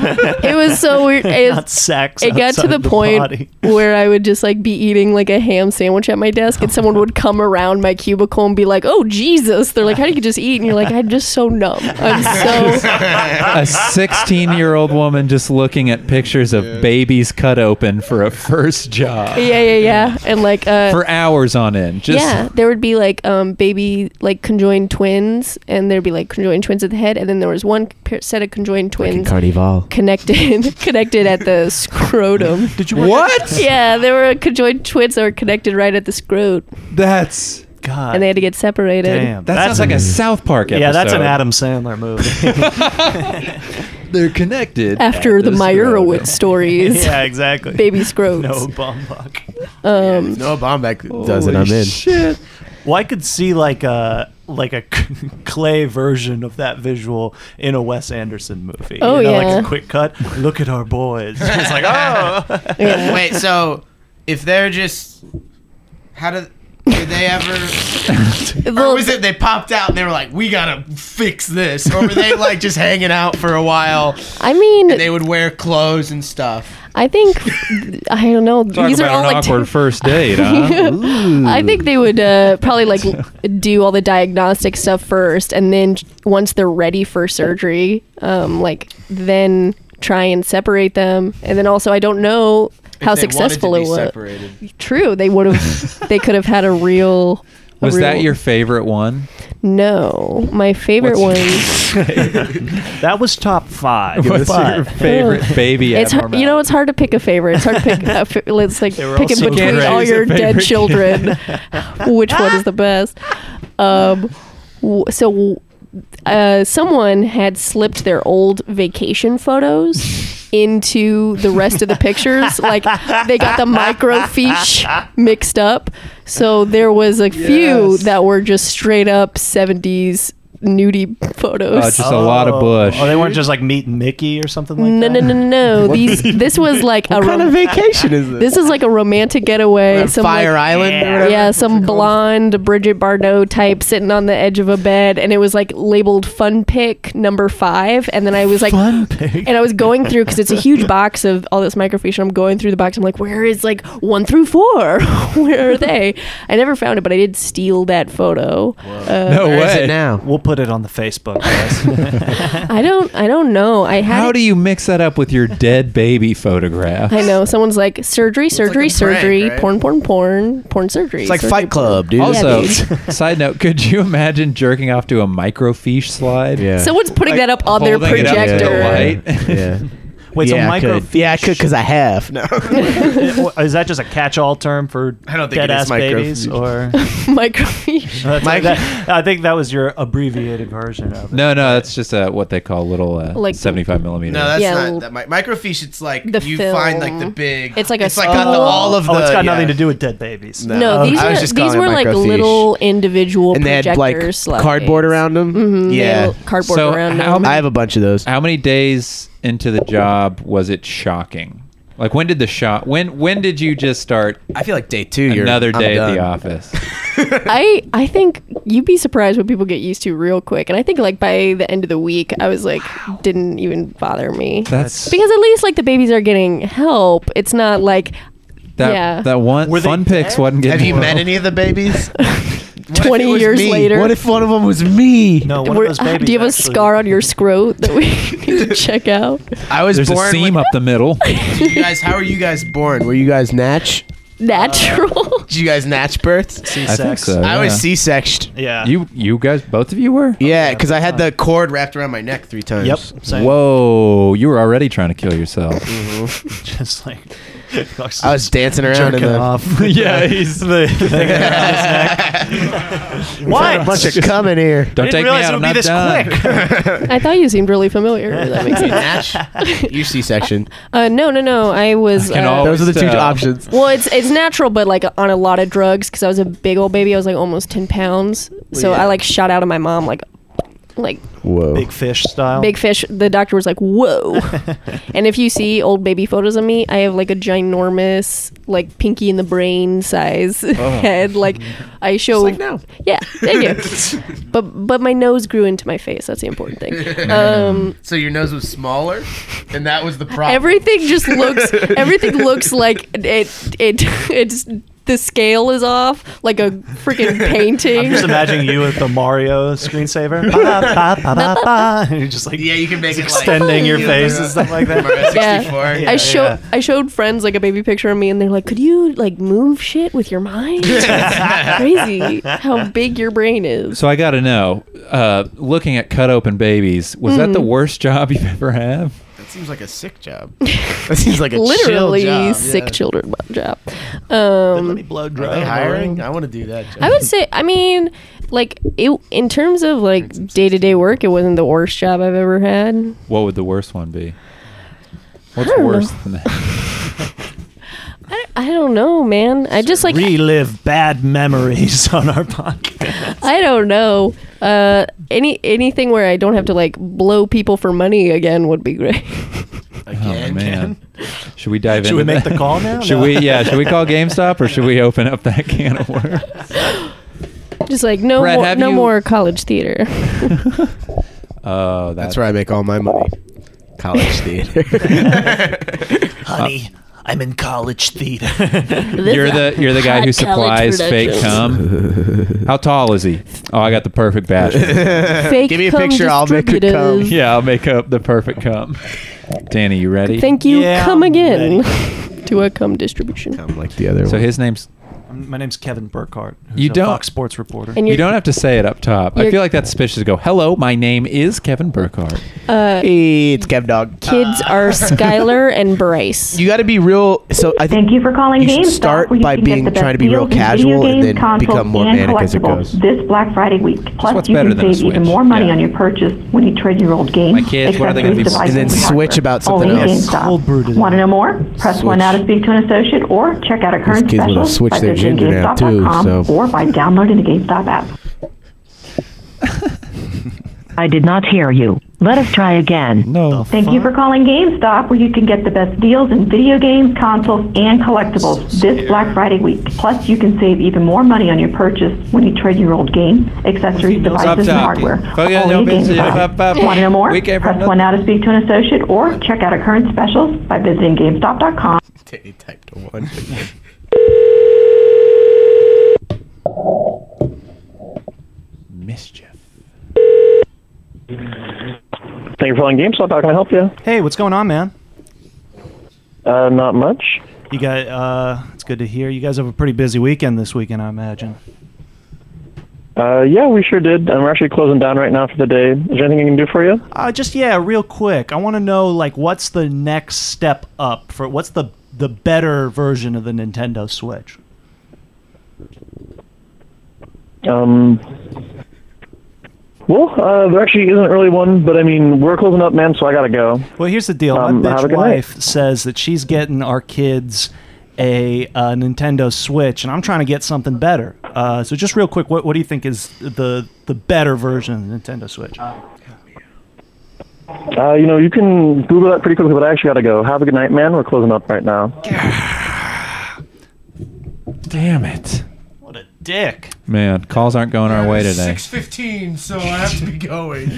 [SPEAKER 3] It was so weird. It's-
[SPEAKER 5] Not sex.
[SPEAKER 3] it got to
[SPEAKER 5] outside
[SPEAKER 3] the,
[SPEAKER 5] of
[SPEAKER 3] point
[SPEAKER 5] body.
[SPEAKER 3] where I would just like be eating like a ham sandwich at my desk, and someone would come around my cubicle and be like, "Oh Jesus!" They're like, "How do you just eat?" And you're like, "I'm just so numb. I'm so
[SPEAKER 2] a 16 year old woman just looking at pictures of babies cut open for a first job
[SPEAKER 3] yeah, yeah, yeah." And like, uh,
[SPEAKER 2] for hours on end. Just
[SPEAKER 3] yeah, there would be like um, baby like conjoined twins, and there'd be like conjoined twins at the head, and then there was one pair- set of conjoined twins
[SPEAKER 11] Carnival.
[SPEAKER 3] connected connected at the scrotum.
[SPEAKER 5] Did you work what?
[SPEAKER 3] yeah, there were conjoined twins that were connected right at the scrot,
[SPEAKER 2] that's
[SPEAKER 5] God.
[SPEAKER 3] and they had to get separated.
[SPEAKER 5] damn.
[SPEAKER 2] that sounds like a South Park episode.
[SPEAKER 5] yeah. That's an Adam Sandler movie.
[SPEAKER 2] They're connected
[SPEAKER 3] after
[SPEAKER 2] at
[SPEAKER 3] the Meyerowitz
[SPEAKER 2] scrotum.
[SPEAKER 3] stories.
[SPEAKER 5] yeah, exactly.
[SPEAKER 3] Baby scrotes.
[SPEAKER 5] No bomb buck.
[SPEAKER 3] Um,
[SPEAKER 4] No, Bombeck does
[SPEAKER 2] Holy
[SPEAKER 4] it. I'm in.
[SPEAKER 2] Shit.
[SPEAKER 5] Well, I could see like a like a clay version of that visual in a Wes Anderson movie.
[SPEAKER 3] Oh,
[SPEAKER 5] you know,
[SPEAKER 3] yeah.
[SPEAKER 5] like a quick cut. Look at our boys. It's like oh,
[SPEAKER 3] yeah.
[SPEAKER 4] Wait, so if they're just how do did they ever or
[SPEAKER 3] Well,
[SPEAKER 4] was it they popped out and they were like we gotta fix this or were they like just hanging out for a while
[SPEAKER 3] I mean,
[SPEAKER 4] and they would wear clothes and stuff
[SPEAKER 3] I think I don't know.
[SPEAKER 2] Talk
[SPEAKER 3] These are
[SPEAKER 2] about
[SPEAKER 3] all
[SPEAKER 2] an
[SPEAKER 3] like.
[SPEAKER 2] awkward first date, huh?
[SPEAKER 3] I think they would uh, probably like l- do all the diagnostic stuff first, and then once they're ready for surgery, um, like then try and separate them. And then also, I don't know how
[SPEAKER 4] If they wanted to
[SPEAKER 3] successful
[SPEAKER 4] be
[SPEAKER 3] it was.
[SPEAKER 4] separated.
[SPEAKER 3] True, they would have. they could have had a real. a
[SPEAKER 2] Was that
[SPEAKER 3] real-
[SPEAKER 2] your favorite one?
[SPEAKER 3] No, my favorite
[SPEAKER 2] What's-
[SPEAKER 3] one.
[SPEAKER 5] that was top five.
[SPEAKER 2] What's
[SPEAKER 5] But
[SPEAKER 2] your favorite baby
[SPEAKER 3] It's hard,
[SPEAKER 2] abnormality?
[SPEAKER 3] you know it's hard to pick a favorite. It's hard to pick. A, fa- it's like
[SPEAKER 5] They were
[SPEAKER 3] picking
[SPEAKER 5] all so
[SPEAKER 3] between
[SPEAKER 2] great.
[SPEAKER 3] all your
[SPEAKER 2] Favorite
[SPEAKER 3] dead
[SPEAKER 2] kid.
[SPEAKER 3] children, which one is the best. Um, w- so w- uh, someone had slipped their old vacation photos into the rest of the pictures. like they got the microfiche mixed up. So there was a few
[SPEAKER 4] Yes.
[SPEAKER 3] that were just straight up 70s nudie photos.
[SPEAKER 2] Oh, just a lot of bush.
[SPEAKER 5] Oh, they weren't just like meeting Mickey or something like
[SPEAKER 3] no,
[SPEAKER 5] that.
[SPEAKER 3] no, no, no, no. These this was like a
[SPEAKER 4] What kind
[SPEAKER 3] rom-
[SPEAKER 4] of vacation is this?
[SPEAKER 3] this is like a romantic getaway. Some
[SPEAKER 4] Fire
[SPEAKER 3] like,
[SPEAKER 4] Island. or whatever?
[SPEAKER 3] yeah, some blonde Bridget Bardot type sitting on the edge of a bed, and it was like labeled "fun pick number five. And then I was like,
[SPEAKER 5] Fun pick.
[SPEAKER 3] and I was going through because it's a huge box of all this microfiche. And I'm going through the box. I'm like, where is like one through four? where are they? I never found it, but I did steal that photo. Uh,
[SPEAKER 2] No
[SPEAKER 4] Where is
[SPEAKER 2] way.
[SPEAKER 4] it now?
[SPEAKER 5] We'll put it on the Facebook. Guys.
[SPEAKER 3] I don't. I don't know. I had.
[SPEAKER 2] How
[SPEAKER 3] it-
[SPEAKER 2] do you mix that up with your dead baby photograph?
[SPEAKER 3] I know someone's like surgery, surgery,
[SPEAKER 4] like a prank,
[SPEAKER 3] surgery,
[SPEAKER 4] right?
[SPEAKER 3] porn, porn, porn, porn surgery.
[SPEAKER 4] It's like
[SPEAKER 3] surgery,
[SPEAKER 4] Fight
[SPEAKER 3] porn.
[SPEAKER 4] Club, dude.
[SPEAKER 2] Also,
[SPEAKER 3] Yeah,
[SPEAKER 2] side note, could you imagine jerking off to a microfiche slide?
[SPEAKER 11] Yeah.
[SPEAKER 3] Someone's putting that up on their
[SPEAKER 2] holding it up to the
[SPEAKER 3] projector.
[SPEAKER 2] light.
[SPEAKER 11] Yeah.
[SPEAKER 5] Wait, so
[SPEAKER 4] yeah, I
[SPEAKER 5] micro.
[SPEAKER 4] could. Yeah, I could because I have. No.
[SPEAKER 5] Is that just a catch-all term for
[SPEAKER 4] I don't think it is
[SPEAKER 5] dead ass
[SPEAKER 4] micro-
[SPEAKER 5] babies, or
[SPEAKER 3] microfiche.
[SPEAKER 5] That's-
[SPEAKER 4] Mike-
[SPEAKER 5] that- I think that was your abbreviated version of it.
[SPEAKER 2] No, no, that's just uh, what they call little uh,
[SPEAKER 3] Like-
[SPEAKER 2] 75 millimeter.
[SPEAKER 4] No, that's
[SPEAKER 3] Yeah,
[SPEAKER 4] not
[SPEAKER 3] l-
[SPEAKER 4] that. mi- Microfiche, it's like
[SPEAKER 3] The
[SPEAKER 4] you find like the
[SPEAKER 3] film.
[SPEAKER 4] big.
[SPEAKER 3] It's like a
[SPEAKER 4] it's like got the,
[SPEAKER 3] small-
[SPEAKER 4] all of the.
[SPEAKER 5] oh, it's got
[SPEAKER 4] yeah.
[SPEAKER 5] nothing to do with dead babies.
[SPEAKER 4] No.
[SPEAKER 3] No,
[SPEAKER 4] Okay.
[SPEAKER 3] these
[SPEAKER 4] I was
[SPEAKER 3] were
[SPEAKER 4] just
[SPEAKER 3] these
[SPEAKER 4] calling
[SPEAKER 3] were
[SPEAKER 4] it
[SPEAKER 3] like
[SPEAKER 4] microfiche.
[SPEAKER 3] little individual
[SPEAKER 4] And they had
[SPEAKER 3] projector
[SPEAKER 4] like
[SPEAKER 3] slides.
[SPEAKER 4] cardboard around them.
[SPEAKER 3] They had
[SPEAKER 4] Yeah.
[SPEAKER 3] little cardboard
[SPEAKER 2] So,
[SPEAKER 3] around
[SPEAKER 2] how
[SPEAKER 3] them.
[SPEAKER 4] I have a bunch of those.
[SPEAKER 2] How many days into the job was it shocking? Like when did the shot? When when did you just start
[SPEAKER 4] I feel like day two. You're
[SPEAKER 2] another
[SPEAKER 4] I'm
[SPEAKER 2] day at
[SPEAKER 4] done.
[SPEAKER 2] the office?
[SPEAKER 3] I I think you'd be surprised what people get used to real quick. And I think like by the end of the week, I was like, didn't even bother me
[SPEAKER 2] That's
[SPEAKER 3] because at least like the babies are getting help. It's not like
[SPEAKER 2] that
[SPEAKER 3] yeah.
[SPEAKER 2] that one
[SPEAKER 5] Were they
[SPEAKER 2] fun pics
[SPEAKER 5] dead?
[SPEAKER 2] wasn't getting.
[SPEAKER 4] Have you
[SPEAKER 2] well.
[SPEAKER 4] met any of the babies? What if it
[SPEAKER 3] 20
[SPEAKER 4] was
[SPEAKER 3] years
[SPEAKER 4] me?
[SPEAKER 3] later.
[SPEAKER 4] What if one of them was me?
[SPEAKER 5] No, one
[SPEAKER 3] we're-
[SPEAKER 5] of those babies.
[SPEAKER 3] do you have a
[SPEAKER 5] actually-
[SPEAKER 3] scar on your scrot that we need to check out?
[SPEAKER 4] I was
[SPEAKER 2] There's a
[SPEAKER 4] born.
[SPEAKER 2] seam up the middle.
[SPEAKER 4] with- you guys, how are you guys born? Were you guys natch?
[SPEAKER 3] Natural.
[SPEAKER 4] Uh, Did you guys natch births?
[SPEAKER 2] I think
[SPEAKER 5] C-sex.
[SPEAKER 2] so.
[SPEAKER 4] I was
[SPEAKER 2] yeah.
[SPEAKER 4] C-sectioned.
[SPEAKER 5] Yeah.
[SPEAKER 2] You you guys both of you were.
[SPEAKER 4] Yeah, because I had the cord wrapped around my neck three times.
[SPEAKER 5] Yep. Same.
[SPEAKER 2] Whoa! You were already trying to kill yourself.
[SPEAKER 4] Mm-hmm.
[SPEAKER 5] Just like.
[SPEAKER 4] I was dancing around in
[SPEAKER 5] jerking
[SPEAKER 4] the
[SPEAKER 5] off. yeah, he's the.
[SPEAKER 4] What? bunch of cum in here.
[SPEAKER 2] Don't
[SPEAKER 5] I didn't
[SPEAKER 2] take me
[SPEAKER 5] realize
[SPEAKER 2] out.
[SPEAKER 5] it
[SPEAKER 2] I'm
[SPEAKER 5] would be
[SPEAKER 2] not
[SPEAKER 5] this
[SPEAKER 2] done.
[SPEAKER 5] quick.
[SPEAKER 3] I thought you seemed really familiar. That makes sense.
[SPEAKER 4] Natch? You C-section.
[SPEAKER 3] Uh, no, no, no. I was.
[SPEAKER 2] Can
[SPEAKER 3] uh,
[SPEAKER 2] all-
[SPEAKER 4] Those are the two
[SPEAKER 2] So-
[SPEAKER 4] options.
[SPEAKER 3] Well, it's it's natural, but like on a lot of drugs because I was a big old baby. I was like almost ten pounds, so
[SPEAKER 4] yeah.
[SPEAKER 3] I like shot out of my mom like like
[SPEAKER 4] Whoa.
[SPEAKER 5] Big fish style.
[SPEAKER 3] big fish. The doctor was like, "Whoa!" and if you see old baby photos of me, I have like a ginormous like pinky in the brain size head. Like I show
[SPEAKER 4] Oh. like now.
[SPEAKER 3] yeah, thank you. but but my nose grew into my face. That's the important thing.
[SPEAKER 2] Mm.
[SPEAKER 3] Um,
[SPEAKER 4] So your nose was smaller, and that was the problem.
[SPEAKER 3] everything just looks everything looks like it it it's the scale is off like a freaking painting
[SPEAKER 5] Just imagining you with the Mario screensaver. Ba, ba, ba, ba, ba. And You're just like
[SPEAKER 4] Yeah, you can make it like-
[SPEAKER 5] extending your
[SPEAKER 4] Yeah.
[SPEAKER 5] face and stuff like that.
[SPEAKER 4] Mario 64.
[SPEAKER 3] I
[SPEAKER 5] Yeah,
[SPEAKER 3] showed
[SPEAKER 5] yeah.
[SPEAKER 3] I showed friends like a baby picture of me, and they're like, "Could you like move shit with your mind?" It's crazy how big your brain is.
[SPEAKER 2] So I got to know. Uh, looking at cut open babies, was that
[SPEAKER 3] Mm-hmm.
[SPEAKER 2] the worst job you've ever had?
[SPEAKER 4] That seems like a sick job. That seems like a chill
[SPEAKER 3] Literally
[SPEAKER 4] job.
[SPEAKER 3] sick
[SPEAKER 4] Yeah.
[SPEAKER 3] children job. Um,
[SPEAKER 5] blow
[SPEAKER 4] Are they hiring? I want to do that. Job.
[SPEAKER 3] I would say, I mean, like it, in terms of like day to day work, it wasn't the worst job I've ever had.
[SPEAKER 2] What would the worst one be? What's
[SPEAKER 3] I don't
[SPEAKER 2] worse than that?
[SPEAKER 3] I, I don't know, man. I just like
[SPEAKER 5] Relive bad memories on our podcast.
[SPEAKER 3] I don't know. Uh, any anything where I don't have to like blow people for money again would be great.
[SPEAKER 2] Oh man, should we dive into
[SPEAKER 5] Should we make
[SPEAKER 2] that?
[SPEAKER 5] the call now?
[SPEAKER 2] Should
[SPEAKER 5] No.
[SPEAKER 2] we? Yeah, should we call GameStop or should we open up that can of worms?
[SPEAKER 3] Just like no
[SPEAKER 2] Brad,
[SPEAKER 3] more,
[SPEAKER 2] have
[SPEAKER 3] no
[SPEAKER 2] you-
[SPEAKER 3] more college theater.
[SPEAKER 2] Oh,
[SPEAKER 4] That's where I make all my money. College theater.
[SPEAKER 5] Honey, I'm in college theater.
[SPEAKER 2] You're the you're the guy who
[SPEAKER 3] Hot college
[SPEAKER 2] supplies fake cum. How tall is he? Oh, I got the perfect batch.
[SPEAKER 3] Fake
[SPEAKER 4] Give me a
[SPEAKER 3] cum
[SPEAKER 4] picture, I'll make a cum.
[SPEAKER 3] distributors.
[SPEAKER 2] yeah, I'll make up the perfect cum. Danny, you ready?
[SPEAKER 3] Thank you.
[SPEAKER 5] Yeah,
[SPEAKER 3] come
[SPEAKER 5] I'm
[SPEAKER 3] again to a cum distribution.
[SPEAKER 4] I'm like the other
[SPEAKER 2] So
[SPEAKER 4] one.
[SPEAKER 2] his name's
[SPEAKER 5] I'm My name's Kevin Burkhardt. Who's
[SPEAKER 2] You
[SPEAKER 5] a
[SPEAKER 2] don't-
[SPEAKER 5] Fox Sports reporter.
[SPEAKER 3] And
[SPEAKER 2] You
[SPEAKER 3] you're,
[SPEAKER 2] don't have to say it up top. I
[SPEAKER 3] you're-
[SPEAKER 2] feel like that's suspicious to go, hello, my name is Kevin Burkhardt.
[SPEAKER 3] uh,
[SPEAKER 4] It's Kev Dog.
[SPEAKER 3] kids
[SPEAKER 5] Ah.
[SPEAKER 3] are Skylar and Bryce.
[SPEAKER 4] You got to be real. So I think
[SPEAKER 10] Thank you for calling
[SPEAKER 4] you should
[SPEAKER 10] GameStop.
[SPEAKER 4] start
[SPEAKER 10] where you
[SPEAKER 4] by
[SPEAKER 10] can get
[SPEAKER 4] being-
[SPEAKER 10] the best
[SPEAKER 4] trying to be real
[SPEAKER 10] deals in video
[SPEAKER 4] casual and
[SPEAKER 10] games,
[SPEAKER 4] then
[SPEAKER 10] consoles,
[SPEAKER 4] become more
[SPEAKER 10] and
[SPEAKER 4] manic as it
[SPEAKER 10] collectibles
[SPEAKER 4] goes.
[SPEAKER 10] This Black Friday week, plus
[SPEAKER 2] what's
[SPEAKER 10] you
[SPEAKER 2] better
[SPEAKER 10] can
[SPEAKER 2] than a
[SPEAKER 10] save even
[SPEAKER 2] Switch?
[SPEAKER 10] more money
[SPEAKER 2] Yeah.
[SPEAKER 10] on your purchase when you trade your old games,
[SPEAKER 2] My kids, what are they gonna be-
[SPEAKER 10] accessories,
[SPEAKER 2] and
[SPEAKER 10] devices,
[SPEAKER 4] then
[SPEAKER 10] hardware.
[SPEAKER 4] switch about something
[SPEAKER 10] Only at
[SPEAKER 4] else.
[SPEAKER 10] GameStop.
[SPEAKER 5] Cold brew to them.
[SPEAKER 10] Want to know more? Press one now to speak to an associate or check out a current
[SPEAKER 4] kids wanna
[SPEAKER 10] special
[SPEAKER 4] switch
[SPEAKER 10] by
[SPEAKER 4] their
[SPEAKER 10] visiting
[SPEAKER 4] gender now, too,
[SPEAKER 10] GameStop.com
[SPEAKER 4] so.
[SPEAKER 10] or by downloading the GameStop app.
[SPEAKER 7] I did not hear you. Let us try again.
[SPEAKER 5] No.
[SPEAKER 10] Thank you for calling GameStop, where you can get the best deals in video games, consoles, and collectibles this Black Friday week. Plus, you can save even more money on your purchase when you trade your old games, accessories, devices, and hardware.
[SPEAKER 2] Fucking
[SPEAKER 10] Only
[SPEAKER 2] open
[SPEAKER 10] at
[SPEAKER 2] to-
[SPEAKER 10] GameStop.
[SPEAKER 2] up, up.
[SPEAKER 10] Want to know more?
[SPEAKER 2] We gave her
[SPEAKER 10] Press
[SPEAKER 2] another-
[SPEAKER 10] one now to speak to an associate or check out our current specials by visiting GameStop.com.
[SPEAKER 4] He typed a one.
[SPEAKER 2] Mischief.
[SPEAKER 13] Thank you for calling GameStop. How can I help you?
[SPEAKER 5] Hey, what's going on, man?
[SPEAKER 13] Uh, not much.
[SPEAKER 5] You got. Uh, it's good to hear. You guys have a pretty busy weekend this weekend, I imagine.
[SPEAKER 13] Uh, yeah, we sure did. And we're actually closing down right now for the day. Is there anything I can do for you?
[SPEAKER 5] Uh, just yeah, real quick. I want to know like what's the next step up for what's the the better version of the Nintendo Switch?
[SPEAKER 13] Um, well, uh, there actually isn't really one, but I mean, we're closing up, man, so I gotta go.
[SPEAKER 5] Well, here's the deal.
[SPEAKER 13] Um,
[SPEAKER 5] My
[SPEAKER 13] have a
[SPEAKER 5] bitch
[SPEAKER 13] good
[SPEAKER 5] wife says that she's getting our kids a, uh Nintendo Switch, and I'm trying to get something better. Uh, so just real quick, what what do you think is the the better version of the Nintendo Switch?
[SPEAKER 13] Uh, you know, you can Google that pretty quickly, but I actually gotta go. Have a good night, man. We're closing up right now.
[SPEAKER 2] Damn it.
[SPEAKER 5] What a dick!
[SPEAKER 2] Man, calls aren't going our way today.
[SPEAKER 4] Six fifteen, so I have to be going.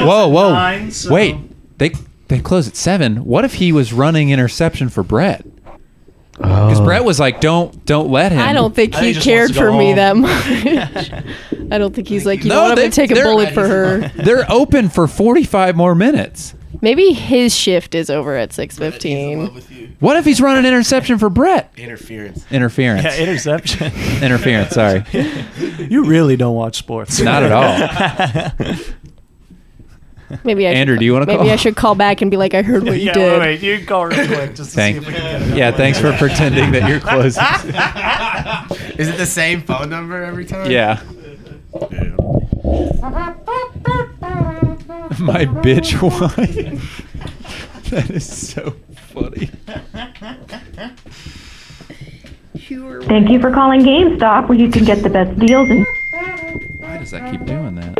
[SPEAKER 2] Whoa, whoa.
[SPEAKER 5] nine, so-
[SPEAKER 2] Wait. They they close at seven. What if he was running interception for Brett? Because Brett was like, Don't don't let him.
[SPEAKER 3] I don't think
[SPEAKER 5] I think
[SPEAKER 3] he
[SPEAKER 5] he just
[SPEAKER 3] cared
[SPEAKER 5] wants to
[SPEAKER 3] for
[SPEAKER 5] go
[SPEAKER 3] me
[SPEAKER 5] home.
[SPEAKER 3] that much. I don't think he's like, you
[SPEAKER 2] No,
[SPEAKER 3] know what, I'm
[SPEAKER 2] they-
[SPEAKER 3] going to take a
[SPEAKER 2] they're-
[SPEAKER 3] bullet for her.
[SPEAKER 2] They're open for forty five more minutes.
[SPEAKER 3] Maybe his shift is over at 6.15.
[SPEAKER 2] What if he's running interception for Brett?
[SPEAKER 4] Interference.
[SPEAKER 2] Interference.
[SPEAKER 5] Yeah, interception.
[SPEAKER 2] Interference, sorry.
[SPEAKER 5] you really don't watch sports.
[SPEAKER 2] Not at all.
[SPEAKER 3] Maybe I
[SPEAKER 2] Andrew,
[SPEAKER 3] should,
[SPEAKER 2] do you wanna
[SPEAKER 3] Maybe
[SPEAKER 2] call?
[SPEAKER 3] I should call back and be like, I heard what you
[SPEAKER 5] yeah,
[SPEAKER 3] did.
[SPEAKER 5] wait, wait, you can call real quick just to
[SPEAKER 2] Thank-
[SPEAKER 5] see if we can get it.
[SPEAKER 2] Yeah, thanks for pretending that you're closing.
[SPEAKER 4] Is it the same phone number every time?
[SPEAKER 2] Yeah. My bitch wife. that is so funny.
[SPEAKER 10] Thank you for calling GameStop, where you can get the best deals in.
[SPEAKER 2] Why does that keep doing that?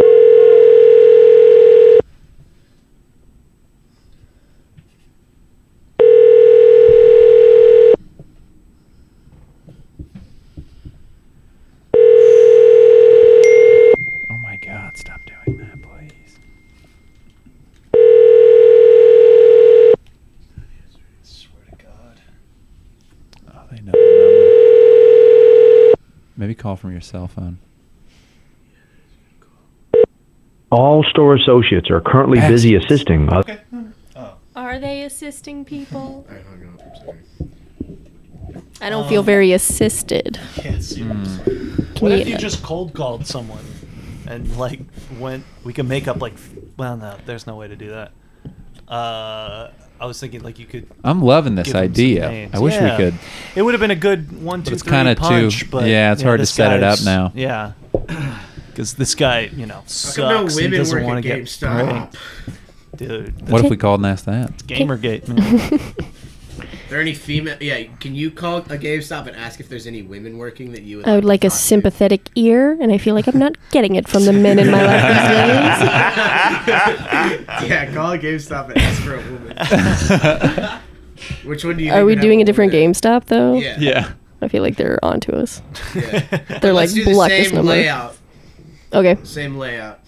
[SPEAKER 2] Oh my god, stop doing that, please.
[SPEAKER 5] Swear to God.
[SPEAKER 2] Oh, they know the number. Maybe call from your cell phone.
[SPEAKER 14] All store associates are currently busy assisting others.
[SPEAKER 15] Are they assisting people?
[SPEAKER 4] I hung up. I'm Um, sorry.
[SPEAKER 3] I don't feel very assisted.
[SPEAKER 5] Can't see
[SPEAKER 3] Can
[SPEAKER 5] What
[SPEAKER 3] you-
[SPEAKER 5] if
[SPEAKER 2] uh,
[SPEAKER 5] you just cold called someone and like went? We can make up like. Well, no, there's no way to do that. Uh, I was thinking like you could.
[SPEAKER 2] I'm loving this
[SPEAKER 5] give 'em some
[SPEAKER 2] idea.
[SPEAKER 5] names.
[SPEAKER 2] I wish
[SPEAKER 5] Yeah.
[SPEAKER 2] we could.
[SPEAKER 5] It would have been a good one, two,
[SPEAKER 2] it's
[SPEAKER 5] three
[SPEAKER 2] kinda too-
[SPEAKER 5] punch, but
[SPEAKER 2] yeah, it's hard to
[SPEAKER 5] this
[SPEAKER 2] set it up
[SPEAKER 5] guy's-
[SPEAKER 2] now.
[SPEAKER 5] Yeah, because this guy, you know, sucks.
[SPEAKER 4] How come no
[SPEAKER 5] he
[SPEAKER 4] women
[SPEAKER 5] doesn't
[SPEAKER 4] work
[SPEAKER 5] want
[SPEAKER 4] at
[SPEAKER 5] to get
[SPEAKER 4] GameStop?
[SPEAKER 5] pranked. dude.
[SPEAKER 2] What if we called and asked that?
[SPEAKER 5] Gamergate, man.
[SPEAKER 4] Are there any female? Yeah, can you call a GameStop and ask if there's any women working that you would?
[SPEAKER 3] I would like
[SPEAKER 4] to
[SPEAKER 3] a
[SPEAKER 4] talk to?
[SPEAKER 3] sympathetic ear, and I feel like I'm not getting it from the men in my life these days.
[SPEAKER 4] yeah, call a GameStop and ask for a woman. Which one do you?
[SPEAKER 3] Are we doing a different GameStop though?
[SPEAKER 4] Yeah.
[SPEAKER 2] Yeah.
[SPEAKER 3] I feel like they're onto us.
[SPEAKER 4] yeah.
[SPEAKER 3] They're like
[SPEAKER 4] Let's do the
[SPEAKER 3] block this
[SPEAKER 4] same
[SPEAKER 3] number.
[SPEAKER 4] layout.
[SPEAKER 3] Okay.
[SPEAKER 4] Same layout.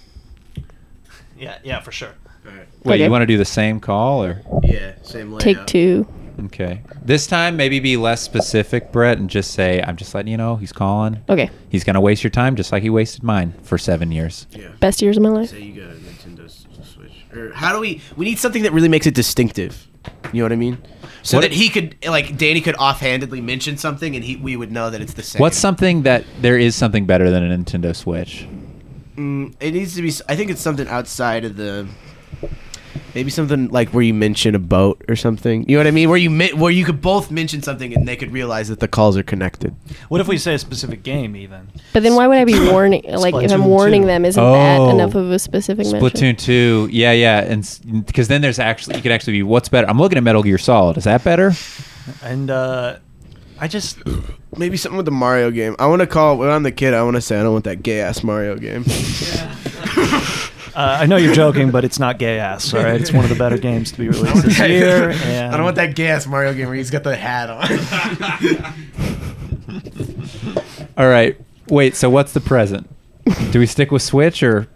[SPEAKER 5] yeah, yeah, for sure.
[SPEAKER 4] All right.
[SPEAKER 2] Wait,
[SPEAKER 3] Okay.
[SPEAKER 2] you want to do the same call or?
[SPEAKER 4] Yeah, same layout.
[SPEAKER 3] Take two.
[SPEAKER 2] Okay. This time, maybe be less specific, Brett, and just say, I'm just letting you know he's calling.
[SPEAKER 3] Okay.
[SPEAKER 2] He's going to waste your time just like he wasted mine for seven years.
[SPEAKER 4] Yeah.
[SPEAKER 3] Best years of my life.
[SPEAKER 4] Say you got a Nintendo S- Switch. Or how do we? We need something that really makes it distinctive. You know what I mean? So
[SPEAKER 2] What-
[SPEAKER 4] that he could, like, Danny could offhandedly mention something, and he we would know that it's the same.
[SPEAKER 2] What's something that there is something better than a Nintendo Switch?
[SPEAKER 4] Mm, it needs to be. s- I think it's something outside of the. Maybe something like where you mention a boat or something. You know what I mean? Where you mi- where you could both mention something and they could realize that the calls are connected.
[SPEAKER 5] What if we say a specific game even?
[SPEAKER 3] But then why would I be warning? Like if I'm
[SPEAKER 5] Splatoon
[SPEAKER 3] warning
[SPEAKER 5] 2.
[SPEAKER 3] them, isn't that
[SPEAKER 2] Oh.
[SPEAKER 3] enough of a specific mention?
[SPEAKER 2] Splatoon two, yeah, yeah, and because then there's actually you could actually be what's better. I'm looking at Metal Gear Solid. Is that better?
[SPEAKER 5] And uh I just
[SPEAKER 4] Maybe something with the Mario game. I want to call. When I'm the kid, I want to say I don't want that gay ass Mario game.
[SPEAKER 5] uh, I know you're joking, but it's not gay ass. All right, it's one of the better games to be released this year. And
[SPEAKER 4] I don't want that gay ass Mario game where he's got the hat on.
[SPEAKER 2] All right, wait. So what's the present? Do we stick with Switch or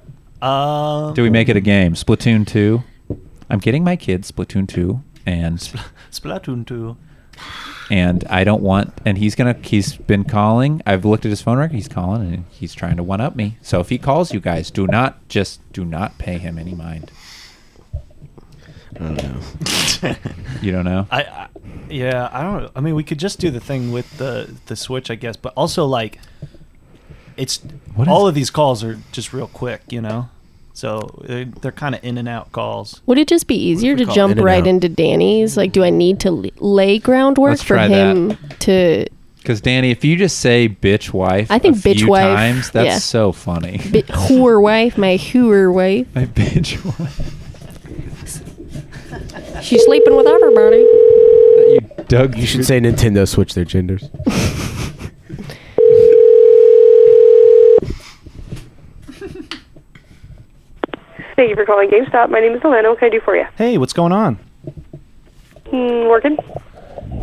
[SPEAKER 5] Um,
[SPEAKER 2] do we make it a game? Splatoon two. I'm getting my kids Splatoon two, and
[SPEAKER 5] Splatoon two?
[SPEAKER 2] and I don't want. And he's gonna. He's been calling. I've looked at his phone record. He's calling, and he's trying to one up me. So if he calls you guys, do not just do not pay him any mind.
[SPEAKER 4] I don't know.
[SPEAKER 2] You don't know.
[SPEAKER 5] I, I yeah, I don't. I mean, we could just do the thing with the the switch, I guess. But also, like, it's
[SPEAKER 2] What
[SPEAKER 5] all of these calls are just real quick, you know. So they're, they're kind of in and out calls.
[SPEAKER 3] Would it just be easier
[SPEAKER 5] if we
[SPEAKER 3] to
[SPEAKER 5] call
[SPEAKER 3] jump
[SPEAKER 5] In-N-Out?
[SPEAKER 3] right into Danny's? Like, do I need to l- lay groundwork
[SPEAKER 2] Let's
[SPEAKER 3] for
[SPEAKER 2] try
[SPEAKER 3] him to?
[SPEAKER 2] Because Danny, if you just say "bitch wife,"
[SPEAKER 3] I think
[SPEAKER 2] a
[SPEAKER 3] bitch
[SPEAKER 2] few
[SPEAKER 3] wife,
[SPEAKER 2] times, that's
[SPEAKER 3] yeah.
[SPEAKER 2] so funny.
[SPEAKER 3] Bit whore wife, my whore wife.
[SPEAKER 2] My bitch wife.
[SPEAKER 3] She's sleeping with everybody.
[SPEAKER 2] Doug,
[SPEAKER 4] you should say Nintendo switch their genders.
[SPEAKER 8] Thank you for calling GameStop. My name is Elena. What can I do for you?
[SPEAKER 5] Hey, what's going on?
[SPEAKER 8] Hmm, working?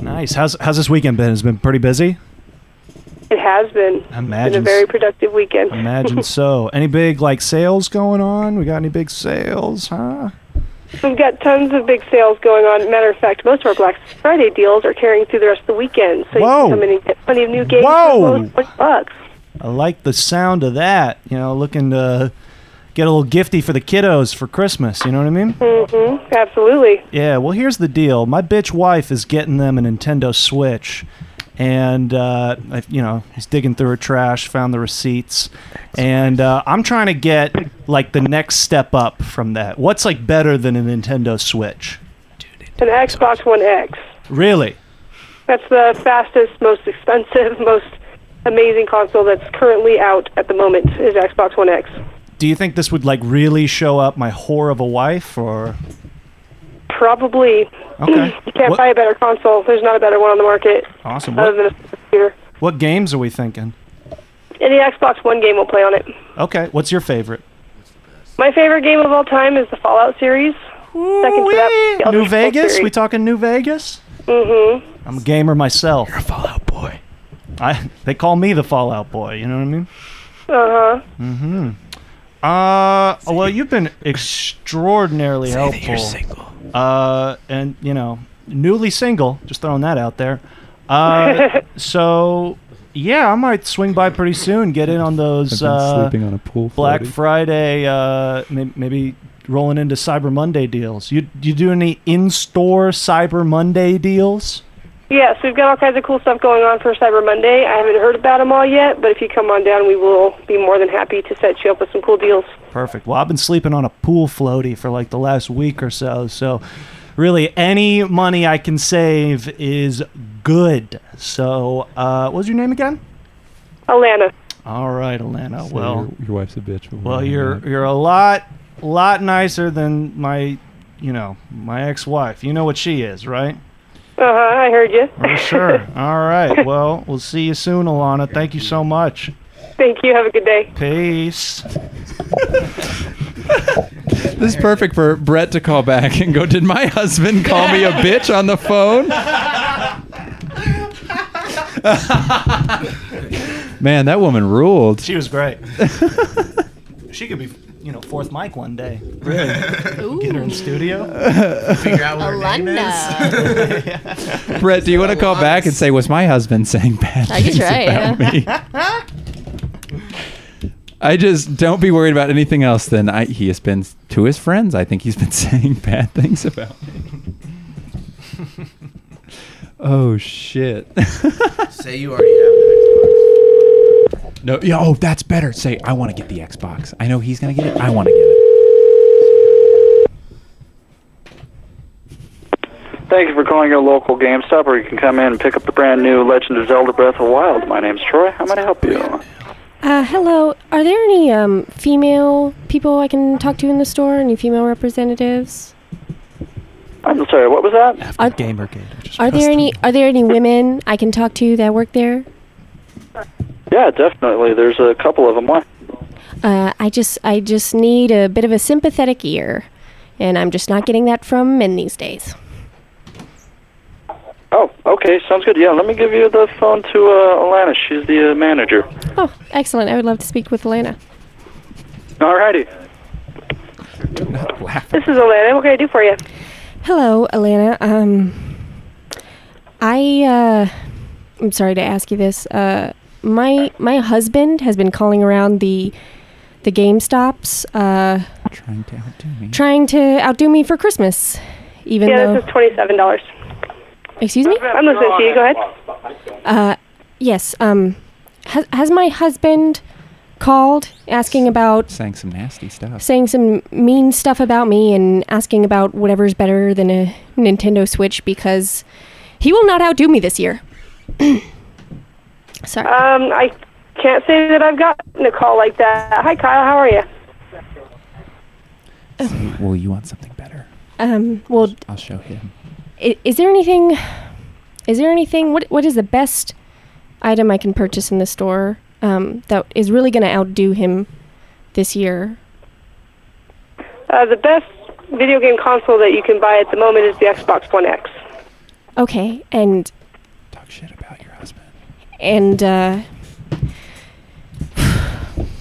[SPEAKER 5] Nice. How's how's this weekend been? It's been pretty busy.
[SPEAKER 8] It has been.
[SPEAKER 5] Imagine
[SPEAKER 8] Been a
[SPEAKER 5] s-
[SPEAKER 8] very productive weekend.
[SPEAKER 5] Imagine so. Any big like sales going on? We got any big sales? Huh?
[SPEAKER 8] We've got tons of big sales going on. Matter of fact, most of our Black Friday deals are carrying through the rest of the weekend. So you
[SPEAKER 5] Whoa.
[SPEAKER 8] can come in and get plenty of new games
[SPEAKER 5] Whoa.
[SPEAKER 8] for close to 20 bucks.
[SPEAKER 5] I like the sound of that. You know, looking to get a little gifty for the kiddos for Christmas. You know what I mean?
[SPEAKER 8] Mm-hmm. Absolutely.
[SPEAKER 5] Yeah, well, here's the deal. My bitch wife is getting them a Nintendo Switch, and uh, I, you know, he's digging through her trash, found the receipts, and uh, I'm trying to get like the next step up from that. What's like better than a Nintendo Switch?
[SPEAKER 8] An Xbox One X.
[SPEAKER 5] Really?
[SPEAKER 8] That's the fastest, most expensive, most amazing console that's currently out at the moment is Xbox One X.
[SPEAKER 5] Do you think this would like really show up my whore of a wife, or
[SPEAKER 8] Probably.
[SPEAKER 5] Okay.
[SPEAKER 8] you can't buy a better console. There's not a better one on the market.
[SPEAKER 5] Awesome.
[SPEAKER 8] Other than
[SPEAKER 5] What,
[SPEAKER 8] a computer.
[SPEAKER 5] what games are we thinking?
[SPEAKER 8] Any Xbox One game will play on it.
[SPEAKER 5] Okay, what's your favorite?
[SPEAKER 8] My favorite game of all time is the Fallout series. Second to that, the Elder
[SPEAKER 5] New
[SPEAKER 8] Scrolls
[SPEAKER 5] Vegas?
[SPEAKER 8] series.
[SPEAKER 5] We talking New Vegas?
[SPEAKER 8] mm-hmm.
[SPEAKER 5] I'm a gamer myself. You're a Fallout Boy. I they call me the Fallout Boy. You know what I mean?
[SPEAKER 13] Uh-huh.
[SPEAKER 8] Uh huh.
[SPEAKER 5] Mm-hmm. Uh, well, you've been extraordinarily helpful.
[SPEAKER 4] you're
[SPEAKER 5] single. Uh, and you know, newly single. Just throwing that out there. Uh, so yeah, I might swing by pretty soon. Get in on those
[SPEAKER 1] been
[SPEAKER 5] uh,
[SPEAKER 1] sleeping on a pool
[SPEAKER 5] Black
[SPEAKER 1] floaty.
[SPEAKER 5] Friday. Uh, may- maybe rolling into Cyber Monday deals. You you do any in-store Cyber Monday deals?
[SPEAKER 8] Yes, we've got all kinds of cool stuff going on for Cyber Monday. I haven't heard about them all yet, but if you come on down, we will be more than happy to set you up with some cool deals.
[SPEAKER 5] Perfect. Well, I've been sleeping on a pool floaty for like the last week or so. So, really, any money I can save is good. So, uh, what was your name again?
[SPEAKER 8] Alana.
[SPEAKER 5] All right, Alana. well,
[SPEAKER 1] your, your wife's a bitch. but
[SPEAKER 5] well,
[SPEAKER 1] we're
[SPEAKER 5] you're
[SPEAKER 1] not.
[SPEAKER 5] you're a lot lot nicer than my, you know, my ex-wife. You know what she is, right?
[SPEAKER 8] Uh huh. I heard you.
[SPEAKER 5] For sure. All right. Well, we'll see you soon, Alana. Thank you so much.
[SPEAKER 8] Thank you. Have a good day.
[SPEAKER 5] Peace.
[SPEAKER 2] This is perfect for Brett to call back and go. Did my husband call me a bitch on the phone? Man, that woman ruled.
[SPEAKER 5] She was great. she could be, you know, fourth mic one day. Really? Get her in studio.
[SPEAKER 4] Figure out what her name is.
[SPEAKER 2] Brett, do you want to call back and say, "Was my husband saying bad
[SPEAKER 3] I guess
[SPEAKER 2] things
[SPEAKER 3] right,
[SPEAKER 2] about
[SPEAKER 3] yeah.
[SPEAKER 2] me?" I just don't be worried about anything else than I, he has been to his friends. I think he's been saying bad things about me. oh shit.
[SPEAKER 4] Say you already have the
[SPEAKER 2] No, yeah, oh, that's better. Say, I want to get the Xbox. I know he's gonna get it. I want to get it.
[SPEAKER 13] Thank you for calling your local GameStop, or you can come in and pick up the brand new Legend of Zelda Breath of the Wild. My name's Troy. How might I help you?
[SPEAKER 3] Uh, hello. Are there any um, female people I can talk to in the store? Any female representatives?
[SPEAKER 13] I'm sorry, what was that?
[SPEAKER 3] Are, are there any Are there any women I can talk to that work there?
[SPEAKER 13] Yeah, definitely. There's a couple of them. Why?
[SPEAKER 3] Uh, I just I just need a bit of a sympathetic ear, and I'm just not getting that from men these days.
[SPEAKER 13] Oh, okay, sounds good. Yeah, let me give you the phone to uh, Alana. She's the uh, manager.
[SPEAKER 3] Oh, excellent! I would love to speak with Elena.
[SPEAKER 13] Alrighty.
[SPEAKER 8] This is Alana. What can I do for you?
[SPEAKER 3] Hello, Elena. Um, I uh, I'm sorry to ask you this. Uh, my my husband has been calling around the the GameStops, uh,
[SPEAKER 2] trying to outdo me.
[SPEAKER 3] trying to outdo me for Christmas, even
[SPEAKER 8] yeah,
[SPEAKER 3] though.
[SPEAKER 8] this is twenty-seven dollars.
[SPEAKER 3] excuse me.
[SPEAKER 8] I'm listening to you. Go ahead.
[SPEAKER 3] Uh, yes. Um, has has my husband called asking about
[SPEAKER 2] Saying some nasty stuff.
[SPEAKER 3] saying some mean stuff about me and asking about whatever's better than a Nintendo Switch because he will not outdo me this year. Sorry.
[SPEAKER 8] Um, I can't say that I've gotten a call like that. Hi, Kyle. How are you?
[SPEAKER 2] Say, well, you want something better.
[SPEAKER 3] Um, well,
[SPEAKER 2] I'll show him.
[SPEAKER 3] is, is there anything? Is there anything? What What is the best item I can purchase in the store um, that is really going to outdo him this year?
[SPEAKER 8] Uh, the best video game console that you can buy at the moment is the Xbox One X.
[SPEAKER 3] Okay, and talk shit about your husband. And uh,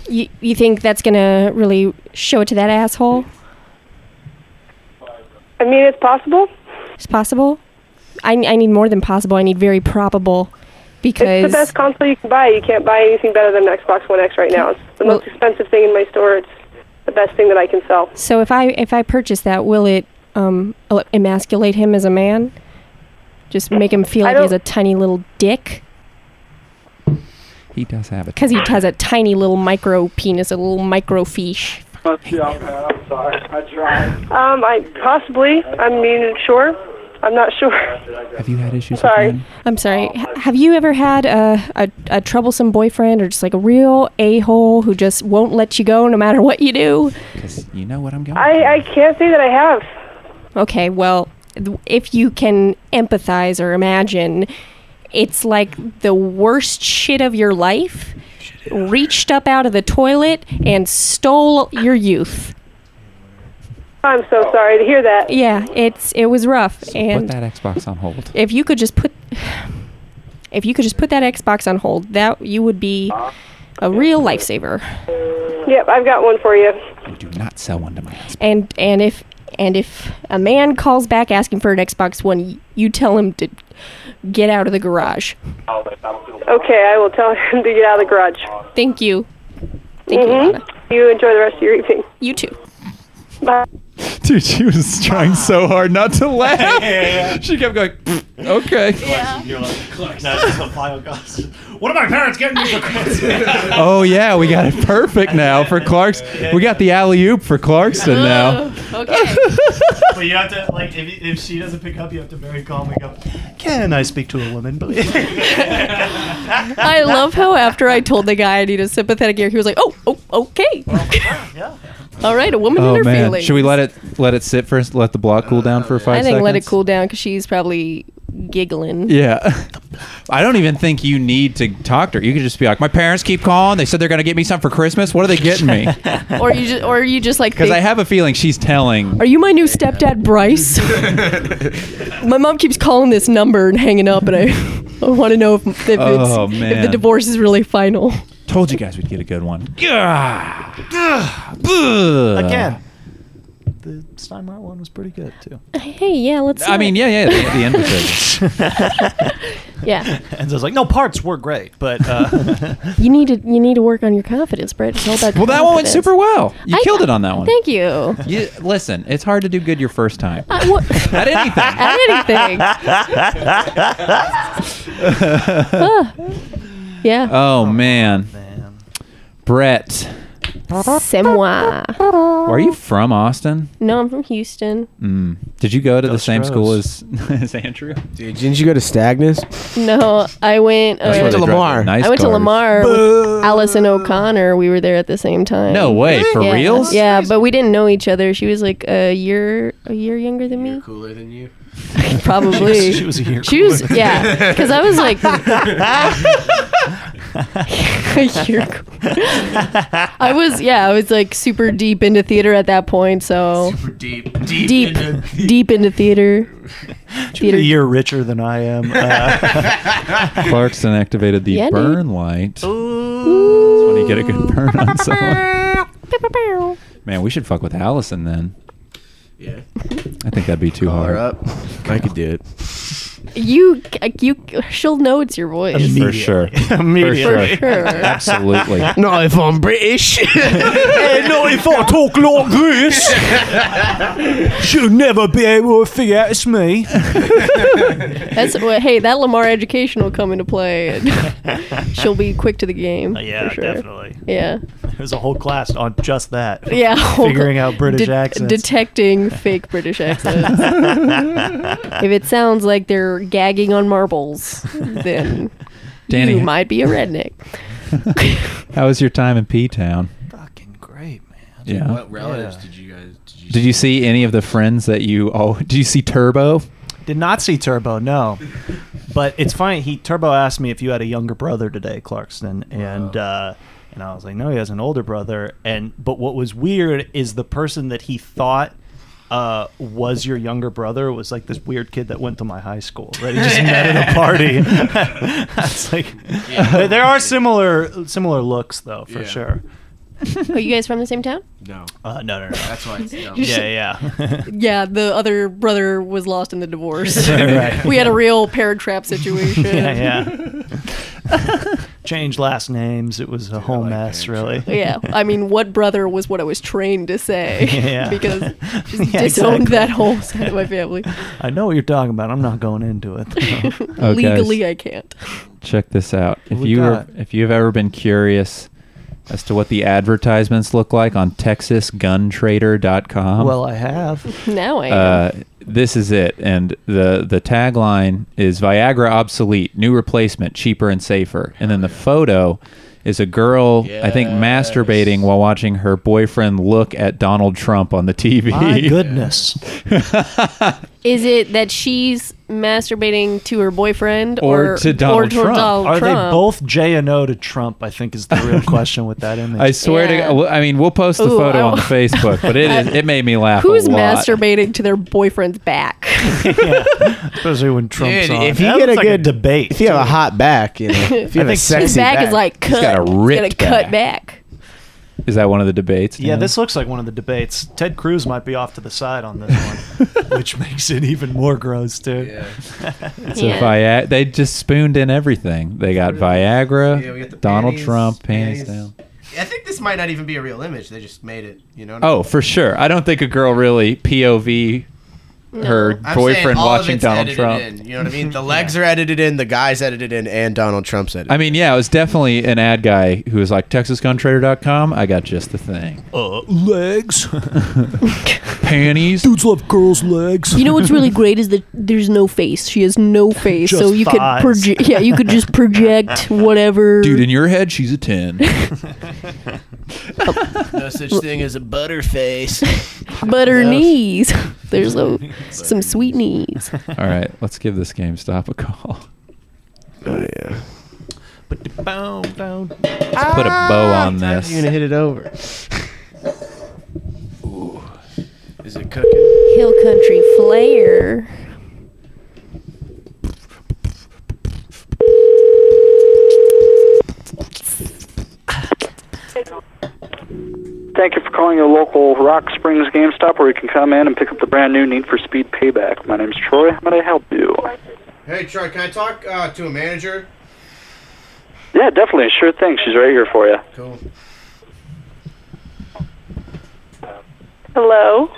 [SPEAKER 3] you you think that's gonna really show it to that asshole?
[SPEAKER 8] I mean, it's possible.
[SPEAKER 3] It's possible. I I need more than possible. I need very probable, because
[SPEAKER 8] It's the best console you can buy. You can't buy anything better than an Xbox One X right now. It's the most expensive thing in my store. It's the best thing that I can sell.
[SPEAKER 3] so if I if I purchase that, will it um el- emasculate him as a man? Just make him feel
[SPEAKER 8] I
[SPEAKER 3] like he's a
[SPEAKER 8] don't-
[SPEAKER 3] tiny little dick
[SPEAKER 2] He does have it.
[SPEAKER 3] because he has a tiny little micro penis, a little micro fish.
[SPEAKER 13] I'm sorry. I tried.
[SPEAKER 8] Um, I possibly. I mean, sure. I'm not sure.
[SPEAKER 2] Have you had issues?
[SPEAKER 8] Sorry.
[SPEAKER 3] I'm sorry. H- have you ever had a, a, a troublesome boyfriend or just like a real a hole who just won't let you go no matter what you do?
[SPEAKER 2] Because you know what I'm going.
[SPEAKER 8] I, I can't say that I have.
[SPEAKER 3] Okay, well, th- if you can empathize or imagine, it's like the worst shit of your life reached up out of the toilet and stole your youth.
[SPEAKER 8] I'm so sorry to hear that.
[SPEAKER 3] Yeah, it's it was rough
[SPEAKER 2] Put
[SPEAKER 3] and
[SPEAKER 2] that Xbox on hold.
[SPEAKER 3] if you could just put if you could just put that Xbox on hold, that you would be a real lifesaver.
[SPEAKER 8] Yep, I've got one for you.
[SPEAKER 2] Do not sell one to my husband.
[SPEAKER 3] And and if and if a man calls back asking for an Xbox One, y- you tell him to get out of the garage.
[SPEAKER 8] Okay, I will tell him to get out of the garage.
[SPEAKER 3] Thank you. Thank
[SPEAKER 8] hmm You enjoy the rest of your evening.
[SPEAKER 3] You too.
[SPEAKER 8] Bye.
[SPEAKER 2] Dude, she was trying so hard not to laugh. She kept going. Okay.
[SPEAKER 5] You're like, now just a pile of goss. What are my parents getting me for Christmas?
[SPEAKER 2] Oh yeah, we got it perfect now for Clark's. We got the alley oop for Clarkson now.
[SPEAKER 3] Oh, Okay.
[SPEAKER 5] but you have to like if, if she doesn't pick up, you have to very calmly go. Can I speak to a woman, please?
[SPEAKER 3] I love how after I told the guy I need a sympathetic ear, he was like, "Oh, oh, okay. All right, a woman in
[SPEAKER 2] Oh
[SPEAKER 3] her
[SPEAKER 2] man,
[SPEAKER 3] feelings."
[SPEAKER 2] should we let it let it sit for let the block cool down for five
[SPEAKER 3] I think
[SPEAKER 2] seconds?
[SPEAKER 3] let it cool down because she's probably giggling.
[SPEAKER 2] Yeah. I don't even think you need to talk to her. You could just be like, my parents keep calling. They said they're going to get me something for Christmas. What are they getting me?
[SPEAKER 3] Or you just, or you just like.
[SPEAKER 2] Because I
[SPEAKER 3] think,
[SPEAKER 2] have a feeling she's telling.
[SPEAKER 3] Are you my new stepdad, Bryce? my mom keeps calling this number and hanging up, and I, I want to know if, if, it's,
[SPEAKER 2] Oh,
[SPEAKER 3] if the
[SPEAKER 2] man.
[SPEAKER 3] divorce is really final.
[SPEAKER 2] Told you guys we'd get a good one.
[SPEAKER 5] Again.
[SPEAKER 2] Again.
[SPEAKER 5] The Steinmeier one was pretty good too.
[SPEAKER 3] Hey, yeah, let's.
[SPEAKER 2] I mean, yeah, yeah. The, the end was good.
[SPEAKER 3] Yeah.
[SPEAKER 5] and so I was like, no, parts were great, but uh,
[SPEAKER 3] You need to you need to work on your confidence, Brett. Build that
[SPEAKER 2] Well, that one went
[SPEAKER 3] confidence.
[SPEAKER 2] super well. You
[SPEAKER 3] I-
[SPEAKER 2] killed it on that one.
[SPEAKER 3] Thank you.
[SPEAKER 2] You, listen, it's hard to do good your first time.
[SPEAKER 3] I, what,
[SPEAKER 2] At anything.
[SPEAKER 3] at anything. yeah.
[SPEAKER 2] oh, man. Brett,
[SPEAKER 3] C'est moi.
[SPEAKER 2] are you from Austin?
[SPEAKER 3] No, I'm from Houston.
[SPEAKER 2] Mm. Did you go to the same school as
[SPEAKER 4] Stros.
[SPEAKER 2] as Andrew?
[SPEAKER 1] Dude, didn't you go to Stagnus?
[SPEAKER 3] No, I went. Uh,
[SPEAKER 1] That's where they drive the nice
[SPEAKER 3] I went to
[SPEAKER 1] cars.
[SPEAKER 3] Lamar. With Allison O'Connor. We were there at the same time.
[SPEAKER 2] No way, for
[SPEAKER 3] yeah.
[SPEAKER 2] reals?
[SPEAKER 3] Yeah, but we didn't know each other. She was like a year a year younger than me.
[SPEAKER 4] Cooler than you.
[SPEAKER 3] Probably.
[SPEAKER 5] She was- she was a year
[SPEAKER 3] She was
[SPEAKER 5] cooler.
[SPEAKER 3] yeah, because I was like a year. cooler. I was yeah, I was like super deep into theater at that point. So
[SPEAKER 4] Deep, deep,
[SPEAKER 3] deep,
[SPEAKER 4] into-
[SPEAKER 3] deep into theater.
[SPEAKER 5] a year richer than I am. Uh,
[SPEAKER 2] Clarkson activated the
[SPEAKER 5] Yeah, dude.
[SPEAKER 2] burn light. That's when you get a good burn on someone. Man, we should fuck with Allison then.
[SPEAKER 4] Yeah.
[SPEAKER 2] I think that'd be too
[SPEAKER 4] Call
[SPEAKER 2] hard.
[SPEAKER 4] her up.
[SPEAKER 1] I could do it.
[SPEAKER 3] You, you, she'll know it's your voice.
[SPEAKER 2] For sure. For sure.
[SPEAKER 3] For sure.
[SPEAKER 2] Absolutely.
[SPEAKER 1] No, if I'm British. and not if I talk like this.
[SPEAKER 5] She'll never be able to figure out it's me.
[SPEAKER 3] That's well, hey, that Lamar education will come into play. And she'll be quick to the game.
[SPEAKER 5] Uh, yeah,
[SPEAKER 3] for sure.
[SPEAKER 5] definitely.
[SPEAKER 3] Yeah,
[SPEAKER 5] There's a whole class on just that.
[SPEAKER 3] yeah. whole-
[SPEAKER 5] Figuring out British
[SPEAKER 3] de-
[SPEAKER 5] accents.
[SPEAKER 3] detecting fake British accents. if it sounds like they're gagging on marbles, then
[SPEAKER 2] Danny.
[SPEAKER 3] you might be a redneck.
[SPEAKER 2] How was your time in P Town?
[SPEAKER 5] Great.
[SPEAKER 2] Yeah.
[SPEAKER 4] What relatives did you guys?
[SPEAKER 2] Did you see any of the friends that you all did you see Turbo?
[SPEAKER 5] Did not see Turbo, no. But it's funny. He Turbo asked me if you had a younger brother today, Clarkston, and uh, and I was like, no, he has an older brother. And but what was weird is the person that he thought uh, was your younger brother was like this weird kid that went to my high school that he just met at a party. That's like there- there are similar similar looks though for
[SPEAKER 4] Yeah.
[SPEAKER 5] sure.
[SPEAKER 3] Are you guys from the same town?
[SPEAKER 4] No.
[SPEAKER 5] Uh, no, no, no.
[SPEAKER 4] That's why it's dumb.
[SPEAKER 5] yeah, yeah.
[SPEAKER 3] Yeah, the other brother was lost in the divorce.
[SPEAKER 5] Right.
[SPEAKER 3] We had a real parent trap situation.
[SPEAKER 5] yeah, yeah. Changed last names. It was a whole mess, really.
[SPEAKER 3] Yeah, I mean, what brother was what I was trained to say
[SPEAKER 5] Yeah.
[SPEAKER 3] because just
[SPEAKER 5] Yeah,
[SPEAKER 3] disowned
[SPEAKER 5] exactly.
[SPEAKER 3] that whole side of my family.
[SPEAKER 5] I know what you're talking about. I'm not going into it.
[SPEAKER 2] Okay.
[SPEAKER 3] Legally, I can't.
[SPEAKER 2] Oh, Check this out. If
[SPEAKER 5] we
[SPEAKER 2] you are,
[SPEAKER 5] got?
[SPEAKER 2] if you've ever been curious as to what the advertisements look like on texasguntrader.com.
[SPEAKER 5] Um, well, I have.
[SPEAKER 3] Now I am.
[SPEAKER 2] uh, this is it. And the the tagline is Viagra obsolete, new replacement, cheaper and safer. And then the photo is a girl, I think, masturbating while watching her boyfriend look at Donald Trump on the TV.
[SPEAKER 5] My goodness.
[SPEAKER 3] Is it that she's masturbating to her boyfriend
[SPEAKER 2] Or to Donald
[SPEAKER 3] to
[SPEAKER 2] Trump.
[SPEAKER 3] Donald
[SPEAKER 5] Are they
[SPEAKER 3] Trump?
[SPEAKER 5] both J and O to Trump? I think is the real question with that image.
[SPEAKER 2] I swear
[SPEAKER 3] Yeah.
[SPEAKER 2] to God, I mean, we'll post the
[SPEAKER 3] Ooh,
[SPEAKER 2] photo
[SPEAKER 3] I-
[SPEAKER 2] on Facebook, but it is, it made me laugh.
[SPEAKER 3] Who's
[SPEAKER 2] a lot.
[SPEAKER 3] masturbating to their boyfriend's back?
[SPEAKER 5] especially when Trump's
[SPEAKER 1] Dude,
[SPEAKER 5] on.
[SPEAKER 1] if you
[SPEAKER 5] That
[SPEAKER 1] get a
[SPEAKER 5] looks like
[SPEAKER 1] good
[SPEAKER 5] debate,
[SPEAKER 1] If you have a hot back, you know, if you have a sexy
[SPEAKER 3] His back, is like cut.
[SPEAKER 2] He's got a ripped
[SPEAKER 3] gotta cut back.
[SPEAKER 2] Is that one of the debates?
[SPEAKER 5] Yeah,
[SPEAKER 2] Dan?
[SPEAKER 5] this looks like one of the debates. Ted Cruz might be off to the side on this one, which makes it even more gross, too.
[SPEAKER 2] So Viagra, they just spooned in everything. They got Viagra,
[SPEAKER 4] Yeah, we got the
[SPEAKER 2] Donald
[SPEAKER 4] panties,
[SPEAKER 2] Trump, panties,
[SPEAKER 4] panties.
[SPEAKER 2] down.
[SPEAKER 4] I think this might not even be a real image. They just made it. You know.
[SPEAKER 2] Oh, for sure. I don't think a girl really POV her
[SPEAKER 4] I'm saying
[SPEAKER 2] boyfriend
[SPEAKER 4] all of
[SPEAKER 2] watching
[SPEAKER 4] it's
[SPEAKER 2] Donald
[SPEAKER 4] edited
[SPEAKER 2] Trump.
[SPEAKER 4] In, you know what I mean? The legs are edited in, the guys edited in, and Donald Trump's edited.
[SPEAKER 2] I mean, yeah, it was definitely an ad guy who was like TexasGunTrader.com. I got just the thing.
[SPEAKER 5] Uh, legs.
[SPEAKER 2] Panties.
[SPEAKER 5] Dudes love girls' legs.
[SPEAKER 3] You know what's really great is that there's no face. She has no face,
[SPEAKER 5] Just
[SPEAKER 3] so you
[SPEAKER 5] thighs.
[SPEAKER 3] could proje- yeah, you could just project whatever.
[SPEAKER 2] Dude, in your head, she's a ten. Oh.
[SPEAKER 4] no such thing as a butterface.
[SPEAKER 3] butter
[SPEAKER 4] Yes.
[SPEAKER 3] knees. There's a, some sweet knees.
[SPEAKER 2] All right, let's give this GameStop a call.
[SPEAKER 1] Oh, yeah.
[SPEAKER 2] Let's put a bow
[SPEAKER 3] Ah!
[SPEAKER 4] Ah,
[SPEAKER 2] on this.
[SPEAKER 4] You're gonna hit it over. Ooh. Is it cooking?
[SPEAKER 3] Hill country flair.
[SPEAKER 13] Thank you for calling your local Rock Springs GameStop where you can come in and pick up the brand new Need for Speed Payback. My name's Troy. How may I help you?
[SPEAKER 4] Hey, Hey, Troy, can I talk uh, to a manager?
[SPEAKER 13] Yeah, definitely. Sure thing. She's right here for you.
[SPEAKER 4] Cool.
[SPEAKER 16] Hello.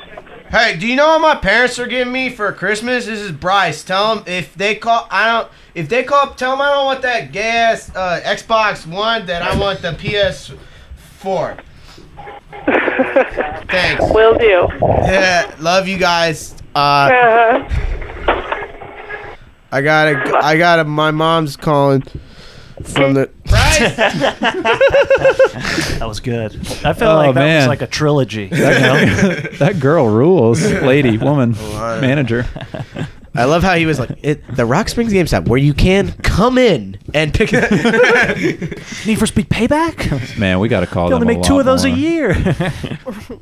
[SPEAKER 4] Hey, do you know what my parents are giving me for Christmas? This is Bryce. Tell them if they call, I don't. If they call, tell them I don't want that gas uh, Xbox One. That I want the PS4. Thanks.
[SPEAKER 16] Will do.
[SPEAKER 4] Yeah, love you guys. Uh,
[SPEAKER 16] Uh,
[SPEAKER 4] I gotta, I gotta. My mom's calling from the.
[SPEAKER 5] that was good. I felt
[SPEAKER 2] Oh,
[SPEAKER 5] like that was
[SPEAKER 2] man.
[SPEAKER 5] like a trilogy. You know?
[SPEAKER 2] That, that girl rules, lady, woman, manager.
[SPEAKER 8] I love how he was like, it, the Rock Springs GameStop, where you can come in and pick.
[SPEAKER 5] Need for Speed Payback?
[SPEAKER 2] Man, we got to call
[SPEAKER 5] You
[SPEAKER 2] them.
[SPEAKER 5] only
[SPEAKER 2] a
[SPEAKER 5] make two
[SPEAKER 2] lot
[SPEAKER 5] of those a
[SPEAKER 2] more.
[SPEAKER 5] year.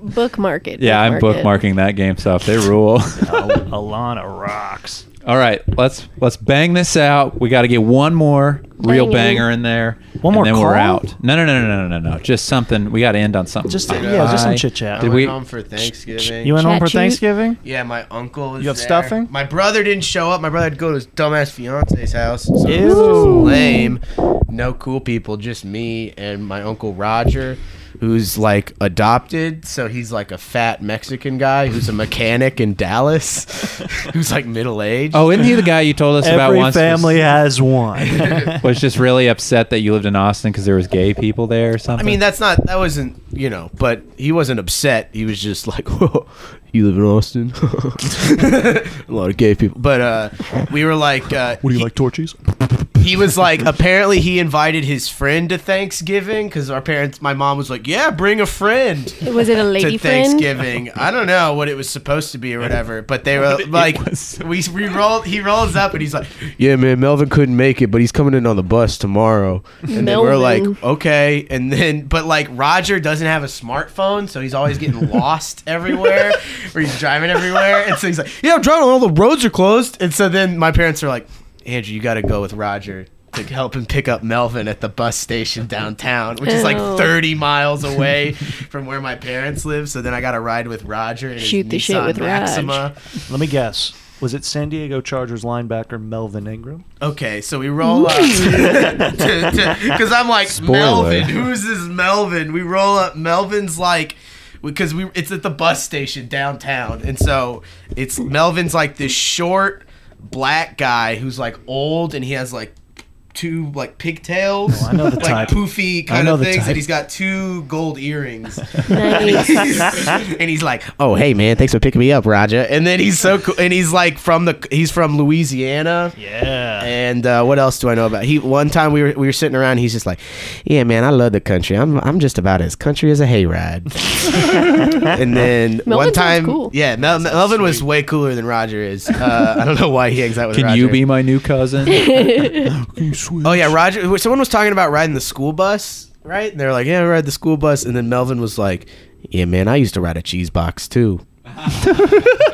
[SPEAKER 3] Book market.
[SPEAKER 2] Yeah, I'm bookmarking that game stuff. They rule.
[SPEAKER 5] Uh, Alana rocks.
[SPEAKER 2] All right, let's let's bang this out. We got to get one more real
[SPEAKER 5] Bang it.
[SPEAKER 2] banger in there.
[SPEAKER 5] One
[SPEAKER 2] and
[SPEAKER 5] more
[SPEAKER 2] then we're
[SPEAKER 5] call?
[SPEAKER 2] out. No, no, no, no, no, no, no. Just something. We got to end on something.
[SPEAKER 5] Just- yeah, just some chit-chat.
[SPEAKER 2] Did
[SPEAKER 4] I went
[SPEAKER 2] we?
[SPEAKER 4] home for Thanksgiving.
[SPEAKER 5] You went home for Thanksgiving?
[SPEAKER 4] Yeah, my uncle was
[SPEAKER 5] You have
[SPEAKER 4] there.
[SPEAKER 5] stuffing?
[SPEAKER 4] My brother didn't show up. My brother had to go to his dumbass fiance's house. So it was
[SPEAKER 5] Ew.
[SPEAKER 4] just lame. No cool people, just me and my uncle Roger, who's like adopted. So he's like a fat Mexican guy who's a mechanic in Dallas, who's like middle aged.
[SPEAKER 2] Oh, isn't he the guy you told us about
[SPEAKER 5] Every
[SPEAKER 2] once?
[SPEAKER 5] family has one.
[SPEAKER 2] Was, was just really upset that you lived in Austin because there was gay people there or
[SPEAKER 4] I
[SPEAKER 2] something.
[SPEAKER 4] mean, that's not, that wasn't, you know, but he wasn't upset. He was just like, you live in Austin? a lot of gay people. But uh, we were like, uh,
[SPEAKER 17] What do you like, torches?
[SPEAKER 4] he was like apparently he invited his friend to thanksgiving because our parents my mom was like yeah bring a friend
[SPEAKER 3] Was it a lady
[SPEAKER 4] to
[SPEAKER 3] friend?
[SPEAKER 4] thanksgiving i don't know what it was supposed to be or whatever but they were like we, we rolled he rolls up and he's like yeah man melvin couldn't make it but he's coming in on the bus tomorrow and then we're like
[SPEAKER 3] Melvin.
[SPEAKER 4] okay and then but like roger doesn't have a smartphone so he's always getting lost everywhere or he's driving everywhere and so he's like yeah i'm driving all the roads are closed and so then my parents are like andrew you got to go with roger to help him pick up melvin at the bus station downtown which is like
[SPEAKER 8] Ew.
[SPEAKER 4] 30 miles away from where my parents live so then i got a ride with roger and
[SPEAKER 3] Shoot the shit with Raj.
[SPEAKER 4] Maxima.
[SPEAKER 5] Let me guess. Was it San Diego Chargers linebacker Melvin Ingram?
[SPEAKER 4] Okay, so we roll up because I'm like
[SPEAKER 5] Spoiler.
[SPEAKER 4] Melvin. Who's this Melvin? We roll up. Melvin's like because we it's at the bus station downtown, and so it's Melvin's like this short black guy who's like old, and he has like two like pigtails,
[SPEAKER 5] Oh, I know the
[SPEAKER 4] like
[SPEAKER 5] type.
[SPEAKER 4] poofy
[SPEAKER 5] I
[SPEAKER 4] kind
[SPEAKER 5] know
[SPEAKER 4] of
[SPEAKER 5] the
[SPEAKER 4] things,
[SPEAKER 5] type.
[SPEAKER 4] and he's got two gold earrings.
[SPEAKER 5] Nice.
[SPEAKER 4] and he's like, "Oh, hey man, thanks for picking me up, Roger." And then he's so cool, and he's like from the he's from Louisiana.
[SPEAKER 5] Yeah.
[SPEAKER 4] And uh, what else do I know about? He one time we were we were sitting around. He's just like, "Yeah, man, I love the country. I'm I'm just about as country as a hayride." and then
[SPEAKER 8] Melvin
[SPEAKER 4] one
[SPEAKER 8] sounds
[SPEAKER 4] time,
[SPEAKER 8] cool.
[SPEAKER 4] yeah, Mel- Melvin was way cooler than Roger is. Uh, I don't know why he hangs out with.
[SPEAKER 2] Can
[SPEAKER 4] Roger.
[SPEAKER 2] you be my new cousin?
[SPEAKER 4] Oh yeah, Roger. Someone was talking about riding the school bus, right? And they're like, "Yeah, I ride the school bus." And then Melvin was like, "Yeah, man, I used to ride a cheese box too."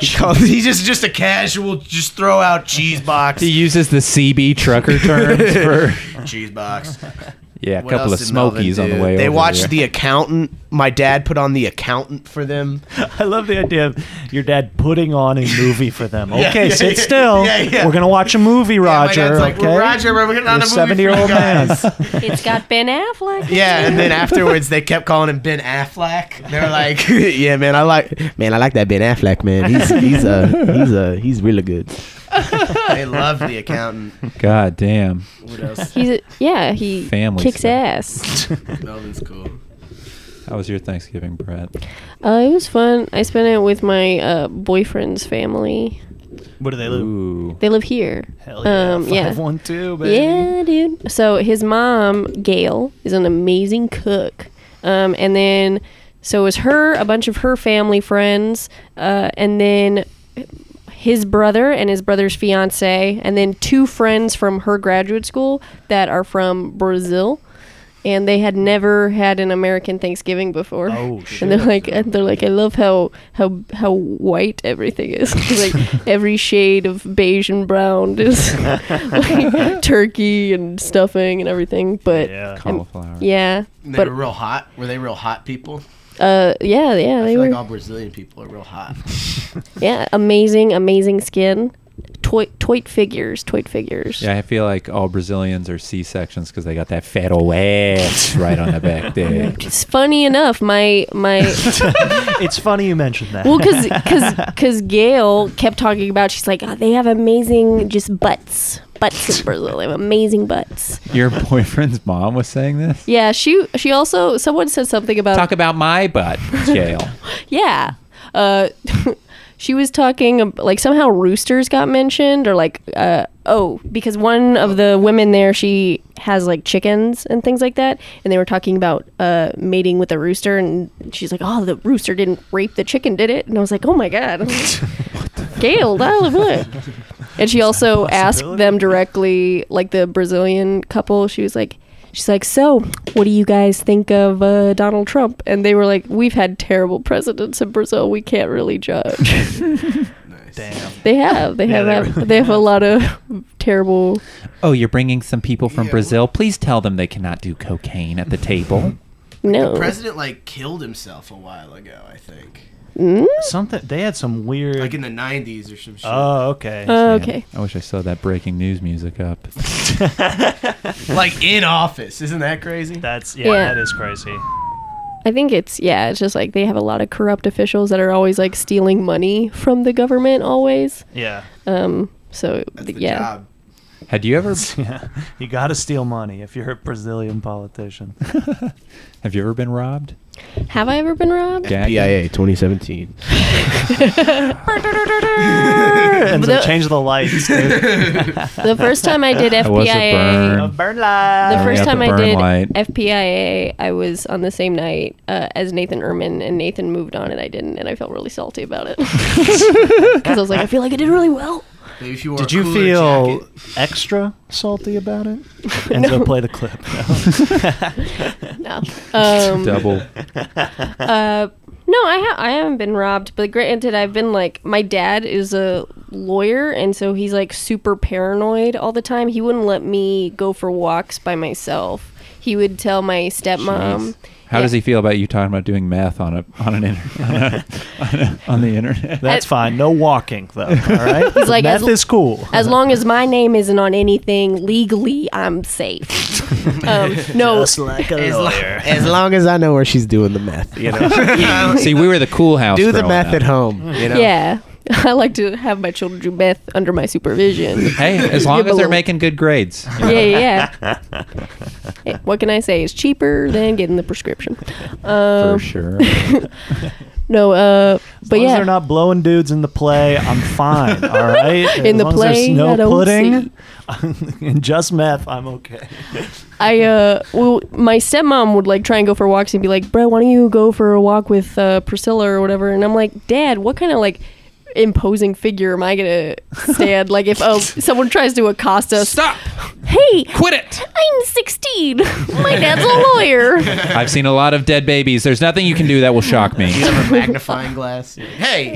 [SPEAKER 4] he, called, he just just a casual, just throw out cheese box,
[SPEAKER 2] he uses the CB trucker terms for
[SPEAKER 4] cheese box.
[SPEAKER 2] yeah, a
[SPEAKER 4] What
[SPEAKER 2] couple of
[SPEAKER 4] else did Melvin
[SPEAKER 2] smokies on the
[SPEAKER 4] do?
[SPEAKER 2] way.
[SPEAKER 4] They
[SPEAKER 2] over
[SPEAKER 4] watched
[SPEAKER 2] here.
[SPEAKER 4] The Accountant. My dad put on The Accountant for them.
[SPEAKER 5] I love the idea of your dad putting on a movie for them.
[SPEAKER 4] Yeah,
[SPEAKER 5] Okay,
[SPEAKER 4] yeah,
[SPEAKER 5] sit
[SPEAKER 4] yeah,
[SPEAKER 5] still.
[SPEAKER 4] yeah, yeah.
[SPEAKER 5] We're gonna watch a movie, Roger.
[SPEAKER 4] dad's like,
[SPEAKER 5] okay,
[SPEAKER 4] "Well, Roger, we're putting on a
[SPEAKER 5] You're
[SPEAKER 4] movie for you
[SPEAKER 5] Seventy-year-old man.
[SPEAKER 4] guys."
[SPEAKER 3] It's got Ben Affleck.
[SPEAKER 4] Yeah, and then afterwards they kept calling him Ben Affleck. They were like, "Yeah, man, I like man, I like that Ben Affleck man. He's he's uh he's uh he's really good." they love The Accountant.
[SPEAKER 2] God damn.
[SPEAKER 4] What else?
[SPEAKER 3] He's a, yeah, he
[SPEAKER 2] Family
[SPEAKER 3] kicks
[SPEAKER 2] stuff.
[SPEAKER 3] ass.
[SPEAKER 4] Melvin's cool.
[SPEAKER 2] How was your Thanksgiving, Brett?
[SPEAKER 3] Uh, it was fun. I spent it with my uh, boyfriend's family.
[SPEAKER 5] Where do they live?
[SPEAKER 2] Ooh.
[SPEAKER 3] They live here.
[SPEAKER 5] Hell yeah,
[SPEAKER 3] Um, yeah.
[SPEAKER 5] 512, baby.
[SPEAKER 3] Yeah, dude. So his mom, Gail, is an amazing cook. Um, and then so it was her, a bunch of her family friends, uh, and then his brother and his brother's fiance, and then two friends from her graduate school that are from Brazil. And they had never had an American Thanksgiving before, oh, shit. and they're like, and they're like, I love how how how white everything is. like every shade of beige and brown is like turkey and stuffing and everything. But
[SPEAKER 4] Yeah.
[SPEAKER 3] I'm-
[SPEAKER 4] Cauliflower.
[SPEAKER 3] Yeah,
[SPEAKER 4] And they
[SPEAKER 3] but
[SPEAKER 4] were real hot. Were they real hot people?
[SPEAKER 3] uh, yeah, yeah,
[SPEAKER 4] I
[SPEAKER 3] they
[SPEAKER 4] feel
[SPEAKER 3] were
[SPEAKER 4] like all Brazilian people are real hot.
[SPEAKER 3] yeah amazing, amazing skin. toy toy figures, toy figures.
[SPEAKER 2] Yeah, I feel like all Brazilians are C sections because they got that fat old ass right on the back there.
[SPEAKER 3] It's funny enough, my my
[SPEAKER 5] it's funny you mentioned that.
[SPEAKER 3] Well, because because Gail kept talking about, she's like, oh, they have amazing just butts, butts in Brazil. They have amazing butts.
[SPEAKER 2] Your boyfriend's mom was saying this.
[SPEAKER 3] Yeah, she she also someone said something about
[SPEAKER 2] Talk about my butt, jail.
[SPEAKER 3] yeah. Uh, she was talking ab- like somehow roosters got mentioned or like uh, oh because one of the women there she has like chickens and things like that and they were talking about uh, mating with a rooster and she's like oh the rooster didn't rape the chicken did it and I was like oh my god Gail Lila what and she also asked them directly like the Brazilian couple she was like. She's like, so, what do you guys think of uh, Donald Trump? And they were like, we've had terrible presidents in Brazil. We can't really judge.
[SPEAKER 5] Damn.
[SPEAKER 3] They have. They
[SPEAKER 5] Yeah,
[SPEAKER 3] have.
[SPEAKER 5] they
[SPEAKER 3] had-
[SPEAKER 5] really
[SPEAKER 3] they have a lot of terrible.
[SPEAKER 2] Oh, you're bringing some people from Brazil. Please tell them they cannot do cocaine at the table.
[SPEAKER 3] No.
[SPEAKER 4] The president like killed himself a while ago, I think.
[SPEAKER 3] Hmm?
[SPEAKER 5] Something they had some weird
[SPEAKER 4] Like in the 90s or some shit.
[SPEAKER 5] Oh, okay.
[SPEAKER 3] Oh, okay.
[SPEAKER 2] I wish I saw that breaking news music up.
[SPEAKER 4] like in office. Isn't that crazy?
[SPEAKER 5] That's
[SPEAKER 3] yeah, Yeah. that
[SPEAKER 5] is crazy.
[SPEAKER 3] I think it's yeah. It's just like they have a lot of corrupt officials that are always like stealing money from the government. Always.
[SPEAKER 5] Yeah.
[SPEAKER 3] Um. So yeah.
[SPEAKER 2] Had you ever
[SPEAKER 5] yeah. You got to steal money if you're a Brazilian politician.
[SPEAKER 2] have you ever been robbed?
[SPEAKER 3] Have I ever been robbed?
[SPEAKER 11] PIA 2017.
[SPEAKER 5] and so
[SPEAKER 3] The-
[SPEAKER 5] change the lights.
[SPEAKER 3] The first time I did
[SPEAKER 2] It was a
[SPEAKER 3] FPIA.
[SPEAKER 2] burn.
[SPEAKER 5] Burn light.
[SPEAKER 3] The
[SPEAKER 2] Burning
[SPEAKER 3] first
[SPEAKER 2] up the
[SPEAKER 3] time I
[SPEAKER 2] burn
[SPEAKER 3] did
[SPEAKER 2] light.
[SPEAKER 3] FPIA, I was on the same night uh, as Nathan Ehrman, and Nathan moved on, and I didn't, and I felt really salty about it because I was like, I feel like I did really well.
[SPEAKER 4] Maybe if you wore
[SPEAKER 5] Did
[SPEAKER 4] a
[SPEAKER 5] you
[SPEAKER 4] cooler
[SPEAKER 5] feel
[SPEAKER 4] jacket.
[SPEAKER 5] extra salty about it? And so play the clip.
[SPEAKER 3] No, um,
[SPEAKER 2] Double.
[SPEAKER 3] uh, no, I ha- I haven't been robbed, but granted, I've been like, my dad is a lawyer, and so he's like super paranoid all the time. He wouldn't let me go for walks by myself. He would tell my stepmom.
[SPEAKER 2] How does he feel about you talking about doing math on a on an inter- on, a, on, a, on the internet?
[SPEAKER 5] That's fine. No walking though. All right.
[SPEAKER 3] He's like,
[SPEAKER 5] meth
[SPEAKER 3] as-
[SPEAKER 5] is cool.
[SPEAKER 3] As long as my name isn't on anything legally, I'm safe. um, no,
[SPEAKER 5] like a lawyer.
[SPEAKER 18] As long as I know where she's doing the meth, you know.
[SPEAKER 2] See, we were the cool house.
[SPEAKER 18] Do the
[SPEAKER 2] growing
[SPEAKER 18] meth
[SPEAKER 2] up.
[SPEAKER 18] at home, you know.
[SPEAKER 3] yeah, I like to have my children do meth under my supervision.
[SPEAKER 2] Hey, as long as
[SPEAKER 3] below.
[SPEAKER 2] they're making good grades.
[SPEAKER 3] yeah,
[SPEAKER 2] you know.
[SPEAKER 3] yeah. yeah. Hey, Eh, what can I say? It's cheaper than getting the prescription. Um,
[SPEAKER 2] For sure.
[SPEAKER 3] No, uh,
[SPEAKER 5] As
[SPEAKER 3] but
[SPEAKER 5] long as
[SPEAKER 3] yeah,
[SPEAKER 5] they're not blowing dudes in the play, I'm fine. All right.
[SPEAKER 3] In the
[SPEAKER 5] as long as
[SPEAKER 3] play, I
[SPEAKER 5] there's no
[SPEAKER 3] don't
[SPEAKER 5] pudding and just meth, I'm okay.
[SPEAKER 3] I uh, well, my stepmom would like try and go for walks and be like, "Bro, why don't you go for a walk with uh, Priscilla or whatever?" And I'm like, "Dad, what kind of like." imposing figure am i gonna stand like if oh someone tries to accost us
[SPEAKER 2] Stop!
[SPEAKER 3] hey
[SPEAKER 2] Quit it!
[SPEAKER 3] i'm 16 my dad's a lawyer
[SPEAKER 2] I've seen a lot of dead babies. There's nothing you can do that will shock me.
[SPEAKER 4] You have a magnifying glass. Hey,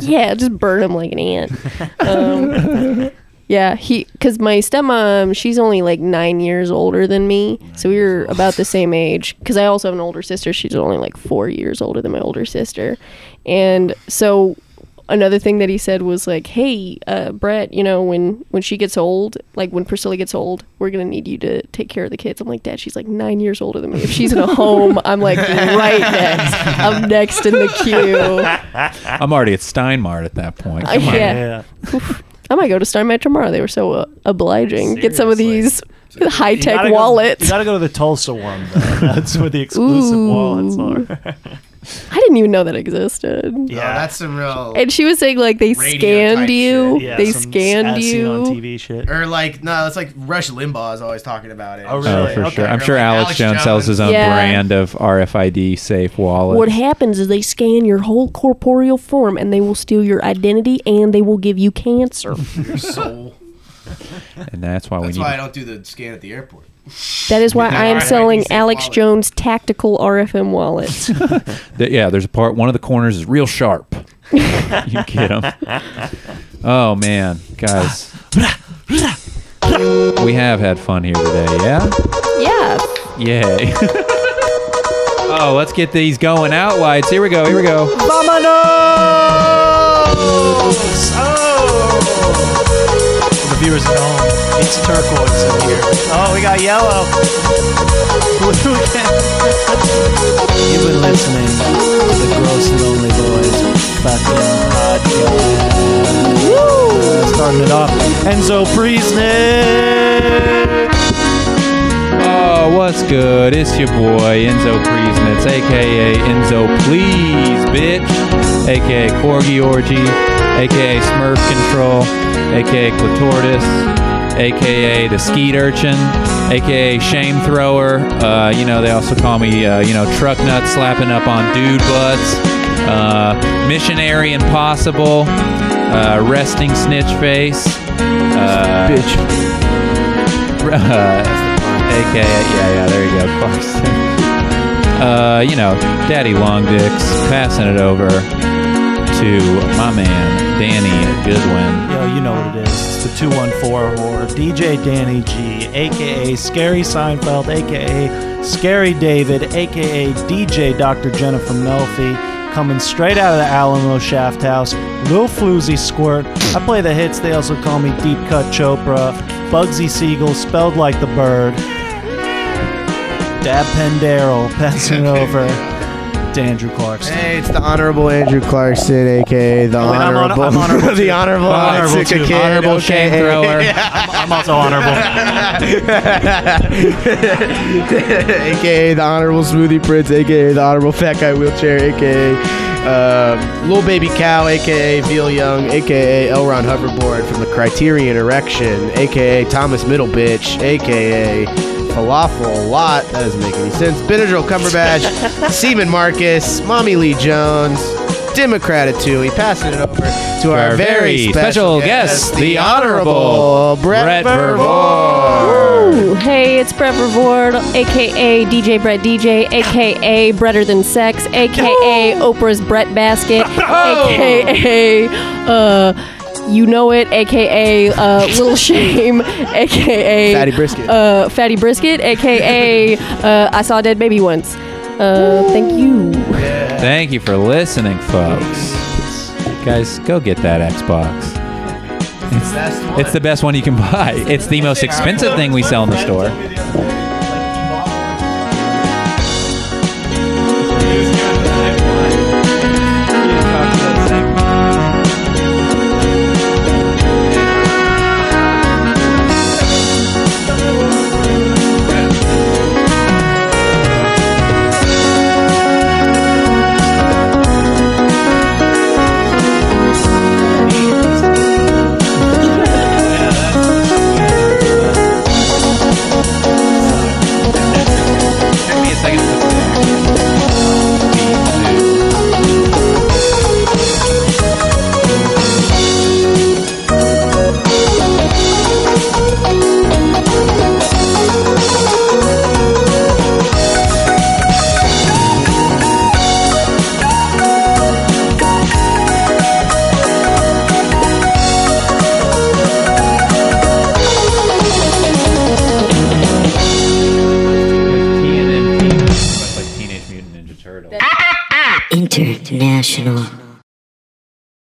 [SPEAKER 3] yeah just burn him like an ant um, yeah he because my stepmom she's only like nine years older than me so we were about the same age because i also have an older sister she's only like four years older than my older sister and so another thing that he said was like hey uh, brett you know when when she gets old like when priscilla gets old we're gonna need you to take care of the kids i'm like dad she's like nine years older than me if she's in a home i'm like right next i'm next in the queue
[SPEAKER 2] I'm already at Steinmart at that point.
[SPEAKER 3] I
[SPEAKER 2] Come on.
[SPEAKER 3] can't. I might go to Star Med tomorrow. They were so uh, obliging. Get some of these high
[SPEAKER 5] You gotta
[SPEAKER 3] tech
[SPEAKER 5] go-
[SPEAKER 3] wallets.
[SPEAKER 5] you gotta go to the Tulsa one. Though. That's where the exclusive
[SPEAKER 3] Ooh.
[SPEAKER 5] wallets are.
[SPEAKER 3] I didn't even know that existed.
[SPEAKER 4] oh, that's some real.
[SPEAKER 3] And she was saying like they
[SPEAKER 4] Radio
[SPEAKER 3] scanned
[SPEAKER 4] type
[SPEAKER 3] you.
[SPEAKER 4] shit.
[SPEAKER 5] Yeah,
[SPEAKER 3] they
[SPEAKER 5] some
[SPEAKER 3] scanned
[SPEAKER 5] as seen on
[SPEAKER 3] you.
[SPEAKER 5] TV shit.
[SPEAKER 4] Or like no, it's like Rush Limbaugh is always talking about it.
[SPEAKER 5] Oh,
[SPEAKER 4] It's
[SPEAKER 2] Oh,
[SPEAKER 5] really?
[SPEAKER 4] like-
[SPEAKER 2] for
[SPEAKER 5] Okay.
[SPEAKER 2] sure. I'm
[SPEAKER 4] Or
[SPEAKER 2] sure
[SPEAKER 4] like
[SPEAKER 2] Alex, Jones sells his own
[SPEAKER 3] Yeah.
[SPEAKER 2] brand of RFID safe wallet.
[SPEAKER 3] What happens is they scan your whole corporeal form and they will steal your identity and they will give you cancer.
[SPEAKER 4] Your soul.
[SPEAKER 2] and that's why Oh,
[SPEAKER 4] That's
[SPEAKER 2] we need.
[SPEAKER 4] why I don't do the scan at the airport.
[SPEAKER 3] that is why
[SPEAKER 4] Yeah,
[SPEAKER 3] I am
[SPEAKER 4] RFID
[SPEAKER 3] selling
[SPEAKER 4] safe
[SPEAKER 3] Alex
[SPEAKER 4] wallet.
[SPEAKER 3] Jones tactical RFM wallets.
[SPEAKER 2] Th- yeah, there's a part. One of the corners is real sharp. you get them. Oh man, guys, we have had fun here today. Yeah,
[SPEAKER 3] yeah.
[SPEAKER 2] yay. oh, let's get these going out lights. Here we go. Here we go.
[SPEAKER 5] Vamanos! Oh! viewers at home, it's turquoise in here. Oh, we got yellow. Blue again. You've been listening to the Gross Lonely Boys fucking podcast. Woo! Starting it off. Enzo Priesnick.
[SPEAKER 2] Oh, what's good? It's your boy Enzo Priesnitz, aka Enzo Please, bitch, aka Corgi Orgy, aka Smurf Control, aka Clitoris, aka the Skeet Urchin, aka Shame Thrower. Uh, you know they also call me, uh, you know, Truck Nut slapping up on dude butts, uh, Missionary Impossible, uh, Resting Snitch Face, uh, bitch. AKA, yeah, yeah, there you go, Clarkson. Uh, you know, Daddy Long Dicks, passing it over to my man, Danny Goodwin.
[SPEAKER 5] Yo, you know what it is. It's the 214 whore, DJ Danny G, aka Scary Seinfeld, aka Scary David, aka DJ Dr. Jennifer Melfi, coming straight out of the Alamo Shaft House. Lil Floozy Squirt. I play the hits, they also call me Deep Cut Chopra. Bugsy Siegel, spelled like the bird. Dab Pendero, passing it over to Andrew Clarkson.
[SPEAKER 4] Hey, it's the Honorable Andrew Clarkson, aka the
[SPEAKER 5] Wait, I'm hon-
[SPEAKER 4] Honorable,
[SPEAKER 5] I'm honorable
[SPEAKER 4] the
[SPEAKER 5] too.
[SPEAKER 4] Honorable,
[SPEAKER 5] I'm honorable
[SPEAKER 4] Isaac
[SPEAKER 5] too.
[SPEAKER 4] Akin,
[SPEAKER 5] Honorable
[SPEAKER 4] okay.
[SPEAKER 5] shame thrower.
[SPEAKER 4] I'm
[SPEAKER 5] also
[SPEAKER 4] aka the Honorable Smoothie Prince, aka the Honorable Fat Guy Wheelchair, aka uh, Little Baby Cow, aka Veal Young, aka L. Ron Hoverboard from the Criterion Erection, aka Thomas Middle Bitch, aka Falafel Lot. That doesn't make any sense. Benadryl Cumberbatch, Seaman Marcus, Mommy Lee Jones, Democratitui, passing it over to our, very, special, guest, the Honorable Brett, Verboer.
[SPEAKER 3] Ooh, hey, it's Brett Reward, aka DJ Brett DJ, aka Bretter Than Sex, aka Oprah's Brett Basket, aka uh, you know it, aka uh, Little Shame, aka
[SPEAKER 4] Fatty Brisket.
[SPEAKER 3] uh, Fatty Brisket, aka uh, I saw a dead baby once. Uh, thank you.
[SPEAKER 2] Thank you for listening, folks. Guys, go get that Xbox. It's, it's the best one you can buy. It's the most expensive thing we sell in the store.